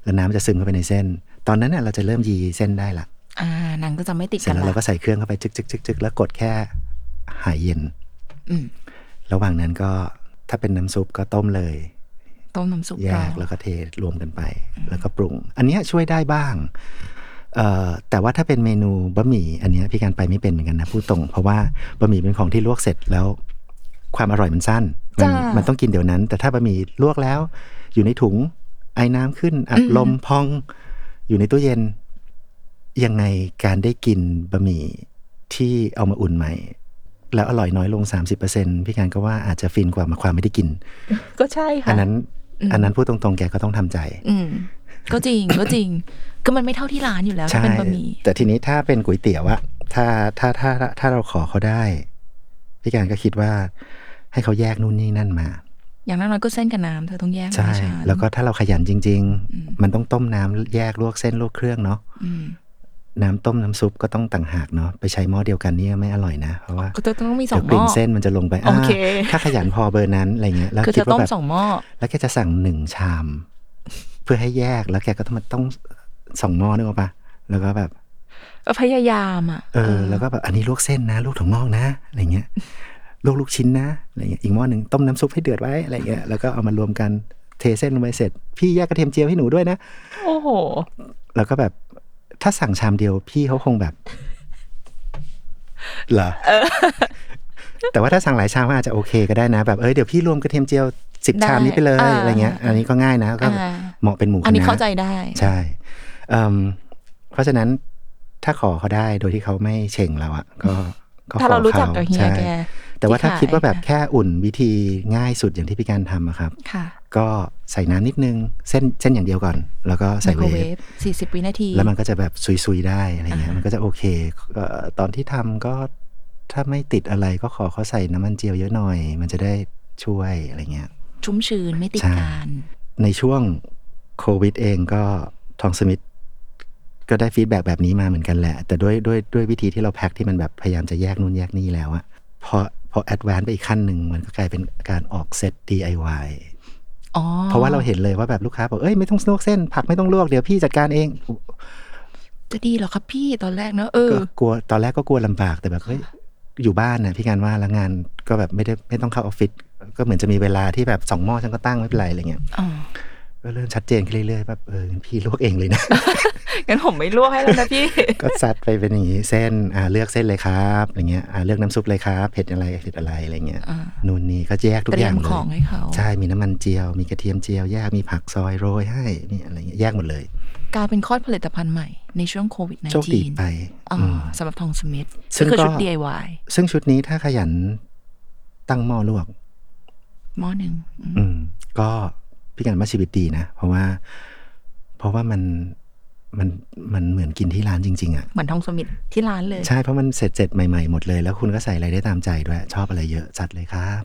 แล้วน้ำจะซึมเข้าไปในเส้น ตอนนั้นน่ะเราจะเริ่มยีเส้นได้ละ อ่านางก็จะไม่ติด เสร็ กั จ น แล้วเรา ละ ก็ใส่เครื่องเข้าไปจึกจึกจึกจึกแล้วกดแค่หายเย็น อืม ระหว่างนั้นก็ถ้าเป็นน้ำซุปก็ต้มเลย ต้มน้ำซุป แย เรา กแล้วก็เทรวมกันไป แล้วก็ปรุง อันเนี้ยช่วยได้บ้างเอ่อแต่ว่าถ้าเป็นเมนูบะหมี่อันเนี้ยพี่การไปไม่เป็นเหมือนกันนะพูดตรง เพราะว่าบะหมี่เป็นของที่ลวกเสร็จแล้ว ความอร่อยมันสั้นมัมันต้องกินเดี๋ยวนั้น แต่ถ้าบะหมี่ลวกแล้ว อยู่ในถุงไอ้น้ำขึ้นอัดลมพอง อยู่ในตู้เย็น ยังไงการได้กินบะหมี่ที่เอามาอุ่นใหม่ แล้วอร่อยน้อยลง 30%พี่การก็ว่าอาจจะฟินกว่ามาความไม่ได้กิน ก็ใช่ค่ะ อันนั้นอันนั้นพูดตรงๆ แกก็ต้องทำใจ อืม ก็จริง ก็จริงคือมันไม่เท่าที่ร้านอยู่แล้วถ้า ใช่ เป็นบะหมี่ แต่ทีนี้ถ้าเป็นก๋วยเตี๋ยวอะถ้าถ้าถ้าถ้าถ้าเราขอเขาได้ พี่การก็คิดว่า ให้เขาแยกนู่นนี่นั่นมา อย่างน้อยๆก็เส้นกับน้ำเธอต้องแยก ใช่ ห้ฉัน แล้วก็ถ้าเราขยันจริง อืม ๆ มันต้องต้มน้ำแยกลวกเส้นลวกเครื่องเนาะ อืม น้ำต้มน้ำซุปก็ต้องต่างหากเนาะ ไปใช้หม้อเดียวกันนี่ก็ไม่อร่อยนะ เพราะว่า ก็จะต้องมีสองหเดี๋ยวกลิ่ ม้ น อ เส้นมันจะลงไป โอเค าถ้าขยันพอเบอร์นั้นอะไรเงี้ย แล้ว คือ คิด จะต้ ว่าม แบบ สองหม้อ แล้วแกจะสั่งหนึ่งชาม เพื่อให้แยกแล้วแกก็ต้องมาต้องสองหม้อนึกออกปะแล้วก็แบบ ก็พยายามอ่ะ เอ เอ อ อ แล้วก็แบบอันนี้ลวกเส้นนะลวกถั่วงอกนะอะไรเงี้ยลวกลูกชิ้นนะอะไรเงี้ยอีกหม้อหนึ่งต้มน้ำซุปให้เดือดไว้อะไรเงี้ยแล้วก็เอามารวมกันเทเส้นลงไปเสร็จ พี่แยกกระเทียมเจียวให้หนูด้วยนะ โอ้โห แล้วก็แบบถ้าสั่งชามเดียวพี่เขาคงแบบ เหรอแต่ว่าถ้าสั่งหลายชามก็อาจจะโอเคก็ได้นะ แบบเอ้ยเดี๋ยวพี่รวมกระเทียมเจียวสิบ ได้ ชามนี้ไปเลย อ่า อะไรเงี้ย อันนี้ก็ง่ายนะก็ อ่า เหมาะเป็นหมูค อันนี้ ณะ เข้าใจได้ ใช่เอิ่มเพราะฉะนั้นถ้าขอเขาได้โดยที่เขาไม่เฉ่งเราอะก็ก็ ถ้าเรารู้จัก ขอข กับเฮีย ใช่ แก แต่ว่าถ้า ที่ขาย คิดว่าแบบแค่อุ่นวิธีง่ายสุดอย่างที่พี่การทำอะครับ ค่ะ ก็ใส่น้ำนิดนึงเส้นเส้นอย่างเดียวก่อน แล้วก็ใส่ ไม เว โครเว ฟ ฟสี่สิบวินาที แล้วมันก็จะแบบซุยๆได้อะไรเงี้ย อ่ามั มันก็จะโอเคเอ่อตอนที่ทำก็ถ้าไม่ติดอะไรก็ขอเขาใส่น้ำมันเจียวเยอะหน่อย มันจะได้ช่วยอะไรเงี้ย ชุ่มชื้นไม่ติด ใช่ การ ในช่วงโควิดเองก็ทองสมิธก็ได้ฟีดแบ็กแบบนี้มาเหมือนกันแหละ แต่ด้วยด้วยด้วยวิธีที่เราแพ็คที่มันแบบพยายามจะแยกนู่นแยกนี่แล้วอะพอพอแอดวานซ์ไปอีกขั้นหนึ่งมันก็กลายเป็นการออกเซต DIY อ๋อ เพราะว่าเราเห็นเลยว่าแบบลูกค้าบอก เอ้ยไม่ต้องลวกเส้น ผักไม่ต้องลวกเดี๋ยวพี่จัดการเอง จะดีเหรอครับพี่ตอนแรกเนอะเออ ก็กลัวตอนแรกก็กลัวลำบากแต่แบบเฮ้ยอยู่บ้านนะพี่การว่าแล้วงานก็แบบไม่ได้ไม่ต้องเข้าออฟฟิศก็เหมือนจะมีเวลาที่แบบสองหม้อฉันก็ตั้งไม่เป็นไรอะไรเงี้ย อ๋อ ก็เริ่มชัดเจนขึ้นเรื่อยๆแบบเอองั้นพี่ลวกเองเลยนะ งั้นผมไม่ลวกให้แล้วนะพี่ ก็ซัดไปเป็นอย่างนี้เส้นอ่าเลือกเส้นเลยครับอย่างเงี้ยอ่าเลือกน้ำซุปเลยครับเผ็ดอะไรเผ็ดอะไรอะไรเงี้ย อ่า นู่นนี่ก็แยกทุก เต อ รีย ย่าง ม เล ของ ย ให้เขา ใช่มีน้ำมันเจียว มีกระเทียมเจียวแยกมีผักซอยโรยให้นี่อะไรเงี้ยแยกหมดเลย กลายเป็นคลอดผลิตภัณฑ์ใหม่ในช่วงโควิด โชคดีไป -19 อ่า อืม สำหรับทองสมิธ ซึ่ ก็ ง คือ ก็ ชุด DIY ซึ่งชุดนี้ถ้าขยันตั้งหม้อลวก หม้อหนึ่งอืม อืม ก็พี่กันว่าชีวิตดีนะ เพราะว่า เพราะว่ามัน มันมันเหมือนกินที่ร้านจริง ๆ อ่ะ เหมือนทองสมิธที่ร้านเลย ใช่เพราะมันเสร็จเสร็จๆใหม่ ๆ หมดเลย แล้วคุณก็ใส่อะไรได้ตามใจด้วย ชอบอะไรเยอะจัดเลยครับ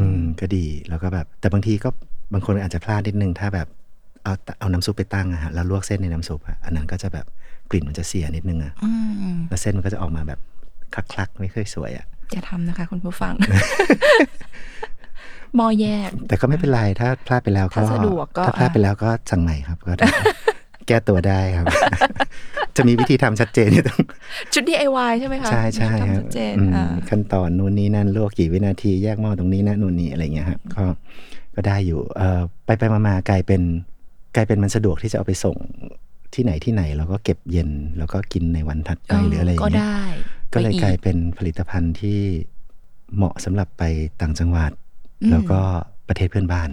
อืมก็ดีแล้วก็แบบ แต่บางทีก็บางคนอาจจะพลาดนิดนึง ถ้าแบบเอาเอาน้ำซุปไปตั้งอะฮะแล้วลวกเส้นในน้ำซุปอะอันนั้นก็จะแบบกลิ่นมันจะเสียนิดนึงอะ อืม แล้วเส้นมันก็จะออกมาแบบคลักๆ ไม่ค่อยสวยอะ อย่าทำนะคะ คุณผู้ ฟัง มอแยก แต่ก็ไม่เป็นไรถ้าพลาดไปแล้วก็ ถ้าสะดวกก็ ถ้าพลาดไปแล้วก็สั่งใหม่ครับก็ ได้ แก้ตัวได้ครับ จะมีวิธีทำชัดเจนอยู่ตรง ชุด DIY ใช่ไหมคะ ใช่ใช่ ชุดทำครับ ชัดเจน อืม อ่า ขั้นตอนนู่นนี่นั่นลวกกี่วินาทีแยกหม้อตรงนี้นะนู่นนี่อะไรเงี้ยครับก็ก็ได้อยู่เออไปไปมาๆกลายเป็นกลายเป็นมันสะดวกที่จะเอาไปส่งที่ไหนที่ไหนแล้วก็เก็บเย็น แล้วก็กินในวันถัดไปหรืออะไรอย่าง ก็ เงี้ย ได้ ก็เลย ไปอี กลายเป็นผลิตภัณฑ์ที่เหมาะสำหรับไปต่างจังหวัด แล้วก็ประเทศเพื่อนบ้าน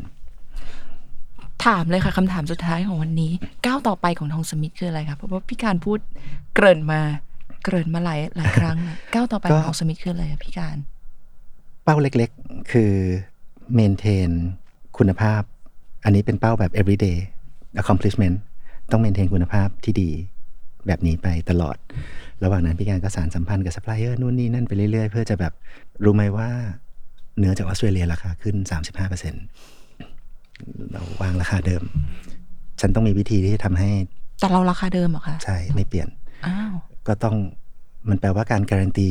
ถามเลยค่ะคำถามสุดท้ายของวันนี้ ก้าวต่อไปของทองสมิธคืออะไรคะเพราะว่าพี่การพูดเกริ่นมา เกริ่นมาหลายหลายครั้ งแล้วก้าวต่อไปของทองสมิธคืออะไรคะพี่การ เป้าเล็กๆ คือ maintain คุณภาพ อันนี้เป็นเป้าแบบ everyday accomplishment ต้อง maintain คุณภาพที่ดีแบบนี้ไปตลอด ระหว่างนั้นพี่การก็สารสัมพันธ์กับ supplier นู่นนี่นั่นไปเรื่อยๆ เพื่อจะแบบรู้ไหมว่าเนื้อจากออสเตรเลียราคาขึ้น 35%เราวางราคาเดิม ฉันต้องมีวิธีที่จะทำให้ แต่เราราคาเดิมเหรอคะ ใช่ไม่เปลี่ยน อ้าว ก็ต้องมันแปลว่าการการันตี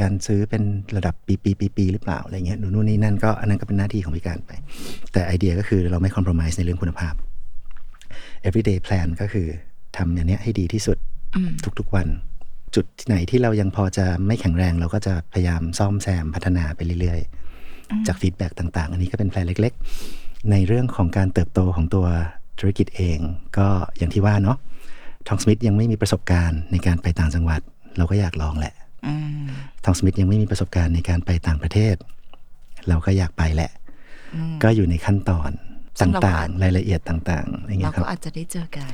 การซื้อเป็นระดับปีปีปีปีหรือเปล่าอะไรเงี้ยนู่นนี่นั่นก็อันนั้นก็เป็นหน้าที่ของพิการไป แต่ไอเดียก็คือเราไม่คอม p r o m i s e ในเรื่องคุณภาพ everyday plan ก็คือทำอย่างเนี้ยให้ดีที่สุดทุกๆวัน จุดที่ไหนที่เรายังพอจะไม่แข็งแรง เราก็จะพยายามซ่อมแซมพัฒนาไปเรื่อยๆ จากฟีดแบ็ต่างๆ อันนี้ก็เป็นแพลนเล็กๆ ในเรื่องของการเติบโตของตัวธุรกิจเอง ก็อย่างที่ว่าเนาะ ทองสมิธยังไม่มีประสบการณ์ในการไปต่างจังหวัด เราก็อยากลองแหละ อืม ทองสมิธยังไม่มีประสบการณ์ในการไปต่างประเทศ เราก็อยากไปแหละ ก็อยู่ในขั้นตอนต่างๆ รายละเอียดต่างๆอะไร เรา เงี้ยค ก็ รับ อาจจะได้เจอกัน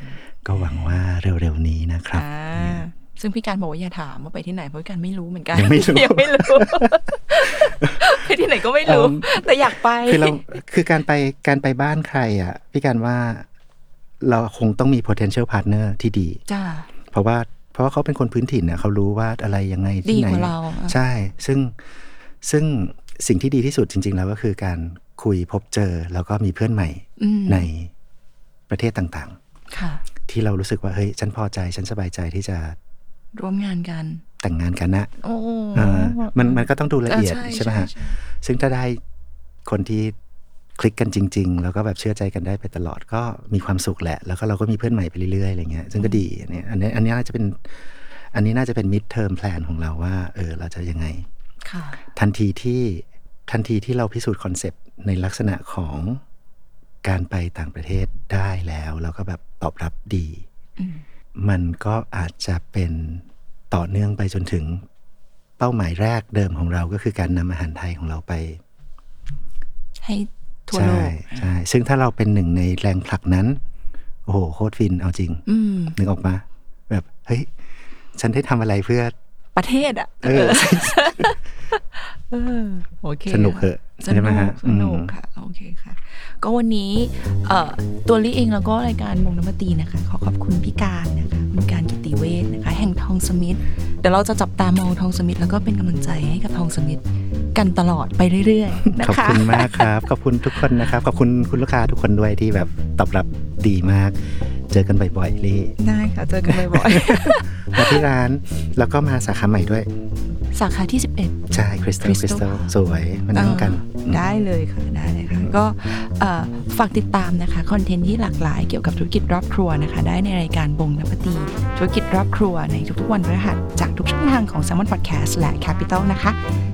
ก็หวังว่าเร็วๆนี้นะครับ อ่าซึ่งพี่การบอกว่าอย่าถามว่าไปที่ไหนเพราะพี่การไม่รู้เหมือนกัน ยังไม่รู้ ยังไม่ รู้ ไปที่ไหนก็ไม่รู้ แต่อยากไป คือเราคือการไปการไปบ้านใครอ่ะพี่การว่าเราคงต้องมี potential partner ที่ดี จ้า เพราะว่าเพราะว่าเขาเป็นคนพื้นถิ่นเนี่ยเขารู้ว่าอะไรยังไง ดี ที่ไหน กว่าเราอ่ะ ใช่ซึ่งซึ่งสิ่งที่ดีที่สุดจริง ๆ แล้วก็คือการคุยพบเจอแล้วก็มีเพื่อนใหม่ อืม ในประเทศต่าง ค่ะ ๆ ที่เรารู้สึกว่าเฮ้ยฉันพอใจฉันสบายใจที่จะ ร่วมงานกัน แต่งงานกันนะ โอ้ เออมันมันก็ต้องดูละเอียด า ใช่ไหมฮะ ใช่ ซึ่งถ้าได้คนที่คลิกกันจริง ๆ แล้วก็แบบเชื่อใจกันได้ไปตลอดก็มีความสุขแหละ แล้วก็เราก็มีเพื่อนใหม่ไปเรื่อยๆอะไรเงี้ยซึ่งก็ดีอันเนี้ยอันเนี้ยอันเนี้ยน่าจะเป็น อันนี้น่าจะเป็นมิดเทอมแพลนของเราว่า เออ เราจะยังไง ค่ะ ทันทีที่ทันทีที่เราพิสูจน์คอนเซปต์ในลักษณะของการไปต่างประเทศได้แล้ว แล้วก็แบบตอบรับดี มันก็อาจจะเป็นต่อเนื่องไปจนถึงเป้าหมายแรกเดิมของเราก็คือการนำอาหารไทยของเราไป ให้ทั่วโล ใช่ ก ใช่ซึ่งถ้าเราเป็นหนึ่งในแรงผลักนั้น โอ้โหโคตรฟินเอาจริง อืม นึกออกมาแบบเฮ้ยฉันได้ทำอะไรเพื่อ ประเทศอ่ะ เออ เออโอเค สนุกเหอะ สนุ ใช่ไหม ก ฮะ สนุก อืม ค่ะ โอเคค่ะ ก็วันนี้เอ่อตัวลี่เองแล้วก็รายการมงน้ำมตีนะคะ ขอขอบคุณพี่การนะคะคุณการกิติเวชนะคะ แห่งทองสมิธเดี๋ยวเราจะจับตามองทองสมิธแล้วก็เป็นกำลังใจให้กับทองสมิธกันตลอดไปเรื่อยๆนะ ขอบ คะ คุณมากครับ ขอบคุณทุกคนนะครับ ขอบคุณคุณลูกค้าทุกคนด้วยที่แบบตอบรับดีมาก เจอกันบ่อยๆลี่ ได้ค่ะ เจอกันบ่อย มาที่ร้าน แล้วก็มาสาขาใหม่ด้วย ๆ สาขาที่ 11 ใช่คริสตัล Crystal คริสตัลสวยมานั่งกัน เออได้เลยค่ะ ได้เลยค่ะ ก็เอ่อฝากติดตามนะคะ คอนเทนต์ที่หลากหลายเกี่ยวกับธุรกิจรอบครัวนะคะ ได้ในรายการบงนปตีธุรกิจรอบครัวในทุกๆวันพฤหัสจากทุกช่องทางของ s ซ l m o n Podcast และ Capital นะคะ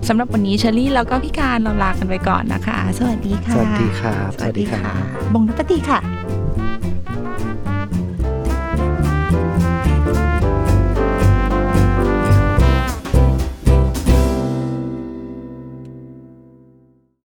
สำหรับวันนี้เชอรี่แล้วก็พี่การเราลากันไปก่อนนะคะ สวัสดีค่ะ สวัสดีครับ สวัสดี สวัสดีครั ค่ะ บ บงนปตีค่ะ